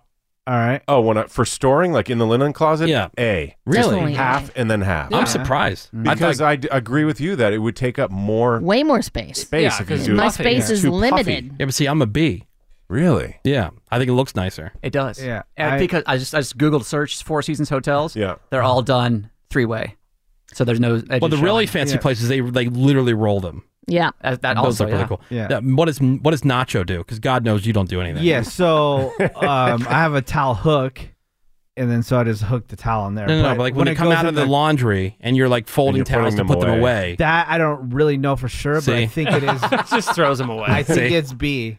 E: all right.
G: Oh, when I, for storing, like in the linen closet, yeah, A,
D: Really? Definitely
G: half and then half.
D: I'm Yeah. surprised. I
G: because I d- agree with you that it would take up more
F: way more space.
G: space if you do it.
F: my space is
D: Too puffy.
F: limited.
D: Yeah, but see, I'm a B.
G: Really?
D: Yeah, I think it looks nicer.
K: It does. Yeah.
D: I-
K: because I just I just googled search Four Seasons hotels.
G: Yeah.
K: They're all done three way, so there's no.
D: Well, the really fancy places they they literally roll them.
F: Yeah.
K: That, that
D: Those
K: also
D: look really
K: yeah.
D: cool. Now, what does what does Nacho do? Because God knows you don't do anything.
E: Yeah, so um, I have a towel hook, and then so I just hook the towel in there.
D: No, no, no, but like when, they come
E: goes
D: out
E: in
D: of the, laundry and you're like folding
E: you're putting
D: towels to
E: them
D: put them
E: away.
D: away.
E: that I don't really know for sure, but
D: See?
E: I think it is.
H: just throws them away.
E: I think
D: See?
E: it's B.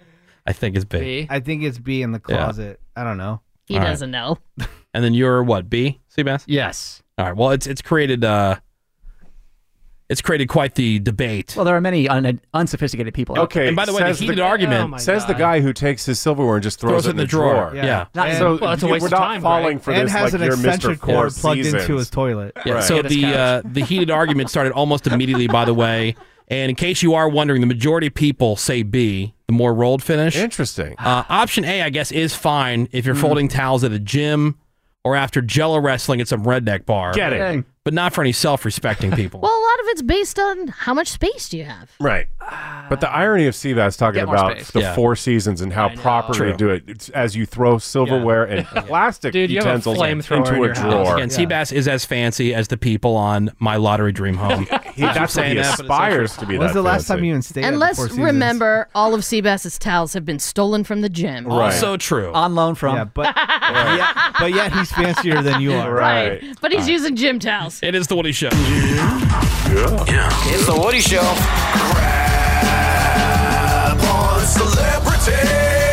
D: I think it's B.
E: I think it's B in the
D: Yeah.
E: closet. I don't know.
F: He
D: All right.
F: doesn't know.
D: [LAUGHS] And then you're what B? Seabass?
K: Yes.
D: All right. Well, it's it's created uh, it's created quite the debate.
K: Well, there are many un- unsophisticated people. out there.
G: Okay. says
F: Oh
H: Oh
G: says the guy who takes his silverware and just throws, it in the drawer.
K: Not-
G: so we're not falling for this. like you're Mr. Core
E: his toilet.
D: Yeah,
G: Right.
D: So
G: Get his
D: the
G: couch.
D: uh, the heated argument started almost immediately. By the way, and in case you are wondering, the majority of people say B, the more rolled finish.
G: Interesting. Hmm.
D: Uh, option A, I guess, is fine if you're folding towels at a gym or after Jello wrestling at some redneck bar.
F: Get it. Dang.
D: but not for any self-respecting people.
F: Well, a lot of it's based on how much space do you have.
G: [LAUGHS] Right. But the irony of Seabass talking
F: Get more
G: about
F: space.
G: the
F: Yeah.
G: four seasons and how proper
D: True.
G: they do it it's as you throw silverware and plastic
D: Dude, you have a
G: utensils into
D: flamethrower
G: a
D: in
G: drawer.
D: your house. Once Again, Seabass is as fancy as the people on My Lottery Dream [LAUGHS] Home.
G: [LAUGHS] He- that's what he aspires to be
E: When's the last time you even stayed?
F: And
E: at
F: let's
E: the Four Seasons?
F: remember, all of Seabass's towels have been stolen from the gym.
D: true.
K: On loan from.
E: Yeah, but yeah, but yet he's fancier than you are.
F: Right. But he's
D: All right.
F: using gym towels.
D: It is the Woody Show. Yeah.
X: It's the Woody Show. Grab on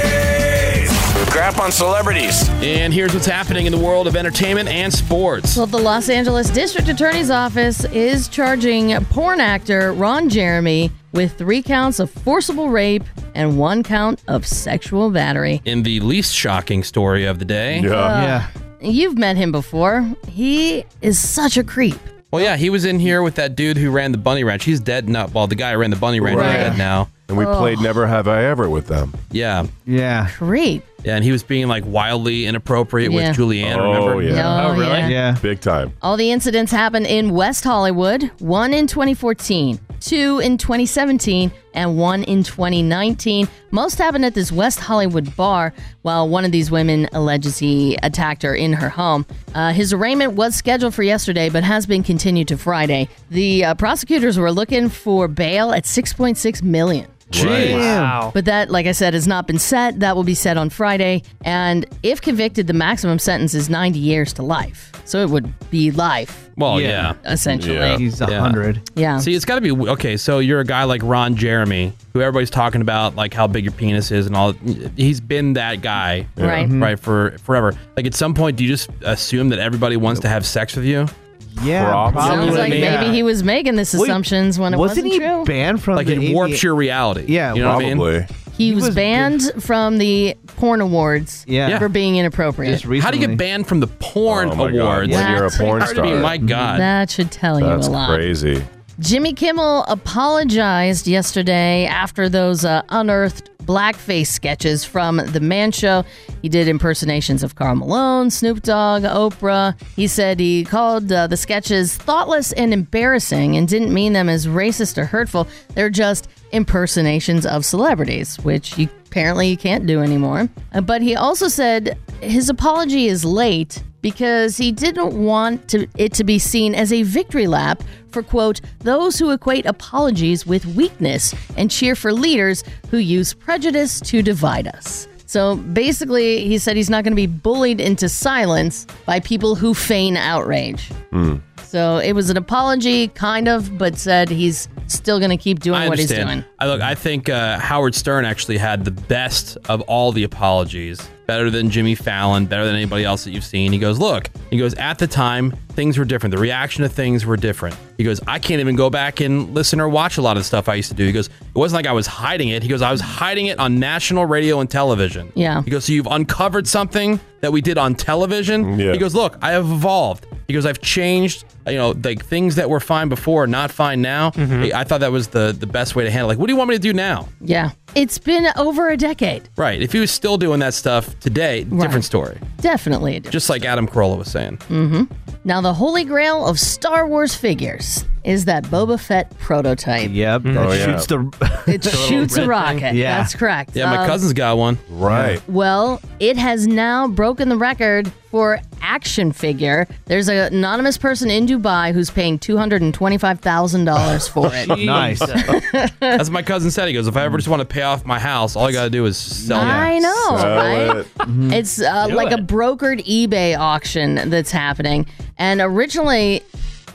X: celebrities. Grab on celebrities.
D: And here's what's happening in the world of entertainment and sports.
F: Well, the Los Angeles District Attorney's Office is charging porn actor Ron Jeremy with three counts of forcible rape and one count of sexual battery.
D: In the least shocking story of the day.
F: Uh, You've met him before. He is such a creep.
D: Well, yeah, he was in here with that dude who ran the bunny ranch. He's dead now. Well, the guy who ran the bunny ranch is
F: Right.
D: dead now.
G: And we
F: Ugh.
G: played Never Have I Ever with them.
D: Yeah.
E: Yeah.
F: Creep.
D: Yeah, and he was being like wildly inappropriate
F: Yeah.
D: with Julianne,
G: Oh,
D: remember?
G: yeah.
F: Oh, Oh, really? yeah.
G: Big time.
F: All the incidents happened in West Hollywood, one in 2014, two in 2017, and one in 2019. Most happened at this West Hollywood bar, while one of these women alleges he attacked her in her home. Uh, his arraignment was scheduled for yesterday, but has been continued to Friday. The uh, prosecutors were looking for bail at 6.6 million.
D: Jeez. Wow.
F: But that, like I said, has not been set. That will be set on Friday. And if convicted, the maximum sentence is 90 years to life. So it would be life.
D: Well, yeah.
F: Essentially. Yeah.
E: He's a hundred.
F: Yeah.
D: See, it's got to be okay. So you're a guy like Ron Jeremy, who everybody's talking about, like how big your penis is and all. He's been that guy,
F: Right.
E: Mm-hmm.
F: Mhm.
D: Right for forever. Like at some point, do you just assume that everybody wants to have sex with you?
E: Yeah,
D: Probably.
F: Sounds like maybe he was making this
E: Wait,
F: assumptions when it
E: wasn't
F: wasn't,
E: he
F: true.
E: banned from
D: like
E: the
D: it warps
E: AV
D: your reality.
E: Yeah,
D: you know what I mean.
F: He, was, banned from the porn awards
D: Yeah. Yeah.
F: for being inappropriate.
D: How do you get banned from the porn
G: Oh my God,
D: awards
G: when you're a That's porn
D: I mean,
G: star.
D: My God,
F: That should tell
G: That's
F: you a lot.
G: crazy.
F: Jimmy Kimmel apologized yesterday after those uh, unearthed blackface sketches from The Man Show. He did impersonations of Carl Malone, Snoop Dogg, Oprah. He said he called uh, the sketches thoughtless and embarrassing and didn't mean them as racist or hurtful. They're just impersonations of celebrities, which you apparently you can't do anymore. Uh, but he also said his apology is late because he didn't want to, it to be seen as a victory lap for, quote, those who equate apologies with weakness and cheer for leaders who use prejudice to divide us. So basically, he said he's not going to be bullied into silence by people who feign outrage.
G: Hmm.
F: So it was an apology, kind of, but said he's still going to keep doing
D: I
F: what he's
D: understand.
F: doing.
D: I look. I think uh, Howard Stern actually had the best of all the apologies. Better than Jimmy Fallon. Better than anybody else that you've seen. He goes, look. He goes, at the time, things were different. The reaction to things were different. He goes, I can't even go back and listen or watch a lot of the stuff I used to do. He goes, it wasn't like I was hiding it. He goes, I was hiding it on national radio and television.
F: Yeah.
D: He goes, so you've uncovered something that we did on television.
G: Yeah.
D: He goes, look, I have evolved. He goes, I've changed. You know, like things that were fine before are not fine now. I I thought that was the the best way to handle. it. Like, what do you want me to do now?
F: Yeah. It's been over a decade.
D: Right. If he was still doing that stuff today, different story.
F: Definitely a difference.
D: Just like Adam Carolla was saying.
F: Mm-hmm. Now, the holy grail of Star Wars figures is that Boba Fett prototype.
E: Yep.
D: Oh,
E: that
D: yeah.
E: shoots the.
F: It shoots a
E: [LAUGHS]
F: rocket.
E: Yeah.
F: That's correct.
D: Yeah, my
F: Um,
D: cousin's got one.
G: Right.
F: Well, it has now broken the record for action figure. There's an anonymous person in Dubai who's paying $225,000 for
E: [LAUGHS]
F: it.
D: [LAUGHS] nice. That's what my cousin said. He goes, if I ever just want to pay off my house, all I got to do is sell. it."
F: I know, Sell right? it. It's uh,
D: Do
F: like a
D: it.
F: brokered eBay auction that's happening. And originally,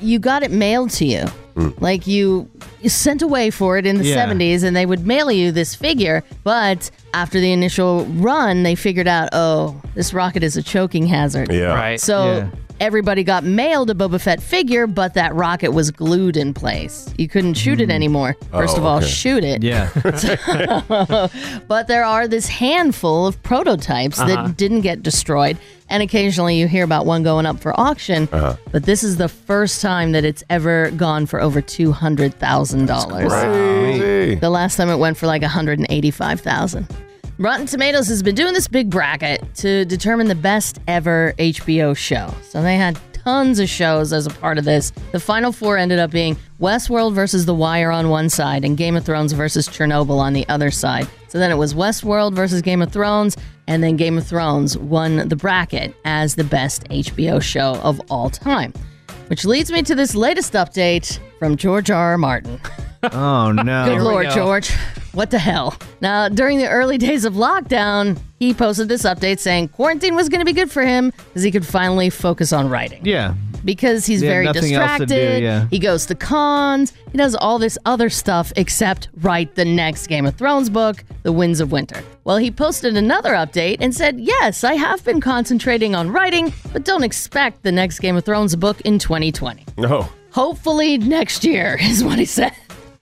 F: you got it mailed to you.
G: Hmm.
F: Like you, you sent away for it in the
P: Yeah.
F: 70s, and they would mail you this figure. But after the initial run, they figured out, oh, this rocket is a choking hazard.
G: Yeah. Right.
F: So.
G: Yeah.
F: Everybody got mailed a Boba Fett figure, but that rocket was glued in place. You couldn't shoot it anymore. First
P: Oh,
F: of all,
P: okay.
F: shoot it. [LAUGHS]
E: Yeah.
F: but there are this handful of prototypes
P: Uh-huh.
F: that didn't get destroyed. And occasionally you hear about one going up for auction.
P: Uh-huh.
F: But this is the first time that it's ever gone for over
P: crazy.
F: $200,000. The last time it went for like $185,000. Rotten Tomatoes has been doing this big bracket to determine the best ever HBO show. So they had tons of shows as a part of this. The final four ended up being Westworld versus The Wire on one side and Game of Thrones versus Chernobyl on the other side. So then it was Westworld versus Game of Thrones, and then Game of Thrones won the bracket as the best HBO show of all time. Which leads me to this latest update from George R. R. Martin. [LAUGHS]
E: oh no.
F: Good lord, George. What the hell? Now, during the early days of lockdown, he posted this update saying quarantine was going to be good for him because he could finally focus on writing.
E: Yeah.
F: Because he's
E: He had
F: very
E: nothing else to
F: distracted.
E: do, yeah.
F: He goes to cons. He does all this other stuff except write the next Game of Thrones book, The Winds of Winter. Well, he posted another update and said, Yes, I have been concentrating on writing, but don't expect the next Game of Thrones book in 2020.
G: No.
F: Hopefully next year [LAUGHS] is what he said.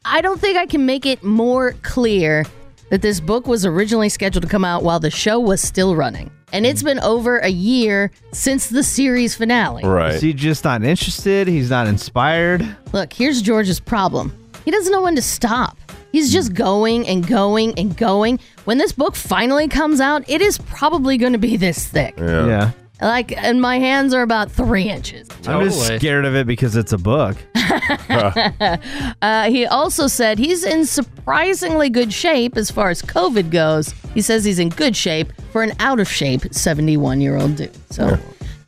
F: I don't think I can make it more clear that this book was originally scheduled to come out while the show was still running. And it's been over a year since the series finale.
E: Right. Is he just not interested? He's not inspired.
F: Look, here's George's problem. He doesn't know when to stop. He's just going and going and going. When this book finally comes out, it is probably going to be this thick.
E: Yeah.
F: Like, and my hands are about three inches.
E: I'm just scared of it because it's a
F: [LAUGHS]
E: book. [LAUGHS]
F: uh, he also said he's in surprisingly good shape as far as COVID goes. He says he's in good shape for an out of shape 71 year old dude. So,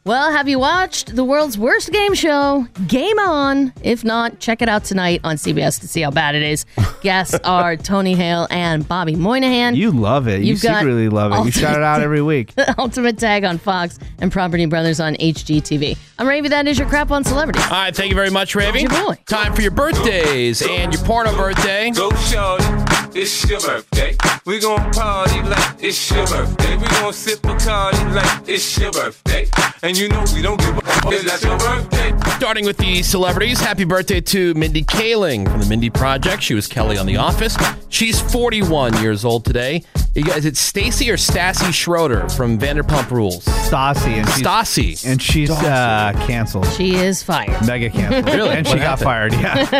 F: well, have you watched the world's worst game show? Game on. If not, check it out tonight on CBS to see how bad
D: [LAUGHS]
F: it is. Guests are Tony Hale and Bobby Moynihan. [LAUGHS]
E: You love it. You
F: You've got
E: secretly love it. You shout it out every week.
F: Ultimate Tag on Fox and Property Brothers on HGTV. I'm Ravy. That is your crap on celebrity.
D: All right, thank you very much, Ravy. Time for your birthdays and your porno birthday.
J: Go shorty, Oh, it's your birthday. We gon' party like it's your birthday. We gon' sip a cardi like it's your birthday. And you know we don't give a fuck. It's not your birthday.
D: Starting with the celebrities, happy birthday to Mindy Kaling from the Mindy Project. She was Kelly on The Office. She's 41 years old today. You guys, it's Stacy or Stassi Schroeder from Vanderpump Rules.
E: Stassi and she's,
D: Stassi
E: and she's uh, canceled.
F: She is fired. [LAUGHS]
E: Mega canceled.
D: Really?
E: And she
D: What
E: got
D: happened?
E: fired.
D: [LAUGHS]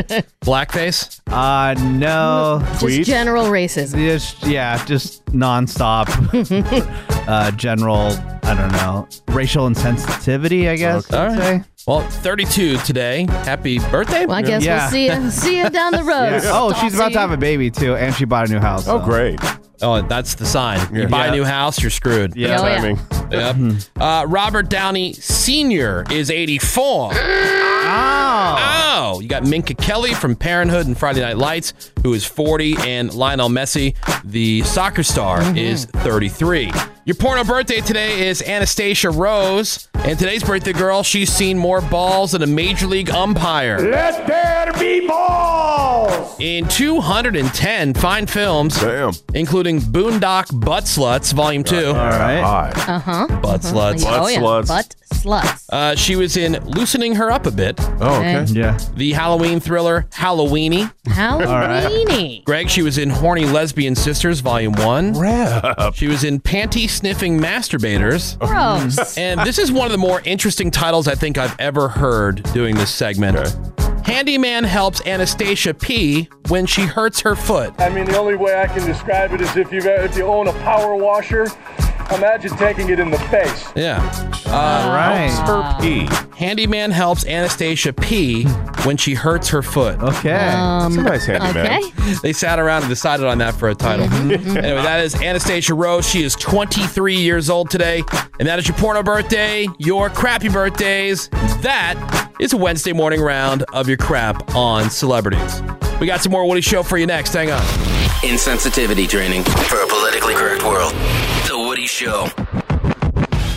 E: Yeah.
D: Blackface.
E: Uh no.
F: Just general racism.
E: Just, yeah, just
D: [LAUGHS]
E: nonstop. uh, general. I don't know. Racial insensitivity. I guess.
D: All
E: I'd
D: right. Well, 32 today. Happy birthday.
F: Well, I guess we'll
E: [LAUGHS]
F: see you see you down the
E: Yeah.
F: road.
E: Oh, she's about to
F: Stassi.
E: have a baby too, and she bought a new house.
D: Oh, great. Oh, that's the sign. You buy
E: Yeah.
D: a new house, you're screwed.
E: Yeah. Oh, yeah.
D: Yep. Uh, Robert Downey Sr. is
E: [GASPS]
D: 84. Oh. You got Minka Kelly from Parenthood and Friday Night Lights, who is 40, and Lionel Messi, the soccer star,
E: Mm-hmm.
D: is 33. Your porno birthday today is Anastasia Rose, and today's birthday girl, she's seen more balls than a major league umpire.
J: Let there be balls!
D: In 210 fine films, including Boondock Butt Sluts Volume 2. All right.
F: Uh huh.
D: Butt sluts.
F: Oh, yeah. Butt sluts.
D: Uh, she was in Loosening Her Up a Bit.
F: Oh, okay. Okay.
D: Yeah. The Halloween thriller Halloweeny.
F: Halloweeny.
D: Greg, she was in Horny Lesbian Sisters, Volume 1. She was in Panty Sniffing Masturbators.
F: Gross.
D: and this is one of the more interesting titles I think I've ever heard doing this segment. Handyman helps Anastasia pee when she hurts her foot.
P: I mean, the only way I can describe it is if you if you own a power washer, imagine taking it in the face.
D: Yeah. Uh,
P: All right.
D: Helps her pee. Handyman helps Anastasia pee when she hurts her foot. Okay.
F: Um, It's a nice handyman.
D: They sat around and decided on that for a title. anyway, that is Anastasia Rose. She is 23 years old today. And that is your porno birthday, your crappy birthdays. That is a Wednesday morning round of your crap on celebrities. We got some more Woody Show for you next. Hang on.
X: Insensitivity training for a politically correct world. The Woody Show.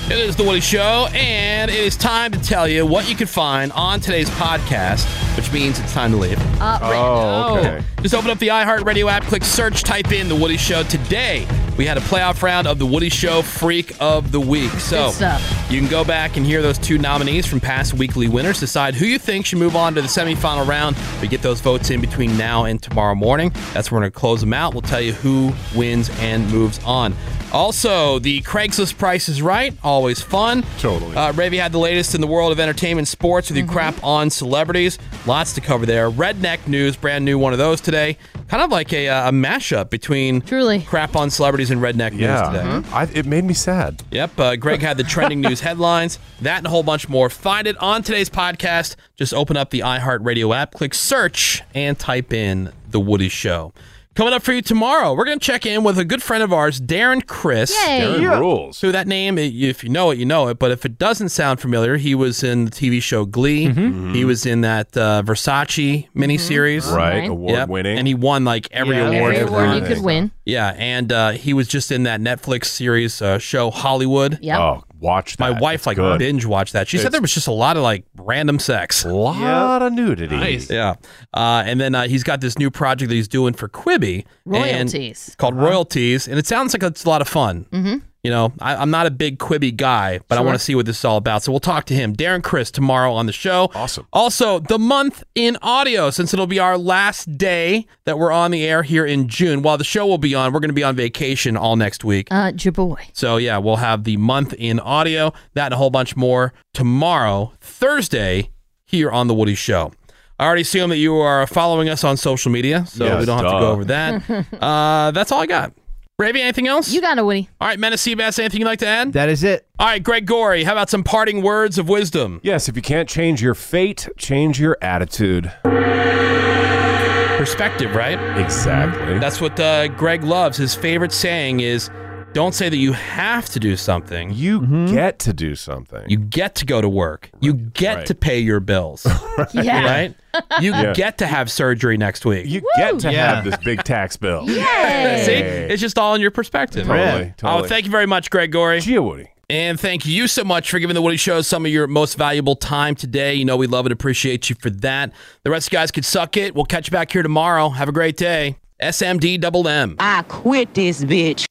D: It is the Woody Show, and it is time to tell you what you can find on today's podcast, which means it's time to leave.
F: Uh,
J: Oh, okay.
D: Just open up the iHeartRadio app, click search, type in The Woody Show. Today, we had a playoff round of The Woody Show Freak of the Week. So
F: Good stuff.
D: you can go back and hear those two nominees from past weekly winners, decide who you think should move on to the semifinal round. We get those votes in between now and tomorrow morning. That's when we're going to close them out. We'll tell you who wins and moves on. Also, the Craigslist price is right. Always fun. Totally. Uh, Ravy had the latest in the world of entertainment sports with your crap on celebrities. Lots to cover there. Redneck news, brand new one of those today. Kind of like a, uh, a mashup between truly crap on celebrities and redneck
G: Yeah. Mm-hmm.
D: news today.
G: I, it made me sad.
D: Yep. Uh, Greg had the trending news headlines, that and a whole bunch more. Find it on today's podcast. Just open up the iHeartRadio app, click search, and type in The Woody Show. Coming up for you tomorrow, we're going to check in with a good friend of ours, Darren Chris.
G: Yay. Darren Yeah.
D: rules. So that name, i- if you know it, you know it. But if it doesn't sound familiar, he was in the TV show Glee. He was in that uh, Versace miniseries,
G: Right,
D: Yep.
G: award-winning.
D: And he won like every
F: Yeah,
D: award.
F: every
D: for
F: award you
D: anything.
F: could win.
D: Yeah, and uh, he was just in that Netflix series uh, show Hollywood.
F: Yep. Oh,
D: watch that. My wife like
G: good.
D: binge watched that. She said
G: It's-
D: there was just a lot of like random sex, a lot
G: of nudity. Nice.
D: Yeah, uh, and then uh, he's got this new project that he's doing for Quibi. and
F: Royalties. Uh-huh.
D: it's called Royalties, and it sounds like it's a lot of fun.
F: Mhm.
D: You know, I, I'm not a big Quibi guy, but I
F: Sure.
D: want to see what this is all about. So we'll talk to him, Darren Chris, tomorrow on the show. Awesome. Also, the month in audio, since it'll be our last day that we're on the air here in June. While the show will be on, we're going to be on vacation all next week.
F: Uh, Jiboy.
D: So yeah, we'll have the month in audio, that and a whole bunch more tomorrow, Thursday, here on the Woody Show. I already assume that you are following us on social media, so
G: Yes,
D: we don't have
G: duh.
D: to go over
F: [LAUGHS]
D: that. [LAUGHS] uh, that's all I got. Ravy, anything else? You
F: got it, Woody.
D: All right, Menace Seabass, anything you'd like to add?
E: That is it.
D: All right, Greg Gorey, how about some parting words of wisdom?
G: Yes, if you can't change your fate, change your attitude.
D: Perspective, right?
G: Exactly.
D: That's what uh, Greg loves. His favorite saying is, "Don't say that you have to do something.
G: You
E: Mm-hmm.
G: get to do something.
D: You get to go to work. You get to pay your
G: [LAUGHS]
D: bills.
G: Yeah.
D: Right? You
G: Yeah.
D: get to have surgery next week.
G: You get to have this big
D: [LAUGHS]
G: tax bill.
D: See, it's just all in your perspective.
G: Totally, Yeah. totally.
D: Oh, thank you very much, Greg Gorey.
G: Gia Woody.
D: And thank you so much for giving the Woody Show some of your most valuable time today. You know we love and appreciate you for that. The rest of you guys could suck it. We'll catch you back here tomorrow. Have a great day. SMD double M.
R: I quit this bitch.